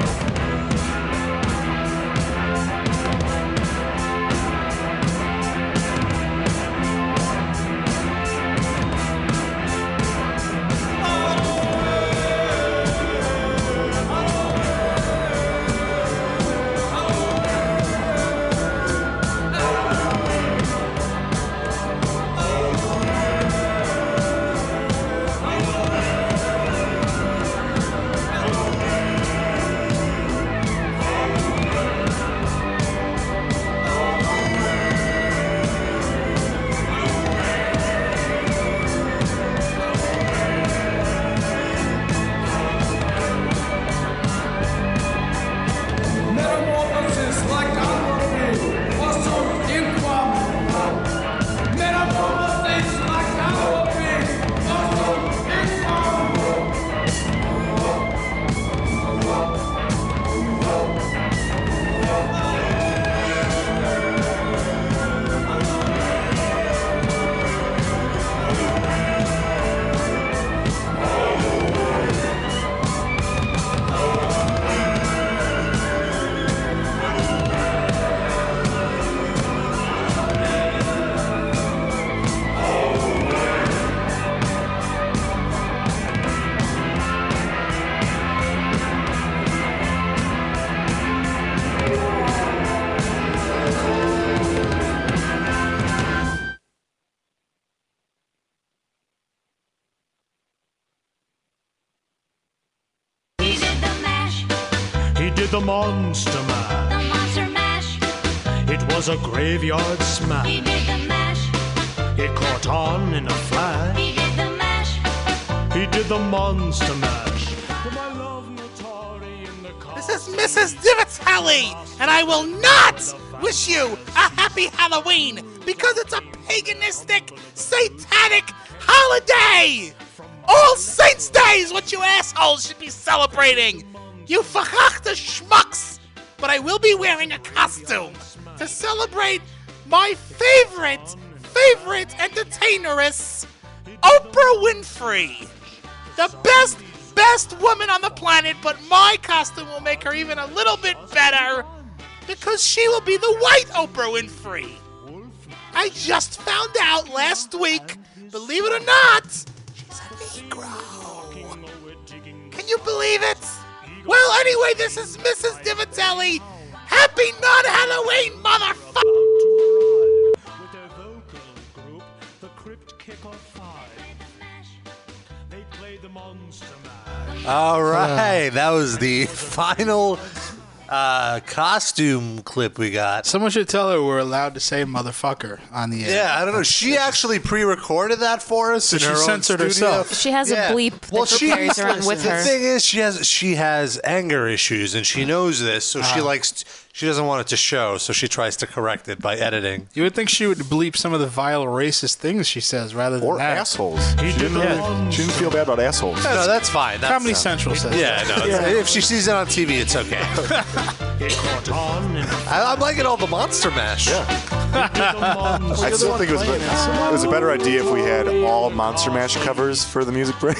[SPEAKER 16] oh, oh, Oh, Wow.
[SPEAKER 15] the Monster Mash.
[SPEAKER 11] The Monster Mash.
[SPEAKER 15] It was a graveyard
[SPEAKER 11] We
[SPEAKER 15] smash.
[SPEAKER 11] did the mash.
[SPEAKER 15] It caught on in a flash.
[SPEAKER 11] We did the mash.
[SPEAKER 15] He did the Monster Mash.
[SPEAKER 20] This is Mrs. Divitelli, and I will not wish you a happy Halloween because it's a paganistic, satanic holiday. All Saints' Day is what you assholes should be celebrating. You verhachte schmucks! But I will be wearing a costume to celebrate my favorite, favorite entertaineress, Oprah Winfrey. The best, best woman on the planet, but my costume will make her even a little bit better because she will be the white Oprah Winfrey. I just found out last week, believe it or not, she's a Negro. Can you believe it? Well, anyway, this is Mrs. Divitelli. Happy non Halloween, motherfucker!
[SPEAKER 2] All right, that was the final uh, costume clip we got.
[SPEAKER 3] Someone should tell her we're allowed to say motherfucker on the air.
[SPEAKER 2] Yeah, I don't know. She actually pre-recorded that for us.
[SPEAKER 3] So
[SPEAKER 2] in
[SPEAKER 3] she
[SPEAKER 2] her own
[SPEAKER 3] censored
[SPEAKER 2] studio.
[SPEAKER 3] herself.
[SPEAKER 6] She has a bleep that she carries around with
[SPEAKER 2] the
[SPEAKER 6] her.
[SPEAKER 2] thing is, she has she has anger issues, and
[SPEAKER 3] Uh-huh.
[SPEAKER 2] she knows this, so she likes she doesn't want it to show, so she tries to correct it by editing.
[SPEAKER 3] You would think she would bleep some of the vile racist things she says rather than
[SPEAKER 2] Or
[SPEAKER 3] that.
[SPEAKER 2] assholes. He
[SPEAKER 4] She didn't,
[SPEAKER 2] Yeah.
[SPEAKER 4] she didn't feel bad about assholes.
[SPEAKER 2] no, that's fine. That's
[SPEAKER 3] Comedy
[SPEAKER 2] not-
[SPEAKER 3] Central says
[SPEAKER 2] Yeah,
[SPEAKER 3] that.
[SPEAKER 2] no.
[SPEAKER 3] Yeah.
[SPEAKER 2] If she sees it on TV, it's okay.
[SPEAKER 15] It caught on in a
[SPEAKER 2] I, I'm liking all the monster mash.
[SPEAKER 4] I still think it was, better, it was a better idea if we had all Monster Mash covers for the music break.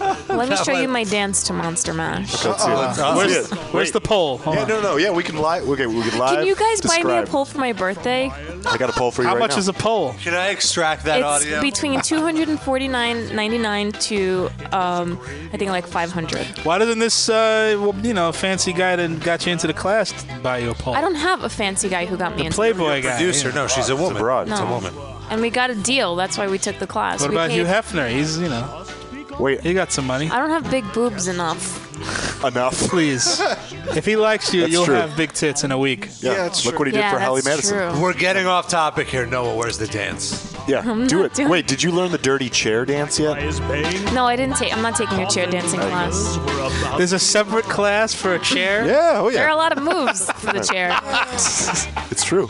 [SPEAKER 6] Let me
[SPEAKER 4] That
[SPEAKER 6] show you
[SPEAKER 4] one.
[SPEAKER 6] my dance to Monster Mash.
[SPEAKER 4] Let's see it. Let's see
[SPEAKER 3] where's,
[SPEAKER 4] it.
[SPEAKER 3] where's
[SPEAKER 4] Wait.
[SPEAKER 3] the poll? Hold
[SPEAKER 4] yeah,
[SPEAKER 3] on.
[SPEAKER 4] no, no, yeah, we can live. Okay, we can live.
[SPEAKER 6] Can you guys buy me a
[SPEAKER 4] describe.
[SPEAKER 6] poll for my birthday?
[SPEAKER 4] I got a poll for you
[SPEAKER 3] How
[SPEAKER 4] right
[SPEAKER 3] much
[SPEAKER 4] now.
[SPEAKER 3] is a poll?
[SPEAKER 2] Can I extract that
[SPEAKER 6] it's
[SPEAKER 2] audio?
[SPEAKER 6] between 249.99 to um, I think like 500.
[SPEAKER 3] Why doesn't this, uh, well, you know, fancy guy that got you into the class buy you a poll?
[SPEAKER 6] I don't have a fancy guy who got me
[SPEAKER 3] the
[SPEAKER 6] into
[SPEAKER 3] Playboy
[SPEAKER 6] it.
[SPEAKER 3] guy.
[SPEAKER 2] Producer, no, she's a woman.
[SPEAKER 4] broad.
[SPEAKER 6] No. And we got a deal. That's why we took the class.
[SPEAKER 3] What
[SPEAKER 6] we
[SPEAKER 3] about
[SPEAKER 6] paid-
[SPEAKER 3] Hugh Hefner? He's, you know,
[SPEAKER 4] wait,
[SPEAKER 3] he got some money.
[SPEAKER 6] I don't have big boobs enough.
[SPEAKER 4] Enough.
[SPEAKER 3] Please. if he likes you,
[SPEAKER 4] That's
[SPEAKER 3] you'll
[SPEAKER 4] true.
[SPEAKER 3] have big tits in a week.
[SPEAKER 4] Yeah, Yeah, it's look true. what he did Yeah, for Holly that's Madison.
[SPEAKER 2] We're getting off topic here. Noah, where's the dance?
[SPEAKER 4] Yeah,
[SPEAKER 6] I'm
[SPEAKER 4] do
[SPEAKER 6] not
[SPEAKER 4] it.
[SPEAKER 6] doing-
[SPEAKER 4] Wait, did you learn the dirty chair dance yet?
[SPEAKER 6] No, I didn't take. I'm not taking your chair dancing class.
[SPEAKER 3] There's a separate class for a chair?
[SPEAKER 4] Yeah, oh
[SPEAKER 6] There are a
[SPEAKER 4] yeah.
[SPEAKER 6] lot of moves for the chair.
[SPEAKER 4] It's true.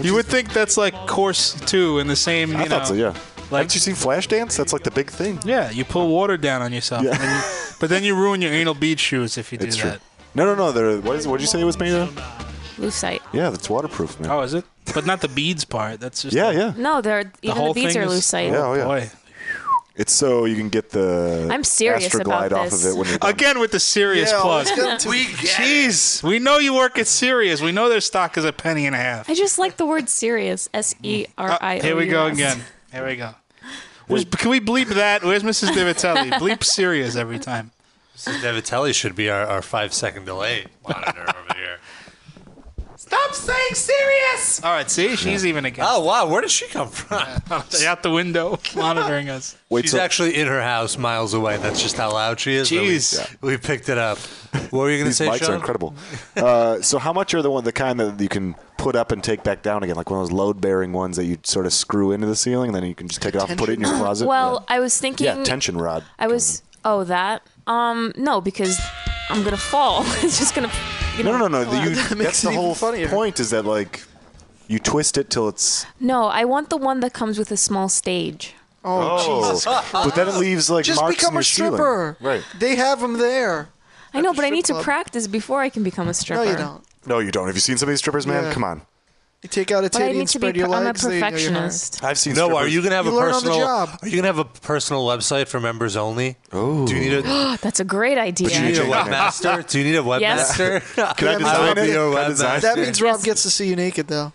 [SPEAKER 3] You would think that's like course two in the same, you
[SPEAKER 4] I
[SPEAKER 3] know.
[SPEAKER 4] thought so, yeah. Haven't you seen Flashdance? That's like the big thing.
[SPEAKER 3] Yeah, you pull water down on yourself, and you, but then you ruin your anal bead shoes if you do
[SPEAKER 4] It's true.
[SPEAKER 3] that.
[SPEAKER 4] No, no, no. There, what is? What did you say it was made of?
[SPEAKER 6] Lucite.
[SPEAKER 4] Yeah, that's waterproof, man.
[SPEAKER 3] Oh, is it? But not the beads part. That's just
[SPEAKER 4] Yeah, yeah.
[SPEAKER 6] No, they're even the,
[SPEAKER 3] whole
[SPEAKER 6] beads
[SPEAKER 3] thing
[SPEAKER 6] are
[SPEAKER 3] is-
[SPEAKER 6] lucite.
[SPEAKER 4] Yeah, oh yeah. It's so you can get the
[SPEAKER 6] I'm serious
[SPEAKER 4] Astroglide
[SPEAKER 6] about
[SPEAKER 4] off
[SPEAKER 6] this.
[SPEAKER 4] of it when you're done.
[SPEAKER 3] Again with the serious
[SPEAKER 6] Yeah,
[SPEAKER 3] plug.
[SPEAKER 6] let's get to-
[SPEAKER 3] We jeez, we know you work at Sirius. We know their stock is a penny and a half.
[SPEAKER 6] I just like the word serious. S E R I O.
[SPEAKER 3] Uh, here we go again. Here we go. Where's- can we bleep that? Where's Mrs. Divitelli? bleep Sirius every time.
[SPEAKER 2] Mrs. Devitelli should be our, our five second delay monitor over here.
[SPEAKER 20] Stop saying serious!
[SPEAKER 3] All right, see, she's even against.
[SPEAKER 2] Oh wow, where did she come from?
[SPEAKER 3] it. out the window monitoring us.
[SPEAKER 2] She's actually in her house, miles away. That's just how loud she is. but we-
[SPEAKER 4] Jeez.
[SPEAKER 2] we, picked it up. What were you going to
[SPEAKER 4] These
[SPEAKER 2] say,
[SPEAKER 4] mics
[SPEAKER 2] Sean?
[SPEAKER 4] are incredible. uh, so how much are the one the kind that you can put up and take back down again, like one of those load bearing ones that you sort of screw into the ceiling, and then you can just take it off and put it in your closet?
[SPEAKER 6] Well, I was thinking.
[SPEAKER 4] yeah, Yeah, tension rod.
[SPEAKER 6] I was. Oh, that. Um, no, because I'm gonna fall. it's just gonna. You know,
[SPEAKER 4] No, no, no. no. You,
[SPEAKER 6] That
[SPEAKER 4] that's
[SPEAKER 6] makes
[SPEAKER 4] the
[SPEAKER 6] it even
[SPEAKER 4] whole point is that like you twist it till it's
[SPEAKER 6] No, I want the one that comes with a small stage.
[SPEAKER 4] Oh, Jesus. But then it leaves like
[SPEAKER 7] Just
[SPEAKER 4] marks in
[SPEAKER 7] become
[SPEAKER 4] your
[SPEAKER 7] a stripper.
[SPEAKER 4] Ceiling. Right.
[SPEAKER 7] They have them there.
[SPEAKER 6] I know, but I need to
[SPEAKER 7] club.
[SPEAKER 6] practice before I can become a stripper.
[SPEAKER 7] No, you don't.
[SPEAKER 4] No, you don't. Have you seen some of these strippers, man?
[SPEAKER 7] Yeah.
[SPEAKER 4] Come on.
[SPEAKER 7] You take out a
[SPEAKER 6] But I
[SPEAKER 7] titty
[SPEAKER 6] need
[SPEAKER 7] and
[SPEAKER 6] to
[SPEAKER 7] spread
[SPEAKER 6] be-
[SPEAKER 7] your
[SPEAKER 6] I'm a
[SPEAKER 7] legs. there you go, you're hired.
[SPEAKER 6] perfectists.
[SPEAKER 4] I've seen.
[SPEAKER 2] No,
[SPEAKER 4] strippers.
[SPEAKER 2] are you going to have
[SPEAKER 7] You
[SPEAKER 2] a
[SPEAKER 7] learn on the
[SPEAKER 2] personal?
[SPEAKER 7] job.
[SPEAKER 2] Are you going to have a personal website for members only? Oh, do you need a?
[SPEAKER 6] That's a great idea.
[SPEAKER 2] Do you need a webmaster? Do you need a
[SPEAKER 6] Yes.
[SPEAKER 2] webmaster?
[SPEAKER 4] Can I
[SPEAKER 2] I'll
[SPEAKER 4] design
[SPEAKER 2] be
[SPEAKER 4] it?
[SPEAKER 2] your
[SPEAKER 4] Can I design
[SPEAKER 2] webmaster.
[SPEAKER 4] it?
[SPEAKER 7] That means Rob gets to see you naked, though.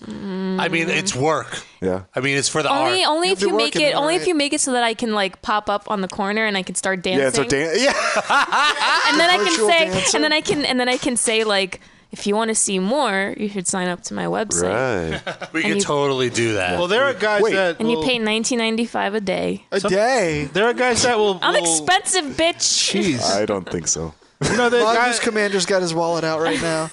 [SPEAKER 6] Mm.
[SPEAKER 2] I mean, it's work.
[SPEAKER 4] Yeah.
[SPEAKER 2] I mean, it's for the
[SPEAKER 6] Mm-hmm. Only,
[SPEAKER 2] art.
[SPEAKER 6] only
[SPEAKER 7] You'll
[SPEAKER 6] if
[SPEAKER 7] be
[SPEAKER 6] you make
[SPEAKER 7] working
[SPEAKER 6] it.
[SPEAKER 7] there,
[SPEAKER 6] Only if
[SPEAKER 7] right?
[SPEAKER 6] you make it so that I can like pop up on the corner and I can start dancing.
[SPEAKER 4] Yeah, so dan- yeah.
[SPEAKER 6] and then I can
[SPEAKER 7] Virtual
[SPEAKER 6] say,
[SPEAKER 7] dancer.
[SPEAKER 6] and then I can, and then I can say like, if you want to see more, you should sign up to my website.
[SPEAKER 4] Right.
[SPEAKER 2] we
[SPEAKER 6] and
[SPEAKER 2] could
[SPEAKER 6] you-
[SPEAKER 2] totally do that.
[SPEAKER 3] Well, there are guys
[SPEAKER 4] Wait.
[SPEAKER 3] that
[SPEAKER 6] And you
[SPEAKER 3] will-
[SPEAKER 6] pay 19.95 a day.
[SPEAKER 7] A day.
[SPEAKER 3] There are guys that will.
[SPEAKER 6] I'm
[SPEAKER 3] will-
[SPEAKER 6] expensive, bitch.
[SPEAKER 3] Jeez.
[SPEAKER 4] I don't think so.
[SPEAKER 7] You
[SPEAKER 3] know, the guy-
[SPEAKER 7] commander's got his wallet out right now.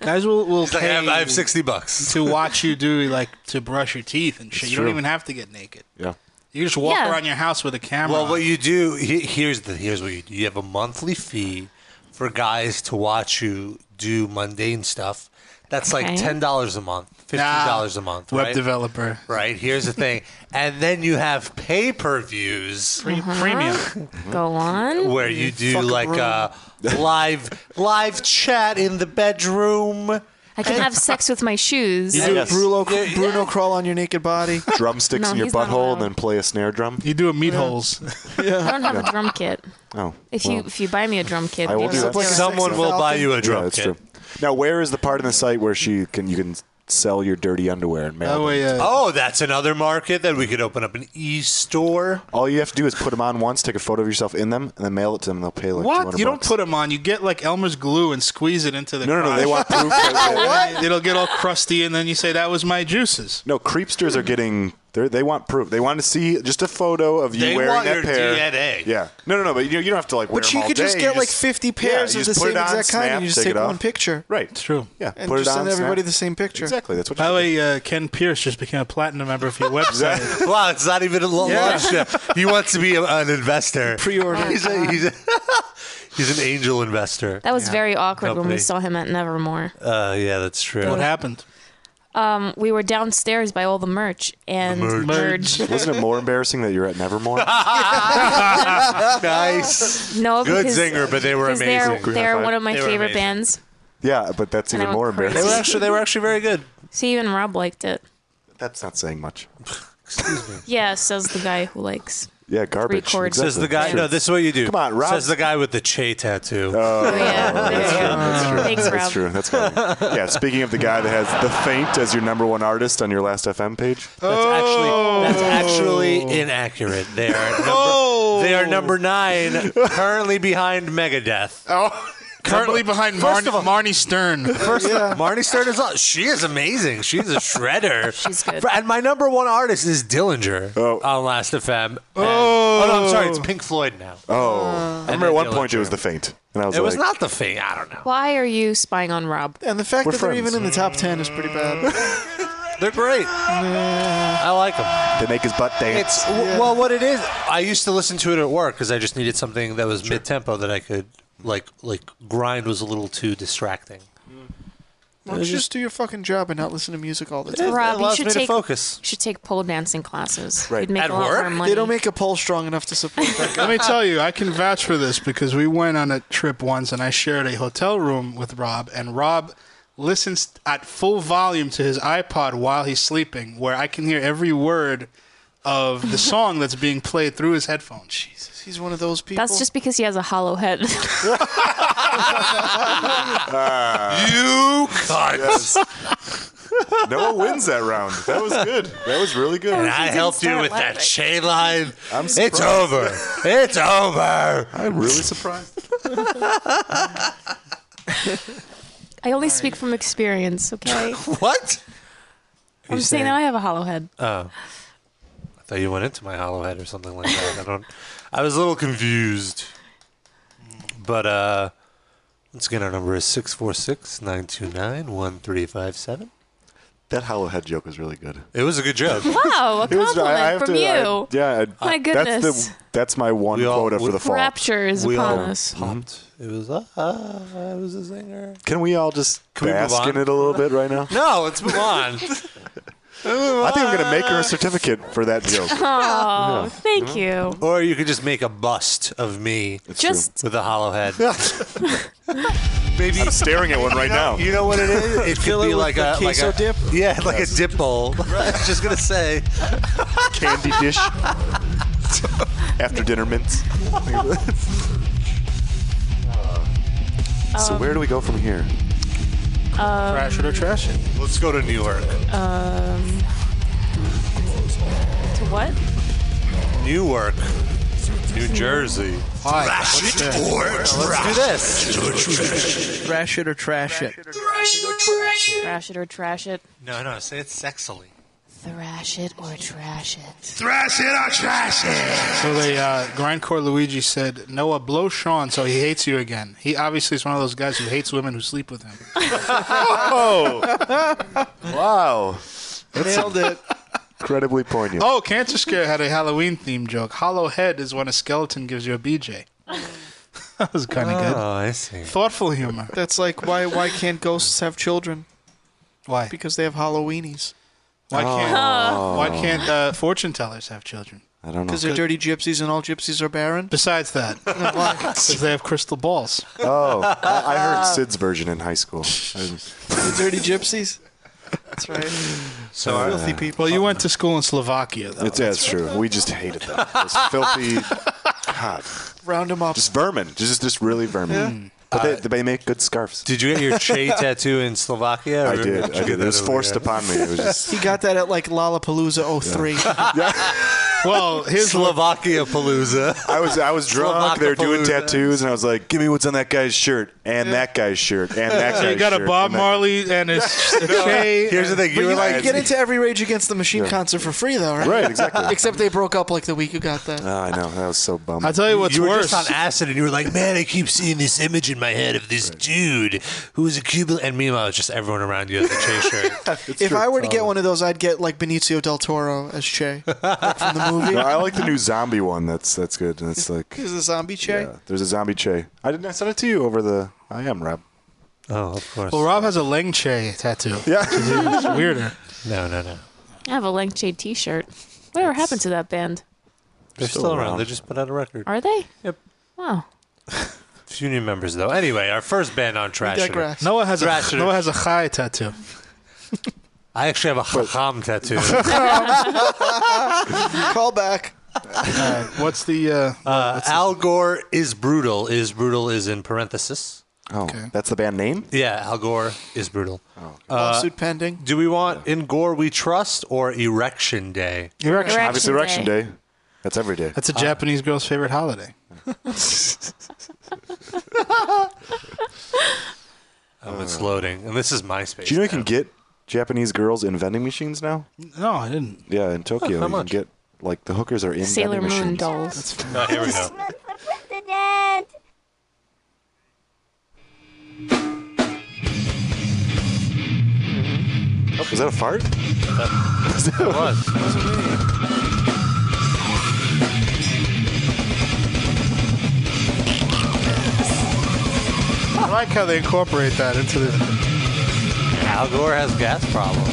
[SPEAKER 13] Guys will will
[SPEAKER 2] like, I
[SPEAKER 13] pay
[SPEAKER 2] have- I have 60 bucks
[SPEAKER 13] to watch you do like to brush your teeth and shit.
[SPEAKER 2] It's
[SPEAKER 13] you
[SPEAKER 2] true.
[SPEAKER 13] don't even have to get naked.
[SPEAKER 4] Yeah.
[SPEAKER 13] You just walk
[SPEAKER 2] Yeah.
[SPEAKER 13] around your house with a camera.
[SPEAKER 2] Well,
[SPEAKER 13] on.
[SPEAKER 2] what you do he- here's the here's what you do. You have a monthly fee for guys to watch you do mundane stuff. That's
[SPEAKER 13] Okay.
[SPEAKER 2] like ten dollars a month, fifteen dollars a month.
[SPEAKER 13] web
[SPEAKER 2] right?
[SPEAKER 13] developer.
[SPEAKER 2] Right. Here's the thing, and then you have pay per views,
[SPEAKER 6] Premium. Go on.
[SPEAKER 2] where you do
[SPEAKER 6] Fucking
[SPEAKER 2] like
[SPEAKER 6] room.
[SPEAKER 2] uh, live live chat in the bedroom.
[SPEAKER 6] I can have sex with my shoes.
[SPEAKER 7] You do Bruno, Bruno crawl on your naked body.
[SPEAKER 4] Drumsticks
[SPEAKER 6] No,
[SPEAKER 4] in your
[SPEAKER 6] he's not
[SPEAKER 4] butthole and then play a snare drum.
[SPEAKER 13] You do a meat holes.
[SPEAKER 6] I don't have
[SPEAKER 4] Yeah.
[SPEAKER 6] a drum kit.
[SPEAKER 4] Oh.
[SPEAKER 6] If
[SPEAKER 4] well.
[SPEAKER 6] you if you buy me a drum kit,
[SPEAKER 4] I will
[SPEAKER 6] you'll
[SPEAKER 4] do
[SPEAKER 6] have
[SPEAKER 4] that.
[SPEAKER 6] to-
[SPEAKER 4] Yeah, that's true. Now, where is the part in the site where she can you can sell your dirty underwear and mail? them?
[SPEAKER 13] uh,
[SPEAKER 2] Oh, that's another market that we could open up an e store.
[SPEAKER 4] All you have to do is put them on once, take a photo of yourself in them, and then mail it to them. They'll pay like
[SPEAKER 13] What?
[SPEAKER 4] 200
[SPEAKER 13] You don't
[SPEAKER 4] bucks.
[SPEAKER 13] put them on. You get like Elmer's glue and squeeze it into the.
[SPEAKER 4] No, no, no, they want proof that
[SPEAKER 13] what? It'll get all crusty, and then you say that was my juices.
[SPEAKER 4] No, creepsters are getting. They they want proof. They want to see just a photo of you
[SPEAKER 13] They
[SPEAKER 4] wearing
[SPEAKER 13] want
[SPEAKER 4] that
[SPEAKER 13] your
[SPEAKER 4] pair.
[SPEAKER 13] DNA.
[SPEAKER 4] Yeah. No, no, no. But you, you don't have to like wear
[SPEAKER 7] But she
[SPEAKER 4] them all
[SPEAKER 7] could just
[SPEAKER 4] day.
[SPEAKER 7] get
[SPEAKER 4] You
[SPEAKER 7] like 50 pairs
[SPEAKER 4] yeah, you
[SPEAKER 7] of the
[SPEAKER 4] just put
[SPEAKER 7] same
[SPEAKER 4] it on,
[SPEAKER 7] exact kind
[SPEAKER 4] snap,
[SPEAKER 7] and you just
[SPEAKER 4] take
[SPEAKER 7] take
[SPEAKER 4] it off.
[SPEAKER 7] one picture.
[SPEAKER 4] Right. It's
[SPEAKER 13] true.
[SPEAKER 4] Yeah.
[SPEAKER 7] And
[SPEAKER 4] put
[SPEAKER 7] just
[SPEAKER 4] it on,
[SPEAKER 7] send everybody
[SPEAKER 4] snap.
[SPEAKER 7] the same picture.
[SPEAKER 4] Exactly. That's what.
[SPEAKER 13] By the way, uh, Ken Pierce just became a platinum member for your website.
[SPEAKER 2] wow, it's not even a lo-
[SPEAKER 13] Yeah.
[SPEAKER 2] launch yet. He wants to be a, an investor.
[SPEAKER 7] Pre-order.
[SPEAKER 2] He's, a, he's, a, he's an angel investor.
[SPEAKER 6] That was very awkward when we
[SPEAKER 2] Company.
[SPEAKER 6] saw him at Nevermore.
[SPEAKER 2] Uh, yeah, that's true.
[SPEAKER 13] What happened?
[SPEAKER 6] Um, we were downstairs by all the merch and merch.
[SPEAKER 4] Wasn't it more embarrassing that you're at Nevermore?
[SPEAKER 2] nice.
[SPEAKER 6] No,
[SPEAKER 4] Good
[SPEAKER 6] because-
[SPEAKER 4] singer, but they were
[SPEAKER 6] because
[SPEAKER 4] amazing.
[SPEAKER 6] They're, they're
[SPEAKER 4] Green
[SPEAKER 6] one of my
[SPEAKER 4] High Five.
[SPEAKER 6] favorite
[SPEAKER 4] They were
[SPEAKER 6] bands.
[SPEAKER 4] yeah, but that's
[SPEAKER 6] And I
[SPEAKER 4] even
[SPEAKER 6] went
[SPEAKER 4] more
[SPEAKER 6] crazy.
[SPEAKER 4] embarrassing.
[SPEAKER 2] they were actually very good.
[SPEAKER 6] See, even Rob liked it.
[SPEAKER 4] That's not saying much.
[SPEAKER 6] Yeah, says the guy who likes.
[SPEAKER 4] Yeah, garbage.
[SPEAKER 6] Three chords.
[SPEAKER 2] Says the guy.
[SPEAKER 6] Sure.
[SPEAKER 2] No, this is what you do.
[SPEAKER 4] Come on, Rob.
[SPEAKER 2] Says the guy with the Che tattoo.
[SPEAKER 4] Oh,
[SPEAKER 6] yeah.
[SPEAKER 4] that's true. That's true.
[SPEAKER 6] Ah. Thanks,
[SPEAKER 4] that's
[SPEAKER 6] Rob.
[SPEAKER 4] true. That's funny. Yeah. Speaking of the guy that has the faint as your number one artist on your last FM page.
[SPEAKER 2] That's actually inaccurate. They are number, they are number nine, currently behind Megadeth.
[SPEAKER 3] Oh,
[SPEAKER 13] Currently behind
[SPEAKER 2] First
[SPEAKER 13] Marnie, Marnie Stern.
[SPEAKER 2] First, Marnie Stern is on. She is amazing. She's a shredder. She's
[SPEAKER 6] good.
[SPEAKER 2] And my number one artist is Dillinger
[SPEAKER 4] Oh.
[SPEAKER 2] on Last FM. And- oh. no, I'm sorry. It's Pink Floyd now.
[SPEAKER 4] Oh, I
[SPEAKER 2] And then
[SPEAKER 4] remember at one
[SPEAKER 2] Dylan
[SPEAKER 4] point it was the faint, and I was
[SPEAKER 2] it
[SPEAKER 4] like,
[SPEAKER 2] was not the thing. I don't know.
[SPEAKER 6] Why are you spying on Rob?
[SPEAKER 7] And the fact
[SPEAKER 4] We're
[SPEAKER 7] that they're
[SPEAKER 4] friends.
[SPEAKER 7] even in the top 10 is pretty bad.
[SPEAKER 2] They're great. I like them.
[SPEAKER 4] They make his butt dance.
[SPEAKER 2] It's w- well, what it is. I used to listen to it at work because I just needed something that was mid tempo that I could like like grind was a little too distracting.
[SPEAKER 7] Why don't you just do your fucking job and not listen to music all the time?
[SPEAKER 6] Rob, you
[SPEAKER 2] allows
[SPEAKER 6] should
[SPEAKER 2] me to
[SPEAKER 6] take
[SPEAKER 2] focus.
[SPEAKER 6] You should take pole dancing classes.
[SPEAKER 2] Right.
[SPEAKER 6] You'd make
[SPEAKER 2] At
[SPEAKER 6] a lot
[SPEAKER 2] work?
[SPEAKER 6] more
[SPEAKER 2] They
[SPEAKER 6] money.
[SPEAKER 7] They don't make a poll strong enough to support that guy.
[SPEAKER 13] Let me tell you, I can vouch for this because we went on a trip once and I shared a hotel room with Rob, and Rob listens at full volume to his iPod while he's sleeping, where I can hear every word of the song that's being played through his headphones. Jesus.
[SPEAKER 7] He's one of those people.
[SPEAKER 6] That's just because he has a hollow head.
[SPEAKER 4] Ah. you
[SPEAKER 2] cunt.
[SPEAKER 4] Noah wins that round. That was good. That was really good.
[SPEAKER 2] And I helped you with that chain line.
[SPEAKER 4] I'm
[SPEAKER 2] it's
[SPEAKER 4] surprised.
[SPEAKER 2] over. It's over.
[SPEAKER 4] I'm really surprised.
[SPEAKER 6] I only speak from experience, okay?
[SPEAKER 2] What?
[SPEAKER 6] I'm
[SPEAKER 2] You
[SPEAKER 6] saying
[SPEAKER 2] saying-
[SPEAKER 6] now I have a hollow head.
[SPEAKER 2] Oh. I thought you went into my hollow head or something like that. I don't I was a little confused. But uh once again our number is six four six nine two nine one three five seven.
[SPEAKER 4] That hollow head joke was really good.
[SPEAKER 2] It was a good joke.
[SPEAKER 6] Wow, a
[SPEAKER 4] It was-
[SPEAKER 6] compliment
[SPEAKER 4] I- I have
[SPEAKER 6] from
[SPEAKER 4] to- I-
[SPEAKER 6] you.
[SPEAKER 4] yeah, I-
[SPEAKER 6] My
[SPEAKER 4] That's
[SPEAKER 6] goodness.
[SPEAKER 4] the that's my one quota for the fall.
[SPEAKER 6] Rapture is
[SPEAKER 4] We
[SPEAKER 6] upon
[SPEAKER 4] all-
[SPEAKER 6] us.
[SPEAKER 2] Popped. It was uh,
[SPEAKER 4] Ah,
[SPEAKER 2] uh, I was a singer.
[SPEAKER 4] Can we all just
[SPEAKER 2] Can we move
[SPEAKER 4] bask
[SPEAKER 2] on?
[SPEAKER 4] in it a little bit right now?
[SPEAKER 2] No, let's move on. I think
[SPEAKER 4] I think I'm gonna make her a certificate for that joke.
[SPEAKER 6] Oh,
[SPEAKER 4] Yeah.
[SPEAKER 6] thank you.
[SPEAKER 2] Or you could just make a bust of me
[SPEAKER 6] true. Just-
[SPEAKER 2] with a hollow head.
[SPEAKER 4] Maybe I'm staring at one right now.
[SPEAKER 2] You know what it is? It
[SPEAKER 4] Fill
[SPEAKER 2] could
[SPEAKER 4] it
[SPEAKER 2] be
[SPEAKER 4] with
[SPEAKER 2] like
[SPEAKER 4] the
[SPEAKER 2] a like
[SPEAKER 4] queso
[SPEAKER 2] a
[SPEAKER 4] dip?
[SPEAKER 2] Yeah, like
[SPEAKER 4] Yes.
[SPEAKER 2] a dip bowl. I was just gonna say
[SPEAKER 4] candy dish after dinner mints. so where do we go from here?
[SPEAKER 13] Trash it or trash it.
[SPEAKER 2] Let's go to New York.
[SPEAKER 6] Um, to what?
[SPEAKER 2] Newark, New Jersey. Trash it or let's do this.
[SPEAKER 7] Trash it or trash it.
[SPEAKER 6] Trash it or trash it.
[SPEAKER 2] No, no, say it sexily.
[SPEAKER 6] Thrash it or trash it.
[SPEAKER 17] Thrash it or trash it.
[SPEAKER 3] So they uh, grindcore Luigi said, "Noah, blow Sean, so he hates you again." He obviously is one of those guys who hates women who sleep with him.
[SPEAKER 2] Um,
[SPEAKER 4] Oh, wow!
[SPEAKER 3] Nailed it.
[SPEAKER 4] Incredibly poignant.
[SPEAKER 3] Oh, Cancer Scare had a Halloween theme joke. Hollow head is when a skeleton gives you a BJ. that was kind of
[SPEAKER 2] Oh, I see.
[SPEAKER 3] good. Thoughtful humor.
[SPEAKER 7] That's like why why can't ghosts have children?
[SPEAKER 3] Why?
[SPEAKER 7] Because they have Halloweenies.
[SPEAKER 3] Why can't
[SPEAKER 7] Oh.
[SPEAKER 3] why can't uh, fortune tellers have children?
[SPEAKER 4] I don't
[SPEAKER 7] Because they're dirty gypsies and all gypsies are barren.
[SPEAKER 3] Besides that, because they have crystal balls.
[SPEAKER 4] Oh, I, I heard Sid's version in high school.
[SPEAKER 7] the dirty gypsies. That's right.
[SPEAKER 4] So uh,
[SPEAKER 3] filthy people. Well, you went to school in Slovakia, though.
[SPEAKER 4] It's that's true. We just hated them. It's filthy. God.
[SPEAKER 7] Round them up.
[SPEAKER 4] Just vermin. Just just really vermin. But they, they make good scarves.
[SPEAKER 2] Did you get your Che tattoo in Slovakia?
[SPEAKER 4] I did. I did. It was forced upon me. It was just
[SPEAKER 7] He got that at like Lollapalooza 03.
[SPEAKER 3] well, his
[SPEAKER 2] Slovakia palooza.
[SPEAKER 4] I was I was drunk. They were doing
[SPEAKER 2] Slovakia-palooza.
[SPEAKER 4] tattoos, and I was like, "Give me what's on that guy's shirt, and that guy's shirt, and that guy's
[SPEAKER 3] So you got
[SPEAKER 4] shirt."
[SPEAKER 3] a Bob
[SPEAKER 4] and that-
[SPEAKER 3] Marley and a, s- a
[SPEAKER 4] No,
[SPEAKER 3] Che.
[SPEAKER 4] here's the thing,
[SPEAKER 7] But you, could get into every Rage Against the Machine
[SPEAKER 4] Yeah.
[SPEAKER 7] concert for free, though, right?
[SPEAKER 4] Right, exactly.
[SPEAKER 7] Except they broke up like the week you got that.
[SPEAKER 4] Oh, I know that was so bummed.
[SPEAKER 7] I'll tell you what's
[SPEAKER 2] you were
[SPEAKER 7] worse.
[SPEAKER 2] Just on acid, and you were like, "Man, I keep seeing this image in my head of this dude who is a Cuban." And meanwhile, it's just everyone around you has a Che shirt.
[SPEAKER 7] if I were to
[SPEAKER 4] Um, Uh,
[SPEAKER 7] get one of those, I'd get like Benicio del Toro as Che like, from the movie.
[SPEAKER 4] No, I like the new zombie one. That's that's good. And it's like uh,
[SPEAKER 7] Is a zombie Che?
[SPEAKER 4] there's a zombie Che. I didn't. I sent it to you over the. I am Rob.
[SPEAKER 2] Oh, of course.
[SPEAKER 3] Well, Rob has a Leng Che tattoo.
[SPEAKER 4] Yeah,
[SPEAKER 3] it's weirder.
[SPEAKER 2] No, no, no.
[SPEAKER 6] I have a Length Shade T-shirt. Whatever happened to that band?
[SPEAKER 2] They're still, around. They just put out a record.
[SPEAKER 6] Are they? Yep. Wow.
[SPEAKER 2] Few new members though. Anyway, our first band on Trash. It.
[SPEAKER 3] digress. Noah has a-
[SPEAKER 2] Trash It.
[SPEAKER 3] Noah has a Chai tattoo.
[SPEAKER 2] I actually have a Chacham tattoo.
[SPEAKER 7] Uh, Call back.
[SPEAKER 3] What's the uh,
[SPEAKER 2] Uh, Al Gore is brutal. Is brutal is in parenthesis.
[SPEAKER 4] Oh, that's the band name. Oh,
[SPEAKER 2] Yeah, Al Gore is brutal. Uh,
[SPEAKER 7] Lawsuit pending.
[SPEAKER 2] Do we want in Gore we trust or Erection Day?
[SPEAKER 3] Erection.
[SPEAKER 4] Obviously,
[SPEAKER 3] Erection
[SPEAKER 4] Erection
[SPEAKER 3] Day.
[SPEAKER 4] Day. That's every day.
[SPEAKER 3] That's a Japanese girl's favorite holiday.
[SPEAKER 2] Oh, it's loading, and this is MySpace.
[SPEAKER 4] Do you know you can get Japanese girls in vending machines now?
[SPEAKER 3] No, I didn't.
[SPEAKER 4] Yeah, in Tokyo,
[SPEAKER 2] how
[SPEAKER 4] you
[SPEAKER 2] much?
[SPEAKER 4] can get like the hookers are in
[SPEAKER 6] Sailor Moon
[SPEAKER 4] vending machines.
[SPEAKER 6] dolls.
[SPEAKER 2] Oh, here we go.
[SPEAKER 4] Oh, was that a fart?
[SPEAKER 2] It was.
[SPEAKER 3] I like how they incorporate that into the.
[SPEAKER 2] Al Gore has gas problems.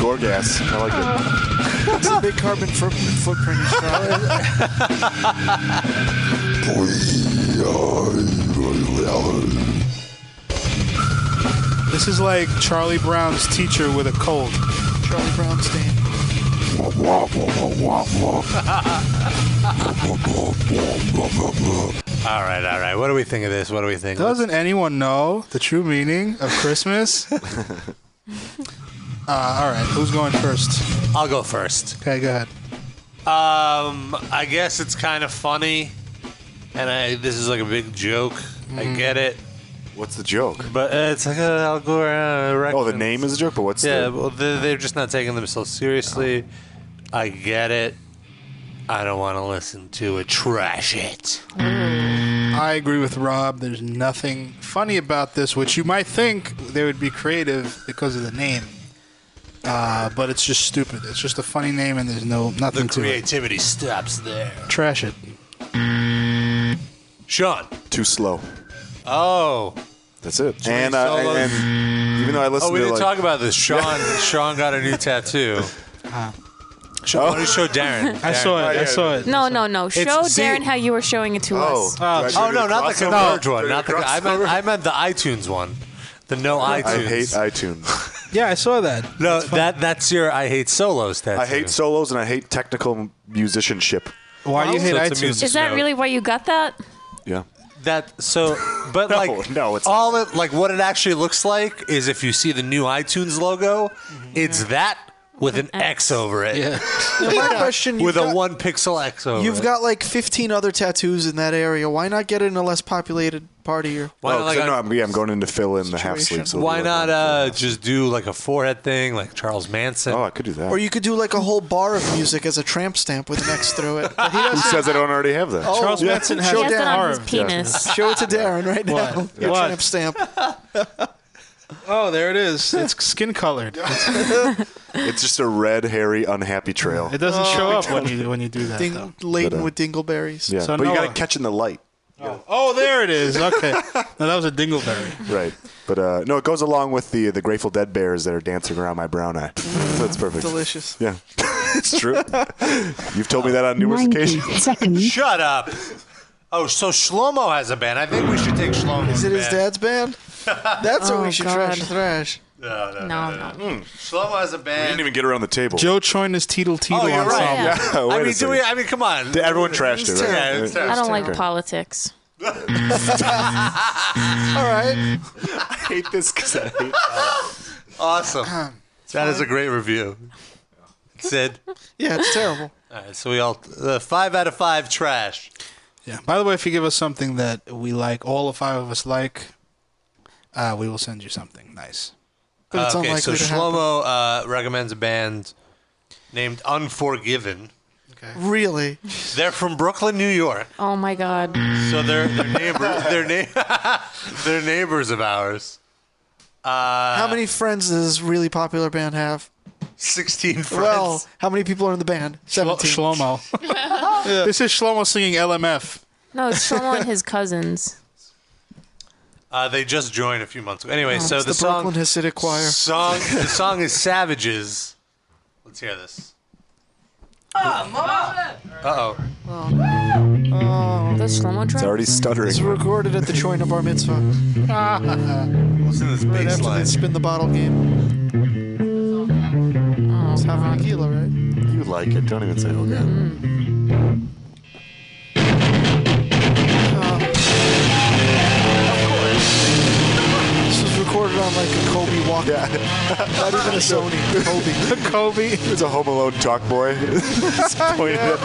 [SPEAKER 4] Gore gas. I like it.
[SPEAKER 7] It's a big carbon foot- footprint. he's got.
[SPEAKER 3] This is like Charlie Brown's teacher with a cold.
[SPEAKER 7] Charlie Brown stain.
[SPEAKER 2] All right, all right. What do we think of this? What do we think?
[SPEAKER 3] Doesn't anyone know the true meaning of Christmas? uh, all right, who's going first?
[SPEAKER 2] I'll go first.
[SPEAKER 3] Okay, go ahead.
[SPEAKER 2] Um, I guess it's kind of funny, and I this is like a big joke. I get it,
[SPEAKER 4] Mm-hmm. What's the joke?
[SPEAKER 2] but uh, it's like uh, Al Gore. Uh,
[SPEAKER 4] Oh, the
[SPEAKER 2] erections.
[SPEAKER 4] name is a joke, but what's
[SPEAKER 2] yeah,
[SPEAKER 4] the?
[SPEAKER 2] well, they're, they're just not taking themselves seriously. I get it. I don't want to listen to it. Trash it.
[SPEAKER 3] Mm. I agree with Rob. There's nothing funny about this, which you might think they would be creative because of the name. Uh, but it's just stupid. It's just a funny name, and there's no nothing
[SPEAKER 2] The
[SPEAKER 3] to
[SPEAKER 2] creativity stops there.
[SPEAKER 3] it. Trash it.
[SPEAKER 2] Sean.
[SPEAKER 4] Too slow.
[SPEAKER 2] Oh.
[SPEAKER 4] That's it.
[SPEAKER 2] Three
[SPEAKER 4] And, uh,
[SPEAKER 2] solos.
[SPEAKER 4] and, and even though I listened
[SPEAKER 2] oh, we
[SPEAKER 4] to
[SPEAKER 2] didn't
[SPEAKER 4] like,
[SPEAKER 2] talk about this. Sean. Sean got a new tattoo. Sean, why don't you show Darren?
[SPEAKER 3] I saw it. I saw it.
[SPEAKER 6] No, no, no. Show
[SPEAKER 2] see-
[SPEAKER 6] Darren how you were showing it to us.
[SPEAKER 2] Oh,
[SPEAKER 4] do I
[SPEAKER 2] no, not
[SPEAKER 4] do
[SPEAKER 2] the
[SPEAKER 4] crossover?
[SPEAKER 2] Converge
[SPEAKER 4] No.
[SPEAKER 2] one.
[SPEAKER 4] Do I
[SPEAKER 2] Not
[SPEAKER 4] do
[SPEAKER 2] the. I meant, I meant the iTunes one. The no iTunes.
[SPEAKER 4] I hate iTunes.
[SPEAKER 3] Yeah, I saw that.
[SPEAKER 2] no, that that's your I hate solos tattoo.
[SPEAKER 4] I hate solos and I hate technical musicianship.
[SPEAKER 3] Why do you hate
[SPEAKER 2] Oh. So it's a
[SPEAKER 3] iTunes?
[SPEAKER 2] music-
[SPEAKER 6] Is that
[SPEAKER 2] no.
[SPEAKER 6] really why you got that?
[SPEAKER 4] Yeah.
[SPEAKER 2] that. So, but
[SPEAKER 4] No,
[SPEAKER 2] like,
[SPEAKER 4] no, it's
[SPEAKER 2] all it like what it actually looks like is if you see the new iTunes logo,
[SPEAKER 4] Mm-hmm.
[SPEAKER 2] it's that with an X over it.
[SPEAKER 3] Yeah.
[SPEAKER 7] Now, my question:
[SPEAKER 2] With
[SPEAKER 7] you've
[SPEAKER 2] a
[SPEAKER 7] got-
[SPEAKER 2] one pixel X over
[SPEAKER 3] Oh,
[SPEAKER 7] You've
[SPEAKER 2] it.
[SPEAKER 7] got like 15 other tattoos in that area. Why not get it in a less populated part of your.
[SPEAKER 2] Why not,
[SPEAKER 4] Oh, 'cause
[SPEAKER 2] like,
[SPEAKER 4] I know
[SPEAKER 2] a
[SPEAKER 4] I'm, yeah, I'm going into fill in the half sleep. So it'll
[SPEAKER 2] Why
[SPEAKER 4] work.
[SPEAKER 2] not uh, just do like a forehead thing, like Charles Manson? Oh, I
[SPEAKER 4] could do that.
[SPEAKER 7] Or you could do like a whole bar of music as a tramp stamp with an X through it. But he
[SPEAKER 4] Who
[SPEAKER 7] doesn't.
[SPEAKER 4] says I don't already have that?
[SPEAKER 7] Oh, yeah. Show it to Darren. Show it to Darren right
[SPEAKER 3] What?
[SPEAKER 7] now. Your
[SPEAKER 3] What?
[SPEAKER 7] tramp stamp.
[SPEAKER 3] Oh, there it is. It's skin colored. it
[SPEAKER 4] It's just a red, hairy, unhappy trail.
[SPEAKER 3] doesn't
[SPEAKER 2] Oh,
[SPEAKER 3] show up when you when you do that.
[SPEAKER 7] Ding-
[SPEAKER 3] though. uh,
[SPEAKER 7] laden with dingleberries.
[SPEAKER 4] uh, Yeah, but you got to catch in the light.
[SPEAKER 3] Oh, there it is. Okay. no, that was a dingleberry.
[SPEAKER 4] Right. But uh, no, it goes along with the the Grateful Dead bears that are dancing around my brown eye. so it's perfect.
[SPEAKER 7] Delicious.
[SPEAKER 4] Yeah. it's true. You've told me that on numerous occasions.
[SPEAKER 2] Shut up. Oh, so Shlomo has a band. I think we should take Shlomo.
[SPEAKER 7] Is it his dad's band? That's what
[SPEAKER 2] Oh,
[SPEAKER 7] we should
[SPEAKER 2] God.
[SPEAKER 7] trash the thrash.
[SPEAKER 2] No, no,
[SPEAKER 7] No,
[SPEAKER 2] no. no, no. Shlomo has a
[SPEAKER 4] Hmm. We
[SPEAKER 2] band.
[SPEAKER 4] didn't even get around the table.
[SPEAKER 3] Joe joined his Teetle Teetle
[SPEAKER 2] Oh, you're
[SPEAKER 3] ensemble.
[SPEAKER 2] right.
[SPEAKER 4] Yeah, wait
[SPEAKER 2] I
[SPEAKER 4] a
[SPEAKER 2] mean, do
[SPEAKER 4] second.
[SPEAKER 2] we, I mean, come on.
[SPEAKER 4] Everyone trashed it, right?
[SPEAKER 2] Yeah, it's
[SPEAKER 6] I don't like
[SPEAKER 4] Okay.
[SPEAKER 6] politics.
[SPEAKER 7] All right.
[SPEAKER 4] I hate this because I hate
[SPEAKER 2] Awesome. That is a great review. Sid.
[SPEAKER 7] Yeah, it's terrible.
[SPEAKER 2] All right, so we all uh, five out of five trash.
[SPEAKER 3] Yeah. By the way, if you give us something that we like, all the five of us like, uh, we will send you something nice.
[SPEAKER 2] Uh, okay, so Shlomo uh, recommends a band named Unforgiven.
[SPEAKER 7] Really?
[SPEAKER 2] They're from Brooklyn, New York.
[SPEAKER 6] Oh my God.
[SPEAKER 2] So they're they're neighbors. they're, na- they're neighbors of ours. Uh,
[SPEAKER 7] how many friends does this really popular band have?
[SPEAKER 2] 16 friends.
[SPEAKER 7] Well, how many people are in the band? 17.
[SPEAKER 3] Shlomo. This is Shlomo singing LMF.
[SPEAKER 6] No, it's Shlomo and his cousins.
[SPEAKER 2] Uh, they just joined a few months ago. Anyway,
[SPEAKER 7] Oh,
[SPEAKER 2] so
[SPEAKER 7] it's
[SPEAKER 2] the,
[SPEAKER 7] the
[SPEAKER 2] song
[SPEAKER 7] Brooklyn Hasidic Choir.
[SPEAKER 2] Song the song is Savages. Let's hear this. Uh
[SPEAKER 7] oh. Oh.
[SPEAKER 6] Does Shlomo
[SPEAKER 4] It's already stuttering.
[SPEAKER 7] It's recorded at the Choina Bar Mitzvah.
[SPEAKER 2] Listen to this
[SPEAKER 7] right
[SPEAKER 2] bass
[SPEAKER 7] after
[SPEAKER 2] line.
[SPEAKER 7] they spin the bottle game. It's having tequila, right?
[SPEAKER 4] You like it. Don't even say oh god.
[SPEAKER 7] Mm-hmm. This was recorded on like a Kobe Walkman. Not even a Sony. Kobe.
[SPEAKER 3] Kobe.
[SPEAKER 4] It's a Home Alone talk boy. It's pointed at-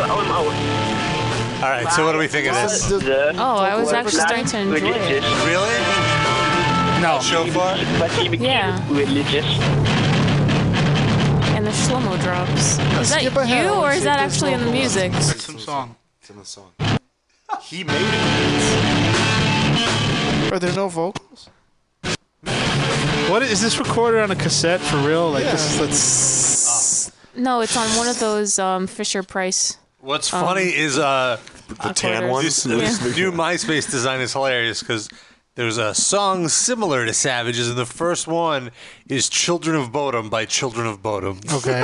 [SPEAKER 5] Um,
[SPEAKER 2] oh. All right. So what do we think of this?
[SPEAKER 6] Oh, I was actually starting to enjoy it.
[SPEAKER 2] Really? No. Shofar.
[SPEAKER 6] Yeah.
[SPEAKER 21] Religious.
[SPEAKER 6] And the Shlomo drops. Is that
[SPEAKER 7] skip ahead.
[SPEAKER 6] you,
[SPEAKER 7] I wanna
[SPEAKER 6] or
[SPEAKER 7] see
[SPEAKER 6] is
[SPEAKER 7] if
[SPEAKER 6] that
[SPEAKER 7] there's
[SPEAKER 6] actually in the
[SPEAKER 7] vocals.
[SPEAKER 6] music?
[SPEAKER 3] Some song.
[SPEAKER 4] It's in the song.
[SPEAKER 2] He made it.
[SPEAKER 7] Are there no vocals?
[SPEAKER 3] What is this recorded on a cassette for real? Like this is that's
[SPEAKER 6] No, it's on one of those um, Fisher Price.
[SPEAKER 2] What's
[SPEAKER 6] um,
[SPEAKER 2] funny is uh
[SPEAKER 6] The tan Recorders. ones?
[SPEAKER 2] This, this
[SPEAKER 6] Yeah.
[SPEAKER 2] new MySpace design is hilarious because there's a song similar to Savages, and the first one is "Children of Bodom" by Children of Bodom.
[SPEAKER 3] Okay.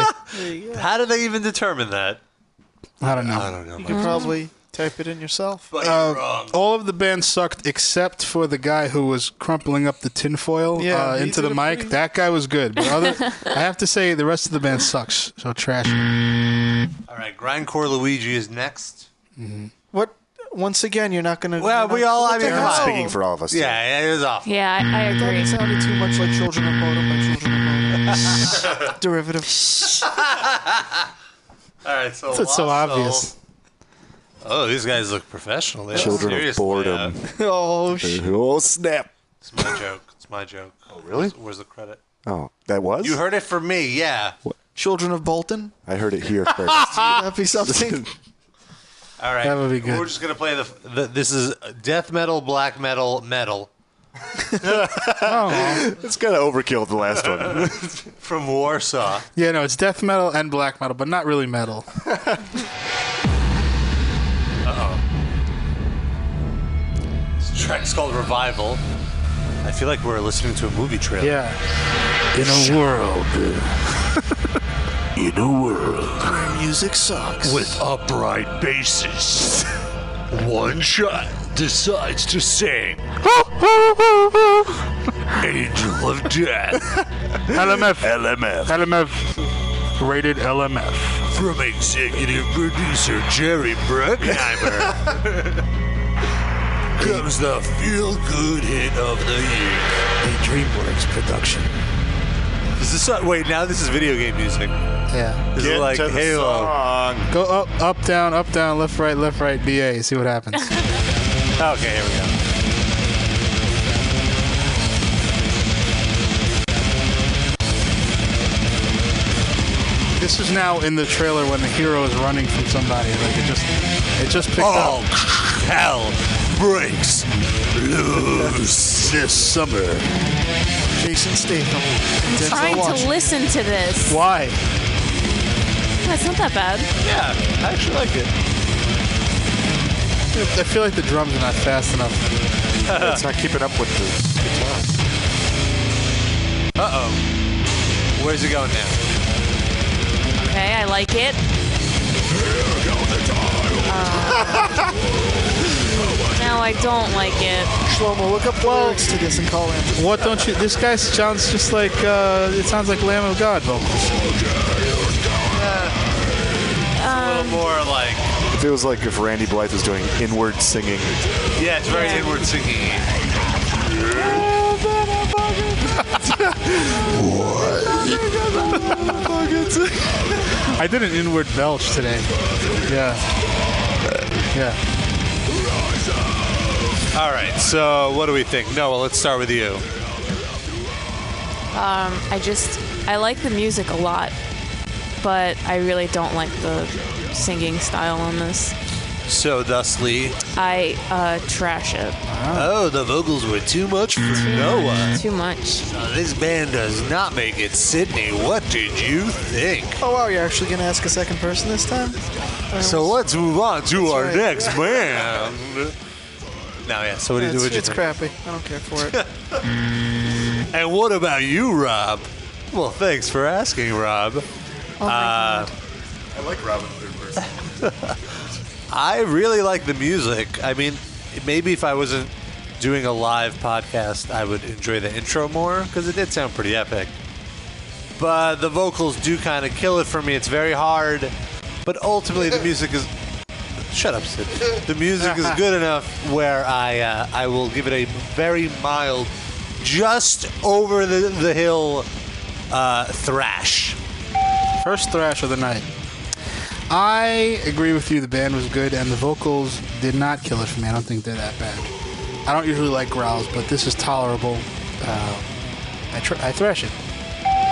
[SPEAKER 2] How do they even determine that?
[SPEAKER 3] I don't know.
[SPEAKER 2] I don't know.
[SPEAKER 7] You can probably type it in yourself.
[SPEAKER 3] Uh, all of the band sucked except for the guy who was crumpling up the tinfoil
[SPEAKER 7] Yeah,
[SPEAKER 3] uh,
[SPEAKER 7] he
[SPEAKER 3] into
[SPEAKER 7] did
[SPEAKER 3] the
[SPEAKER 7] a
[SPEAKER 3] mic.
[SPEAKER 7] pretty-
[SPEAKER 3] That guy was good. But other, I have to say, the rest of the band sucks. So trash.
[SPEAKER 2] All right, Grindcore Luigi is next.
[SPEAKER 6] Mm-hmm.
[SPEAKER 7] What? Once again, you're not gonna.
[SPEAKER 2] Well, we all. I mean, come on.
[SPEAKER 4] Yeah,
[SPEAKER 2] yeah, it was awful.
[SPEAKER 6] Yeah, I, I agree.
[SPEAKER 7] It sounded too much like Children of Bodom by Children of Bodom. Derivative.
[SPEAKER 2] All right, so
[SPEAKER 3] That's so
[SPEAKER 2] Lasso-
[SPEAKER 3] obvious.
[SPEAKER 2] Oh, these guys look professional. They
[SPEAKER 4] Children of
[SPEAKER 2] seriously,
[SPEAKER 4] boredom.
[SPEAKER 2] uh,
[SPEAKER 7] oh
[SPEAKER 4] Oh snap!
[SPEAKER 2] it's my joke. It's my joke. Oh,
[SPEAKER 4] really?
[SPEAKER 2] Where's, where's the credit?
[SPEAKER 4] Oh, that was.
[SPEAKER 2] You heard it from me. Yeah.
[SPEAKER 7] Children of Bolton.
[SPEAKER 4] I heard it here first.
[SPEAKER 7] That'd be something.
[SPEAKER 2] All right.
[SPEAKER 7] That would be good.
[SPEAKER 2] We're just gonna play the, the. This is death metal, black metal, metal
[SPEAKER 7] Oh.
[SPEAKER 4] it's kind of overkill the last one.
[SPEAKER 2] from Warsaw.
[SPEAKER 3] Yeah, no, it's death metal and black metal, but not really metal.
[SPEAKER 2] Uh oh. This track's called Revival. I feel like we're listening to a movie trailer.
[SPEAKER 3] Yeah.
[SPEAKER 2] In a world.
[SPEAKER 16] In a world
[SPEAKER 7] Where music sucks.
[SPEAKER 16] with upright basses, one child decides to sing Angel of Death.
[SPEAKER 3] LMF.
[SPEAKER 16] LMF.
[SPEAKER 3] LMF. Rated LMF.
[SPEAKER 16] From executive producer Jerry Bruckheimer comes the feel good hit of the year. A DreamWorks production.
[SPEAKER 2] Is this not, wait? Now this is video game music.
[SPEAKER 3] Yeah.
[SPEAKER 2] This
[SPEAKER 3] Get
[SPEAKER 2] is like
[SPEAKER 3] to the
[SPEAKER 2] Halo.
[SPEAKER 3] Go up, up, down, up, down, left, right, left, right, BA. See what happens.
[SPEAKER 2] Okay, here we go.
[SPEAKER 3] This is now in the trailer when the hero is running from somebody. Like it just, it just picked
[SPEAKER 16] All
[SPEAKER 3] up.
[SPEAKER 16] hell breaks loose this summer.
[SPEAKER 7] Jason Statham.
[SPEAKER 6] I'm trying to listen to this.
[SPEAKER 3] Why?
[SPEAKER 6] That's not that bad.
[SPEAKER 2] Yeah, I actually like it.
[SPEAKER 3] I feel like the drums are not fast enough.
[SPEAKER 4] it's not keeping up with the guitar.
[SPEAKER 2] Uh oh. Where's it going now?
[SPEAKER 6] Okay, I like it. Uh, now I don't like it.
[SPEAKER 7] Shlomo, look up words to this and call in.
[SPEAKER 3] What don't you? This guy sounds just like. Uh, it sounds like Lamb of God vocals.
[SPEAKER 2] a
[SPEAKER 6] Um,
[SPEAKER 2] little more like.
[SPEAKER 4] It feels like if Randy Blythe was doing inward singing.
[SPEAKER 2] Yeah, it's very inward singing.
[SPEAKER 3] I did an inward belch today. Yeah. Yeah.
[SPEAKER 2] All right, so what do we think? Noah, let's start with you.
[SPEAKER 6] Um, I just I like the music a lot, but I really don't like the singing style on this.
[SPEAKER 2] So, thusly,
[SPEAKER 6] I uh, trash it.
[SPEAKER 2] oh, the vocals were too much for
[SPEAKER 4] uh,
[SPEAKER 2] Noah.
[SPEAKER 6] Ah. Too much.
[SPEAKER 2] Now, this band does not make it. Sydney, what did you think?
[SPEAKER 7] Oh wow, you're actually gonna ask a second person this time? Uh,
[SPEAKER 2] So let's move on to our
[SPEAKER 7] right.
[SPEAKER 2] next band. Now, yeah. So what do you
[SPEAKER 7] it's,
[SPEAKER 2] do? What you
[SPEAKER 7] it's
[SPEAKER 2] think?
[SPEAKER 7] crappy. I don't care for it.
[SPEAKER 2] And what about you, Rob? Well, thanks for asking, Rob. uh,
[SPEAKER 4] I like Robin third person.
[SPEAKER 2] I really like the music. I mean, maybe if I wasn't doing a live podcast, I would enjoy the intro more because it did sound pretty epic. But the vocals do kind of kill it for me. It's very hard, but ultimately the music is. Shut up, Sid. The music is good enough where I uh, I will give it a very mild, just over the the hill uh, thrash.
[SPEAKER 3] First thrash of the night. I agree with you. The band was good, and the vocals did not kill it for me. I don't think they're that bad. I don't usually like growls, but this is tolerable. Uh, I, tr- I thrash it.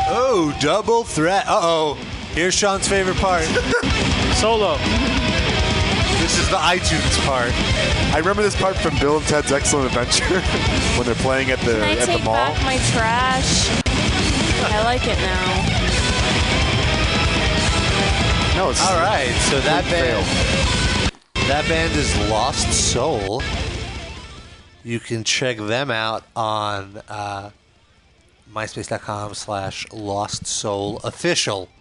[SPEAKER 2] Oh, double threat. Uh oh. Here's Sean's favorite part
[SPEAKER 3] solo.
[SPEAKER 2] This is the iTunes part.
[SPEAKER 4] I remember this part from Bill and Ted's Excellent Adventure when they're playing at the
[SPEAKER 6] Can I
[SPEAKER 4] uh, at the
[SPEAKER 6] take
[SPEAKER 4] mall.
[SPEAKER 6] back my trash? I like it now.
[SPEAKER 4] No, it's
[SPEAKER 2] all right. So that band, that band is Lost Soul. You can check them out on uh, myspace.com/slash Lost Soul Official.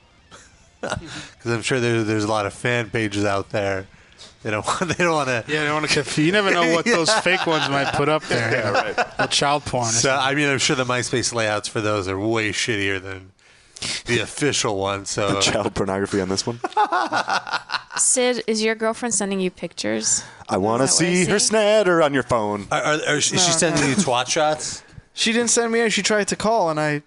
[SPEAKER 2] Because I'm sure there, there's a lot of fan pages out there. They don't want. They don't want to.
[SPEAKER 3] Yeah, I don't want to. You never know what those fake ones might put up there.
[SPEAKER 2] Yeah, right.
[SPEAKER 3] The child porn.
[SPEAKER 2] So I mean, I'm sure the MySpace layouts for those are way shittier than the official one. So
[SPEAKER 4] The child pornography on this one.
[SPEAKER 6] Sid, is your girlfriend sending you pictures?
[SPEAKER 4] I want to see her snatter on your phone.
[SPEAKER 2] Are, are, are, is she sending you twat shots?
[SPEAKER 7] She didn't send me. She tried to call, and I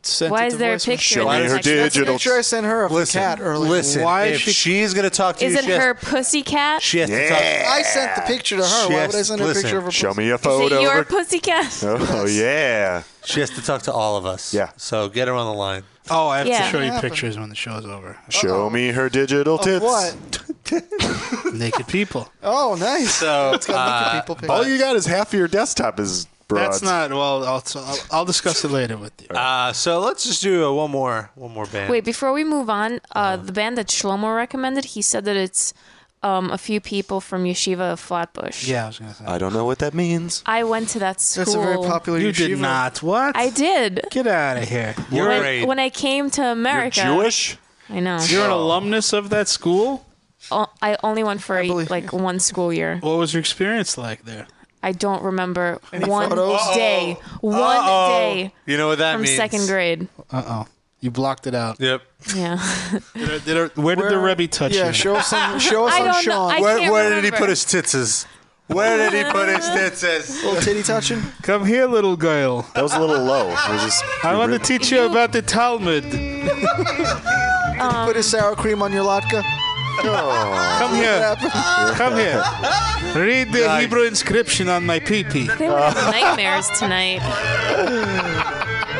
[SPEAKER 7] sent.
[SPEAKER 6] Why
[SPEAKER 7] it
[SPEAKER 6] is
[SPEAKER 7] to
[SPEAKER 6] there a
[SPEAKER 7] voicemail.
[SPEAKER 6] picture? Show
[SPEAKER 2] me her
[SPEAKER 7] That's the
[SPEAKER 2] digitals.
[SPEAKER 7] picture I sent her of
[SPEAKER 2] Listen,
[SPEAKER 7] the cat earlier.
[SPEAKER 2] listen.
[SPEAKER 7] Why
[SPEAKER 2] if
[SPEAKER 7] is she?
[SPEAKER 2] she's gonna talk to
[SPEAKER 6] Is
[SPEAKER 2] you,
[SPEAKER 6] it
[SPEAKER 2] she has-
[SPEAKER 6] her pussy cat?
[SPEAKER 2] She has to talk.
[SPEAKER 7] I sent the picture to her.
[SPEAKER 2] She
[SPEAKER 7] Why
[SPEAKER 2] has-
[SPEAKER 7] would I send her a
[SPEAKER 2] listen,
[SPEAKER 7] picture of her?
[SPEAKER 4] Show me a
[SPEAKER 6] Is
[SPEAKER 4] photo.
[SPEAKER 6] it your
[SPEAKER 4] of her-
[SPEAKER 6] pussy cat?
[SPEAKER 4] Oh yeah.
[SPEAKER 2] She has to talk to all of us. Yeah. So get her on the line.
[SPEAKER 3] Oh, I have
[SPEAKER 6] Yeah.
[SPEAKER 3] to show you
[SPEAKER 6] Happened.
[SPEAKER 3] pictures when the show's over.
[SPEAKER 4] Show me her digital tits.
[SPEAKER 7] what?
[SPEAKER 3] Naked people. Uh,
[SPEAKER 7] Oh, nice.
[SPEAKER 2] So
[SPEAKER 7] It's got naked people pictures.
[SPEAKER 4] all you got is half of your desktop is broad.
[SPEAKER 3] That's not well. I'll, I'll, I'll discuss it later with you.
[SPEAKER 2] Uh, so let's just do uh, one more, one more band.
[SPEAKER 6] Wait, before we move on, uh, the band that Shlomo recommended, he said that it's um, a few people from Yeshiva of Flatbush.
[SPEAKER 3] Yeah, I was gonna say.
[SPEAKER 4] I don't know what that means.
[SPEAKER 6] I went to that school.
[SPEAKER 3] You did not. What?
[SPEAKER 6] I did.
[SPEAKER 3] Get out of here. You're
[SPEAKER 6] when, when I came to America. I know.
[SPEAKER 2] Uh-huh.
[SPEAKER 3] You're an alumnus of that school.
[SPEAKER 2] Oh,
[SPEAKER 6] O- I only went for a, like one school year.
[SPEAKER 3] What was your experience like there?
[SPEAKER 6] I don't remember
[SPEAKER 3] Any
[SPEAKER 6] one
[SPEAKER 3] photos?
[SPEAKER 6] day. One
[SPEAKER 2] Uh-oh.
[SPEAKER 6] day
[SPEAKER 2] You know what that
[SPEAKER 6] from
[SPEAKER 2] means?
[SPEAKER 6] second grade.
[SPEAKER 3] Uh oh. You blocked it out.
[SPEAKER 2] Yep.
[SPEAKER 6] Yeah.
[SPEAKER 3] Did I- did I- where did the Rebbe touch
[SPEAKER 2] yeah,
[SPEAKER 3] you?
[SPEAKER 2] show us some- show us I on don't know. Sean. I
[SPEAKER 3] Where,
[SPEAKER 2] can't
[SPEAKER 3] where did he
[SPEAKER 2] remember.
[SPEAKER 3] put his titses?
[SPEAKER 2] Where did he put his titses?
[SPEAKER 3] Little titty touching? Come here, little girl. That was a little low. I want to teach you about the
[SPEAKER 6] Um,
[SPEAKER 3] Talmud.
[SPEAKER 7] Put a sour cream on your latke.
[SPEAKER 3] Come here. Come here. Read the Hebrew inscription on my pee-pee.
[SPEAKER 6] They were having nightmares tonight.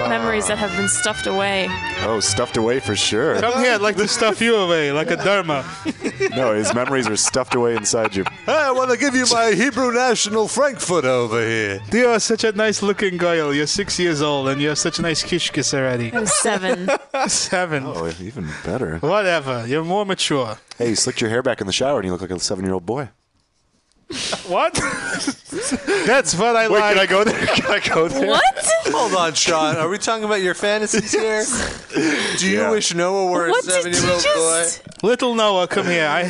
[SPEAKER 6] Memories that have been stuffed away.
[SPEAKER 4] Oh, stuffed away for sure.
[SPEAKER 3] Come here, I'd like to stuff you away, like a Dharma.
[SPEAKER 4] No, his memories are stuffed away inside you.
[SPEAKER 3] Hey, I want to give you my Hebrew national Frankfurt over here. You are such a nice looking girl. You're six years old and you have such a nice kishkis already.
[SPEAKER 6] I'm seven.
[SPEAKER 3] seven.
[SPEAKER 4] Oh, even better.
[SPEAKER 3] Whatever. You're more mature.
[SPEAKER 4] Hey, you slicked your hair back in the shower and you look like a seven year old boy.
[SPEAKER 3] What? That's what I
[SPEAKER 4] Wait,
[SPEAKER 3] like.
[SPEAKER 4] can I go there? Can I go there?
[SPEAKER 2] Hold on, Sean. Are we talking about your fantasies here? Do you
[SPEAKER 3] Yeah.
[SPEAKER 2] wish Noah were
[SPEAKER 3] What
[SPEAKER 2] a
[SPEAKER 3] did you
[SPEAKER 2] seven-year-old boy?
[SPEAKER 3] just- Little Noah, come here. I,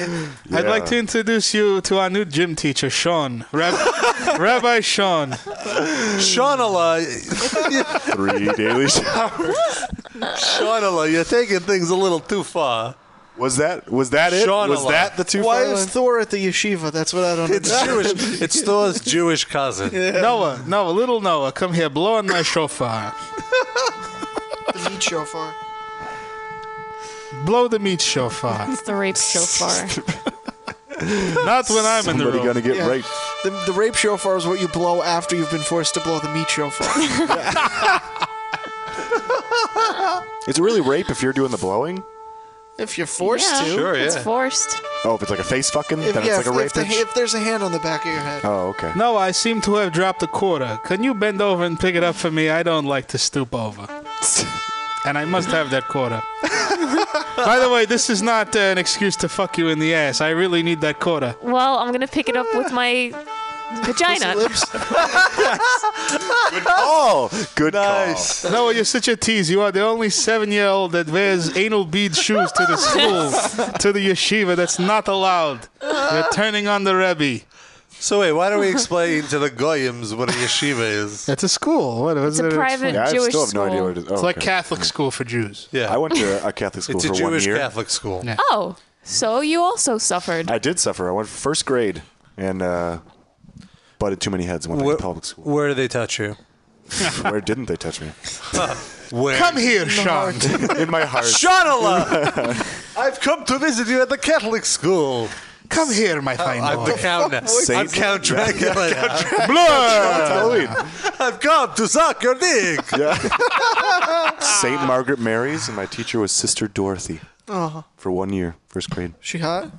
[SPEAKER 3] I'd
[SPEAKER 2] Yeah.
[SPEAKER 3] like to introduce you to our new gym teacher, Sean. Rab- Rabbi Sean.
[SPEAKER 2] Shaunala,
[SPEAKER 4] Three daily showers.
[SPEAKER 2] Shaunala, you're taking things a little too far.
[SPEAKER 4] Was that was that it? Was that the two?
[SPEAKER 7] Why
[SPEAKER 4] far
[SPEAKER 7] is
[SPEAKER 4] line?
[SPEAKER 7] Thor at the yeshiva? That's what I don't.
[SPEAKER 2] It's Jewish. It's Thor's Jewish cousin.
[SPEAKER 3] Noah, Noah, little Noah, come here. Blow on my shofar.
[SPEAKER 7] The meat shofar.
[SPEAKER 3] Blow the meat shofar.
[SPEAKER 6] It's the rape shofar.
[SPEAKER 3] Not when I'm in the
[SPEAKER 4] Somebody
[SPEAKER 3] room.
[SPEAKER 4] gonna get
[SPEAKER 7] Yeah.
[SPEAKER 4] raped.
[SPEAKER 7] The, the rape shofar is what you blow after you've been forced to blow the meat shofar.
[SPEAKER 4] Is it really rape if you're doing the blowing?
[SPEAKER 7] if you're forced
[SPEAKER 6] Yeah,
[SPEAKER 7] to,
[SPEAKER 4] Sure,
[SPEAKER 6] It's
[SPEAKER 4] yeah.
[SPEAKER 6] forced.
[SPEAKER 4] Oh, if it's like a face fucking,
[SPEAKER 7] If,
[SPEAKER 4] then
[SPEAKER 7] yeah,
[SPEAKER 4] it's like
[SPEAKER 7] if, if,
[SPEAKER 4] a rape.
[SPEAKER 7] the,
[SPEAKER 4] bitch?
[SPEAKER 7] if there's a hand on the back of your head.
[SPEAKER 4] oh, okay.
[SPEAKER 3] No, I seem to have dropped a quarter. Can you bend over and pick it up for me? I don't like to stoop over. And I must have that quarter. By the way, this is not uh, an excuse to fuck you in the ass. I really need that quarter.
[SPEAKER 6] Well, I'm gonna pick it up with my vagina.
[SPEAKER 4] Oh, good
[SPEAKER 3] nice. No, you're such a tease. You are the only seven-year-old that wears anal bead shoes to the school, to the yeshiva. That's not allowed. You're turning on the Rebbe.
[SPEAKER 2] So wait, why don't we explain to the goyims what a yeshiva is?
[SPEAKER 3] It's a school. What? It's
[SPEAKER 6] a private Yeah, I Jewish still have no
[SPEAKER 4] idea what it is. Oh,
[SPEAKER 3] it's like
[SPEAKER 4] okay.
[SPEAKER 3] Catholic school for Jews.
[SPEAKER 2] Yeah.
[SPEAKER 4] I went to a Catholic school
[SPEAKER 2] It's a
[SPEAKER 4] for one
[SPEAKER 2] Jewish
[SPEAKER 4] year.
[SPEAKER 2] Catholic school.
[SPEAKER 6] Oh, so you also suffered.
[SPEAKER 4] I did suffer. I went first grade and uh, butted too many heads and went back to public school.
[SPEAKER 2] Where do they touch you?
[SPEAKER 4] Where didn't they touch me?
[SPEAKER 2] Where?
[SPEAKER 3] Come here, Sean.
[SPEAKER 4] In my heart.
[SPEAKER 2] Shaunala! I've come to visit you at the Catholic school.
[SPEAKER 3] Come here, my fine
[SPEAKER 2] Uh, I'm
[SPEAKER 3] boy.
[SPEAKER 2] the Count now.
[SPEAKER 3] Saint-
[SPEAKER 2] I'm Count
[SPEAKER 3] Yeah, yeah,
[SPEAKER 2] Dracula.
[SPEAKER 3] Count
[SPEAKER 2] now.
[SPEAKER 3] Dracula. Blood!
[SPEAKER 2] I've come to suck your dick.
[SPEAKER 4] St. Margaret Mary's, and my teacher was Sister Dorothy
[SPEAKER 7] Oh.
[SPEAKER 4] for one year, first grade.
[SPEAKER 7] She hot?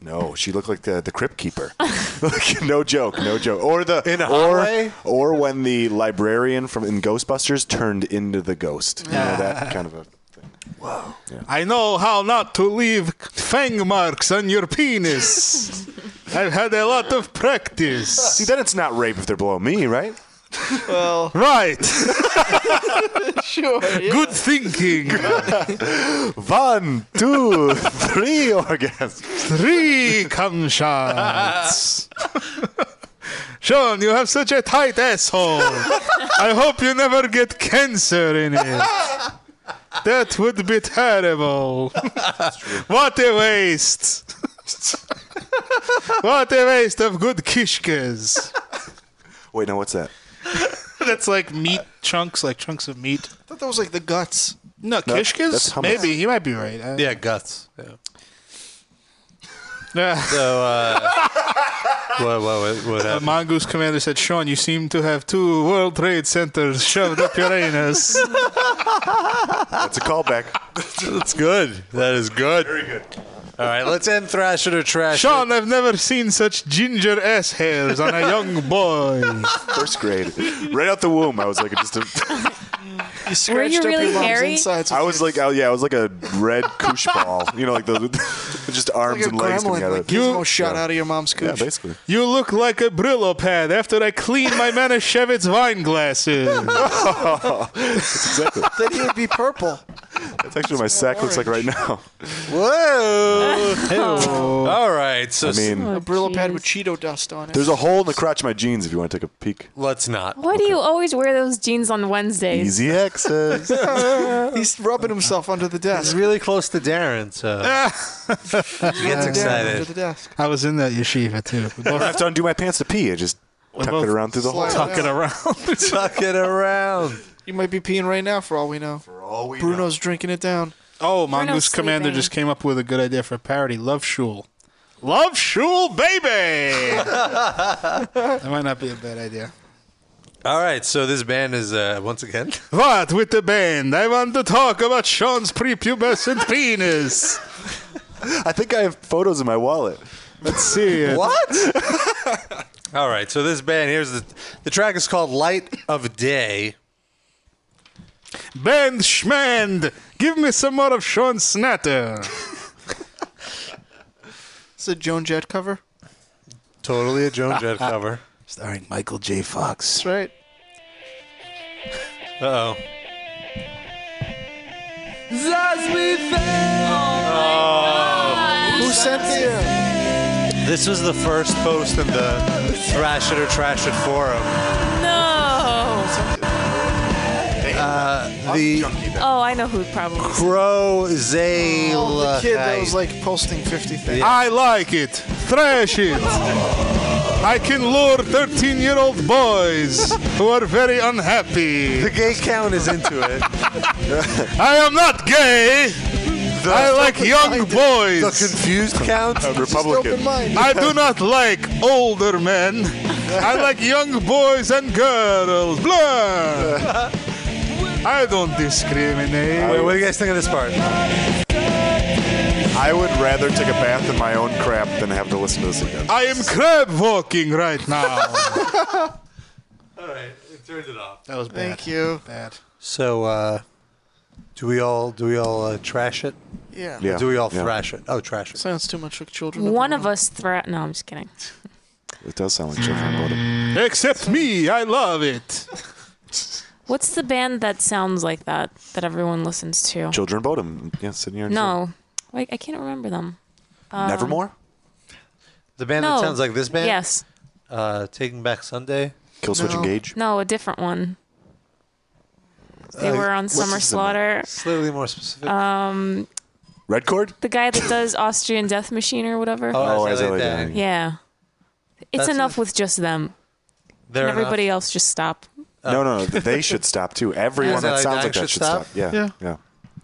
[SPEAKER 4] No, she looked like the, the crypt keeper. Like, no joke, no joke. Or the
[SPEAKER 2] In a hot
[SPEAKER 4] or,
[SPEAKER 2] way?
[SPEAKER 4] or when the librarian from in Ghostbusters turned into the ghost. You know, that kind of a
[SPEAKER 3] I know how not to leave fang marks on your penis. I've had a lot of practice. See,
[SPEAKER 4] then it's not rape if they're below me, right?
[SPEAKER 3] Well, right.
[SPEAKER 7] sure.
[SPEAKER 3] Good thinking.
[SPEAKER 4] One, two, three orgasms.
[SPEAKER 3] Three cum shots. Sean, you have such a tight asshole. I hope you never get cancer in it. That would be terrible. what a waste. what a waste of good kishkas.
[SPEAKER 4] Wait, no, what's that?
[SPEAKER 3] That's like meat chunks, like chunks of meat.
[SPEAKER 7] I thought that was like the guts.
[SPEAKER 3] No, kishkas? Maybe. You might be right. I-
[SPEAKER 2] Yeah, guts. Yeah.
[SPEAKER 3] Yeah.
[SPEAKER 2] So, uh, what, what, what, what
[SPEAKER 3] The
[SPEAKER 2] happened?
[SPEAKER 3] mongoose commander said, Sean, you seem to have two World Trade Centers shoved up your anus.
[SPEAKER 4] That's a callback.
[SPEAKER 2] That's good. That is good. Very good. All right, let's end thrash it or trash.
[SPEAKER 3] Sean, I've never seen such ginger ass hairs on a young boy.
[SPEAKER 4] First grade. Right out the womb, I was like just a.
[SPEAKER 7] You
[SPEAKER 6] Were you
[SPEAKER 7] scratched up
[SPEAKER 6] really
[SPEAKER 7] your mom's
[SPEAKER 6] hairy?
[SPEAKER 7] insides with
[SPEAKER 4] I was like, oh, yeah, I was like a red koosh ball. You know, like the just arms
[SPEAKER 7] like a
[SPEAKER 4] and legs
[SPEAKER 7] gremlin,
[SPEAKER 4] coming out of
[SPEAKER 7] like
[SPEAKER 4] it.
[SPEAKER 7] Gizmo shot out of your mom's
[SPEAKER 4] Yeah,
[SPEAKER 7] cooch.
[SPEAKER 4] basically.
[SPEAKER 3] You look like a Brillo pad after I clean my Manischewitz wine glasses.
[SPEAKER 4] That's exactly.
[SPEAKER 7] then he would be purple.
[SPEAKER 4] That's actually what my sack looks like right now.
[SPEAKER 2] Whoa.
[SPEAKER 6] Oh.
[SPEAKER 2] All right. So
[SPEAKER 4] I mean-
[SPEAKER 7] a Brillo pad with Cheeto dust on it.
[SPEAKER 4] There's a hole in the crotch of my jeans if you want to take a peek.
[SPEAKER 2] Let's not.
[SPEAKER 6] Why do you always wear those jeans on Wednesdays?
[SPEAKER 4] Easy access.
[SPEAKER 7] He's rubbing himself under the
[SPEAKER 2] It's
[SPEAKER 7] desk.
[SPEAKER 2] really close to Darren, so he gets
[SPEAKER 7] Under the
[SPEAKER 2] excited.
[SPEAKER 7] desk.
[SPEAKER 3] I was in that yeshiva too.
[SPEAKER 4] I don't have to undo my pants to pee. I just tuck it around through the hole.
[SPEAKER 7] Slide it
[SPEAKER 2] around. Tuck it around.
[SPEAKER 7] You might be peeing right now, for all we know. For
[SPEAKER 4] all we
[SPEAKER 7] Bruno's drinking it down.
[SPEAKER 3] Oh, Mongoose Commander just came up with a good idea for a parody. Love Shul. Love Shul, baby! that might not be a bad idea.
[SPEAKER 2] All right. So this band is uh, once again.
[SPEAKER 3] What with the band? I want to talk about Sean's prepubescent penis.
[SPEAKER 4] I think I have photos in my wallet.
[SPEAKER 3] Let's see. it.
[SPEAKER 2] All right. So this band here's the the track is called Light of Day.
[SPEAKER 3] Band Schmand, give me some more of Sean Snatter.
[SPEAKER 7] It's a Joan Jett cover.
[SPEAKER 2] Totally a Joan Jett cover.
[SPEAKER 7] Starring Michael J. Fox. That's right.
[SPEAKER 2] Uh oh.
[SPEAKER 7] Who sent the
[SPEAKER 2] This was the first post in the Thrash It or Trash It forum.
[SPEAKER 6] No.
[SPEAKER 2] Uh, the
[SPEAKER 6] Oh, I know who probably.
[SPEAKER 2] Crow Zay.
[SPEAKER 7] Oh, the kid that was like posting 50 things.
[SPEAKER 3] I like it. Thrash it. I can lure 13 year old boys who are very unhappy.
[SPEAKER 2] The gay count is into it.
[SPEAKER 3] I am not gay. I like young boys.
[SPEAKER 4] The confused count? Republican.
[SPEAKER 3] I do not like older men. I like young boys and girls. Blah. I don't discriminate.
[SPEAKER 2] Wait, what do you guys think of this part?
[SPEAKER 4] I would rather take a bath in my own crap than have to listen to this again.
[SPEAKER 3] I am crab walking right now.
[SPEAKER 2] All right, it turned it off.
[SPEAKER 3] That was bad.
[SPEAKER 7] Oh. Thank you.
[SPEAKER 3] Bad.
[SPEAKER 2] So, uh, do we all do we all uh, trash it?
[SPEAKER 7] Yeah.
[SPEAKER 2] Or Do we all thrash it? Oh, trash it.
[SPEAKER 7] Sounds too much like children. of
[SPEAKER 6] One of us threat. No, I'm just kidding.
[SPEAKER 4] It does sound like children wrote it.
[SPEAKER 3] Except me, I love it.
[SPEAKER 6] What's the band that sounds like that that everyone listens to?
[SPEAKER 4] Children Bodum. Yeah, sitting here.
[SPEAKER 6] No, like I can't remember them. Um,
[SPEAKER 4] Nevermore?
[SPEAKER 2] The band
[SPEAKER 6] no.
[SPEAKER 2] that sounds like this band.
[SPEAKER 6] Yes.
[SPEAKER 2] Uh, Taking Back Sunday.
[SPEAKER 4] Kill Switch
[SPEAKER 6] no.
[SPEAKER 4] Engage.
[SPEAKER 6] No, a different one. They
[SPEAKER 4] Uh,
[SPEAKER 6] were on
[SPEAKER 4] what's
[SPEAKER 6] Summer
[SPEAKER 4] this
[SPEAKER 6] Slaughter.
[SPEAKER 2] Slightly more specific.
[SPEAKER 6] Um,
[SPEAKER 4] Red Chord?
[SPEAKER 6] the guy that does Austrian Death Machine or whatever.
[SPEAKER 4] Oh, As I As I Lay Lay
[SPEAKER 6] yeah.
[SPEAKER 4] Dying. Dying.
[SPEAKER 6] It's
[SPEAKER 4] That's
[SPEAKER 6] enough with just them.
[SPEAKER 2] There
[SPEAKER 6] and everybody else just stop.
[SPEAKER 4] no, no, no. They should stop too. Everyone
[SPEAKER 2] Is it
[SPEAKER 4] that
[SPEAKER 2] like
[SPEAKER 4] sounds
[SPEAKER 2] that
[SPEAKER 4] like
[SPEAKER 2] should
[SPEAKER 4] that should
[SPEAKER 2] stop?
[SPEAKER 4] stop. Yeah,
[SPEAKER 2] Yeah.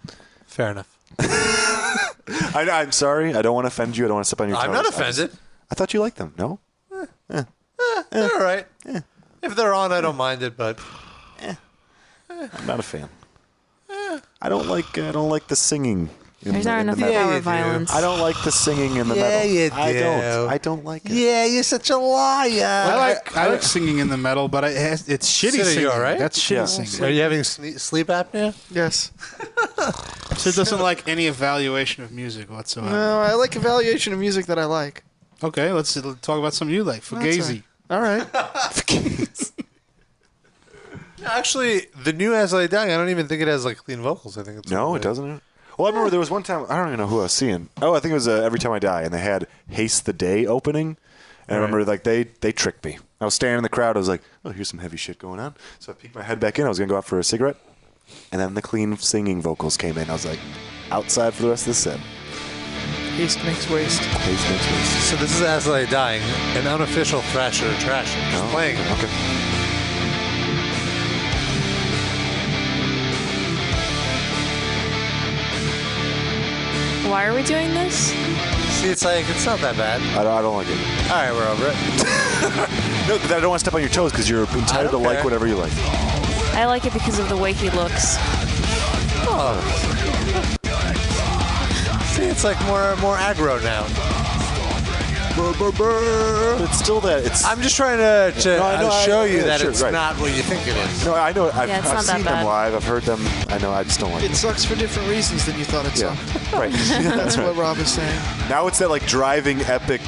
[SPEAKER 4] yeah.
[SPEAKER 2] Fair enough.
[SPEAKER 4] I, I'm sorry. I don't want to offend you. I don't want to step on your toes.
[SPEAKER 2] I'm not
[SPEAKER 4] I just-
[SPEAKER 2] offended.
[SPEAKER 4] I thought you liked them. No.
[SPEAKER 2] Eh, they're all right. If they're on, I don't mind it, but
[SPEAKER 4] I'm not a fan.
[SPEAKER 2] Eh.
[SPEAKER 4] I don't like. I don't like the singing. In
[SPEAKER 6] There's
[SPEAKER 4] the,
[SPEAKER 6] not
[SPEAKER 4] in the
[SPEAKER 6] enough
[SPEAKER 4] metal.
[SPEAKER 6] power Yeah, you do. violence.
[SPEAKER 4] I don't like the singing in the
[SPEAKER 2] Yeah,
[SPEAKER 4] metal.
[SPEAKER 2] you
[SPEAKER 4] I
[SPEAKER 2] do.
[SPEAKER 4] don't. I don't like it.
[SPEAKER 2] yeah, you're such a liar.
[SPEAKER 3] I like I like singing in the metal, but I, it's shitty
[SPEAKER 2] Sid, are
[SPEAKER 3] singing.
[SPEAKER 2] you all right?
[SPEAKER 3] That's shitty singing.
[SPEAKER 2] Are you having sne- sleep apnea?
[SPEAKER 7] Yes.
[SPEAKER 3] So it doesn't like any evaluation of music whatsoever.
[SPEAKER 7] No, I like evaluation of music that I like.
[SPEAKER 3] Okay, let's let's talk about some you like. Fugazi.
[SPEAKER 7] All right.
[SPEAKER 2] Actually, the new As I Dying, I don't even think it has like clean vocals. I think it's
[SPEAKER 4] No, it doesn't. Well, I remember there was one time I don't even know who I was seeing. Oh, I think it was uh, Every Time I Die, and they had "Haste the Day" opening, and I remember like they they tricked me. I was standing in the crowd. I was like, "Oh, here's some heavy shit going on." So I peeked my head back in. I was gonna go out for a cigarette, and then the clean singing vocals came in. I was like, "Outside for the rest of the set."
[SPEAKER 7] Haste makes waste.
[SPEAKER 4] Haste makes waste.
[SPEAKER 2] So this is As I Dying, an unofficial Thrasher or Trasher. Just playing.
[SPEAKER 4] Okay.
[SPEAKER 6] Why are we doing this?
[SPEAKER 2] See, it's like it's not that bad.
[SPEAKER 4] I don't, I don't like it.
[SPEAKER 2] All right, we're over it.
[SPEAKER 4] no, 'cause I don't want to step on your toes because you're entitled to
[SPEAKER 2] don't
[SPEAKER 4] like
[SPEAKER 2] care.
[SPEAKER 4] whatever you like.
[SPEAKER 6] I like it because of the way he looks.
[SPEAKER 2] Oh. See, it's like more more aggro now.
[SPEAKER 4] It's still that. It's.
[SPEAKER 2] I'm just trying to, to
[SPEAKER 4] No, I know,
[SPEAKER 2] uh,
[SPEAKER 4] I-
[SPEAKER 2] show you
[SPEAKER 4] yeah,
[SPEAKER 2] that
[SPEAKER 4] sure,
[SPEAKER 2] it's
[SPEAKER 4] right.
[SPEAKER 2] not what you think it is.
[SPEAKER 4] No, I know. I've,
[SPEAKER 7] Yeah, it's
[SPEAKER 4] I've
[SPEAKER 7] not that
[SPEAKER 4] seen
[SPEAKER 7] bad.
[SPEAKER 4] them live. I've heard them. I know. I just don't like.
[SPEAKER 7] It sucks for different reasons than you thought it
[SPEAKER 4] Yeah,
[SPEAKER 7] sucked.
[SPEAKER 4] right.
[SPEAKER 7] That's what Rob is saying.
[SPEAKER 4] Now it's that like driving epic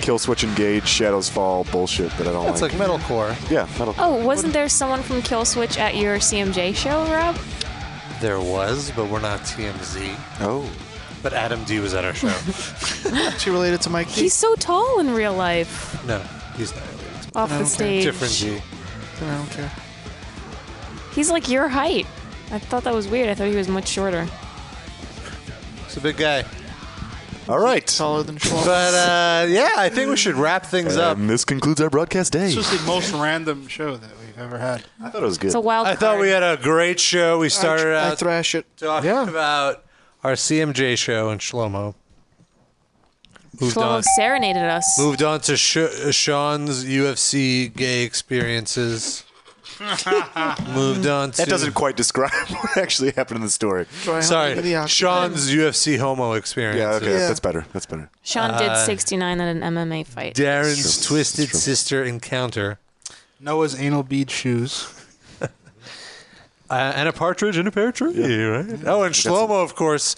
[SPEAKER 4] kill switch engage shadows fall bullshit that I don't
[SPEAKER 2] It's like
[SPEAKER 4] like.
[SPEAKER 2] metalcore.
[SPEAKER 7] Oh.
[SPEAKER 4] yeah, metal.
[SPEAKER 6] Oh, wasn't there someone from Killswitch at your CMJ show, Rob?
[SPEAKER 2] There was, but we're not TMZ.
[SPEAKER 4] Oh.
[SPEAKER 2] But Adam D was at our show.
[SPEAKER 7] she related to Mike.
[SPEAKER 6] He's so tall in real life.
[SPEAKER 2] no, he's not.
[SPEAKER 6] Off
[SPEAKER 7] I
[SPEAKER 6] the
[SPEAKER 7] don't care.
[SPEAKER 6] stage.
[SPEAKER 2] Different D.
[SPEAKER 7] I don't care.
[SPEAKER 6] He's like your height. I thought that was weird. I thought he was much shorter.
[SPEAKER 2] He's a big guy.
[SPEAKER 4] All right.
[SPEAKER 7] Taller than Schwartz.
[SPEAKER 2] But uh, yeah, I think we should wrap things up.
[SPEAKER 4] And this concludes our broadcast day.
[SPEAKER 13] It's just the most random show that we've ever had.
[SPEAKER 4] I thought it was good.
[SPEAKER 6] It's a wild
[SPEAKER 2] I thought we had a great show. We started
[SPEAKER 7] I
[SPEAKER 2] out
[SPEAKER 7] thrash it.
[SPEAKER 2] talking about our CMJ show in Shlomo. Moved
[SPEAKER 6] Shlomo
[SPEAKER 2] on.
[SPEAKER 6] serenaded us.
[SPEAKER 2] Moved on to Sh- uh, Sean's UFC gay experiences. Moved on to
[SPEAKER 4] That doesn't quite describe what actually happened in the story.
[SPEAKER 2] Sorry, Sean's UFC homo experience.
[SPEAKER 4] Yeah, okay, that's better. That's better.
[SPEAKER 6] Sean did 69 at an MMA fight.
[SPEAKER 2] Darren's twisted sister encounter.
[SPEAKER 13] Noah's anal bead shoes.
[SPEAKER 2] Uh, and a partridge in a pear tree, right? Oh, and Shlomo, of course,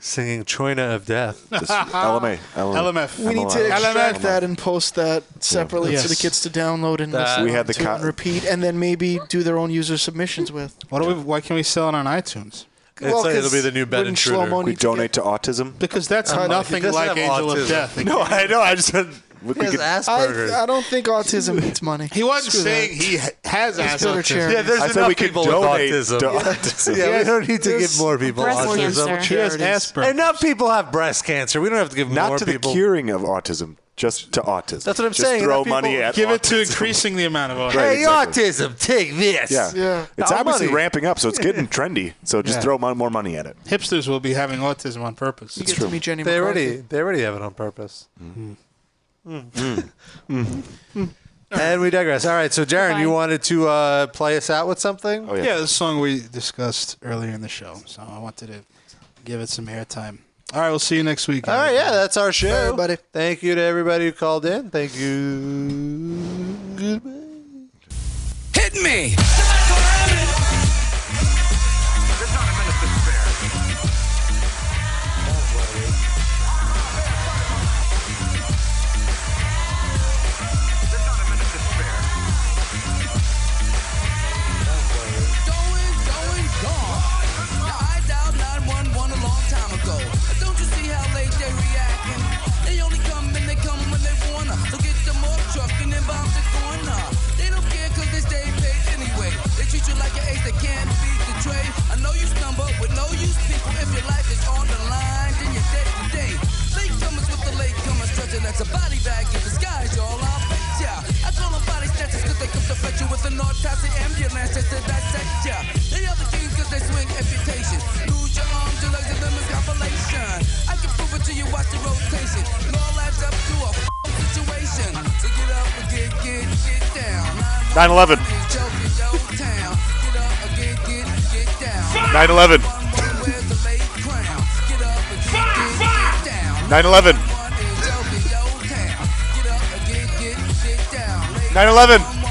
[SPEAKER 2] singing Choina of Death.
[SPEAKER 4] Just LMA,
[SPEAKER 13] LMF.
[SPEAKER 7] We need to extract that and post that separately for the kids to download and
[SPEAKER 13] That-
[SPEAKER 7] listen
[SPEAKER 13] We had the
[SPEAKER 7] to
[SPEAKER 13] co-
[SPEAKER 7] and repeat, and then maybe do their own user submissions with.
[SPEAKER 13] What do we? Why can't we sell it on iTunes?
[SPEAKER 7] It's Well, like it'll 'cause be the new Bed wouldn't Intruder. Shlomo
[SPEAKER 4] We
[SPEAKER 7] need to
[SPEAKER 4] donate to autism
[SPEAKER 13] because that's
[SPEAKER 7] um,
[SPEAKER 13] nothing like Angel of Death.
[SPEAKER 4] No, I know. I just said we could.
[SPEAKER 7] I, I don't think autism needs money.
[SPEAKER 13] He wasn't saying he ha- has
[SPEAKER 7] Let's go to
[SPEAKER 13] Asperger's.
[SPEAKER 7] charity. Yeah, there's
[SPEAKER 4] I said we could donate to autism.
[SPEAKER 2] yeah, we don't need to give more people
[SPEAKER 4] breast
[SPEAKER 2] autism.
[SPEAKER 4] cancer. He has Asperger's.
[SPEAKER 2] Enough people have breast cancer. We don't have to give
[SPEAKER 4] Not
[SPEAKER 2] more
[SPEAKER 4] to the
[SPEAKER 2] people.
[SPEAKER 4] curing of autism, just to autism.
[SPEAKER 2] That's what I'm
[SPEAKER 4] Just
[SPEAKER 2] saying.
[SPEAKER 4] Throw
[SPEAKER 2] Enough
[SPEAKER 4] money
[SPEAKER 2] people-
[SPEAKER 4] at
[SPEAKER 13] Give it to
[SPEAKER 4] autism.
[SPEAKER 13] increasing the amount of autism.
[SPEAKER 4] Right,
[SPEAKER 2] hey,
[SPEAKER 4] exactly.
[SPEAKER 2] autism, take this.
[SPEAKER 4] Yeah, It's
[SPEAKER 13] Our
[SPEAKER 4] obviously
[SPEAKER 13] money.
[SPEAKER 4] ramping up, so it's getting trendy. So just
[SPEAKER 13] Yeah.
[SPEAKER 4] throw mon- more money at it.
[SPEAKER 13] Hipsters will be having autism on purpose.
[SPEAKER 7] You get to meet Jenny
[SPEAKER 2] They already,
[SPEAKER 7] McCarthy. Mm.
[SPEAKER 2] they already have it on purpose. Mm. And we digress. All right, so Darren, you wanted to uh, play us out with something?
[SPEAKER 3] Oh,
[SPEAKER 13] yeah. the song we discussed earlier in the show. So I wanted to give it some airtime. All right, we'll see you next week.
[SPEAKER 2] All right, yeah, that's our show. everybody. Thank you to everybody who called in. Thank you. Goodbye.
[SPEAKER 16] Hit me!
[SPEAKER 1] Going, going, gone. Now I dialed 911 a long time ago. Don't you see how late they reacting? They only come and they come when they wanna. So get the more truck and then bomb the corner. They don't care cause they stay paid anyway. They treat you like an ace that can't beat the tray. I know you stumble with no use people. If your life is on the line, then you're dead today. Late comers with the late comers stretching. That's a body bag in disguise, y'all. I'll bet ya. I call them body snatchers cause they come to fetch you with an autopsy ambulance just to dissect ya. They are the kings cause they swing imputations. Lose your arms, your legs, and limbs, compilation. I can prove it to you, watch the rotation. It all adds up to a f***ing situation. So get up and get, get, get down.
[SPEAKER 4] 9/11. 9/11. 9/11.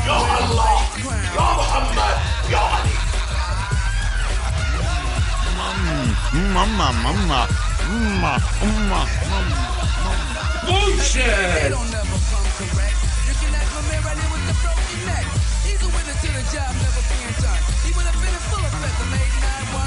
[SPEAKER 4] 9/11.
[SPEAKER 9] Mama, mama, mama, mama, mama.
[SPEAKER 1] They don't never come correct. You can act my man right here with the broken neck. He's a witness to the job never being done. He would have been in full effect the late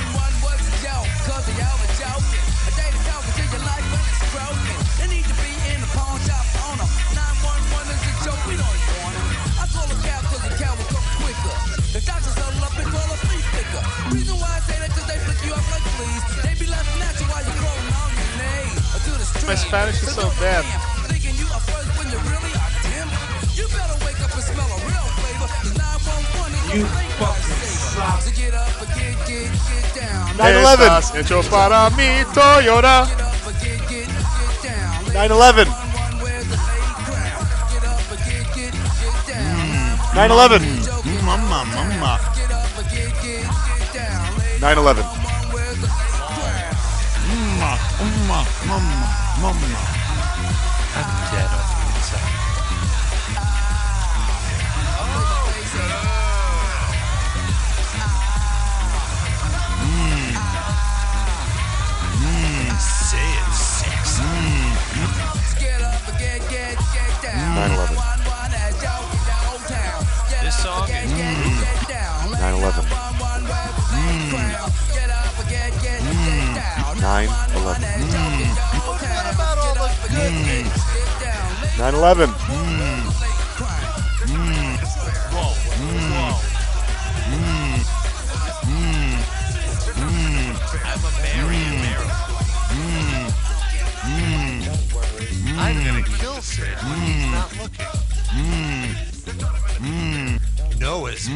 [SPEAKER 1] 911 was a joke. Cause of y'all are joking. A day to talk until your life when it's broken. They need to be in the pawn shop on 'em. 911 is a joke, we don't want 'em. I call a cow cause a cow will come quicker. The doctors huddle up and call a flea flicker. Reason why I say that cause they flick you up like fleas. They be laughing at you while you're crawling on your knees. Or to the
[SPEAKER 13] My
[SPEAKER 1] street.
[SPEAKER 13] Spanish is so bad.
[SPEAKER 1] Thinking you are first when you really are dim. You better wake up and smell a real flavor. 911 is a fake lifesaver. So get up and get, get, get down.
[SPEAKER 4] 9/11.
[SPEAKER 13] Estás hecho para mí, Toyota.
[SPEAKER 4] 9/11. 9/11. 9/11.
[SPEAKER 9] Mama, mama, mama, mama. I'm dead on the inside.
[SPEAKER 1] Say it sexy. Get up and get, get, get down.
[SPEAKER 4] 9/11.
[SPEAKER 1] 911 as y'all get down town. Get
[SPEAKER 9] This
[SPEAKER 1] up and
[SPEAKER 9] song
[SPEAKER 1] get,
[SPEAKER 9] is-
[SPEAKER 1] get, get down.
[SPEAKER 4] 9/11.
[SPEAKER 1] Get up
[SPEAKER 4] 9/11.
[SPEAKER 1] What about all the good things?
[SPEAKER 4] 9/11.
[SPEAKER 16] Mmm. Mmm.
[SPEAKER 9] I'm gonna kill Sarah when he's not looking. Noah's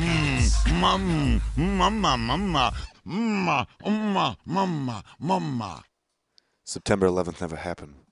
[SPEAKER 9] mama, mama, mama, mama, mama, mama.
[SPEAKER 4] September 11th never happened.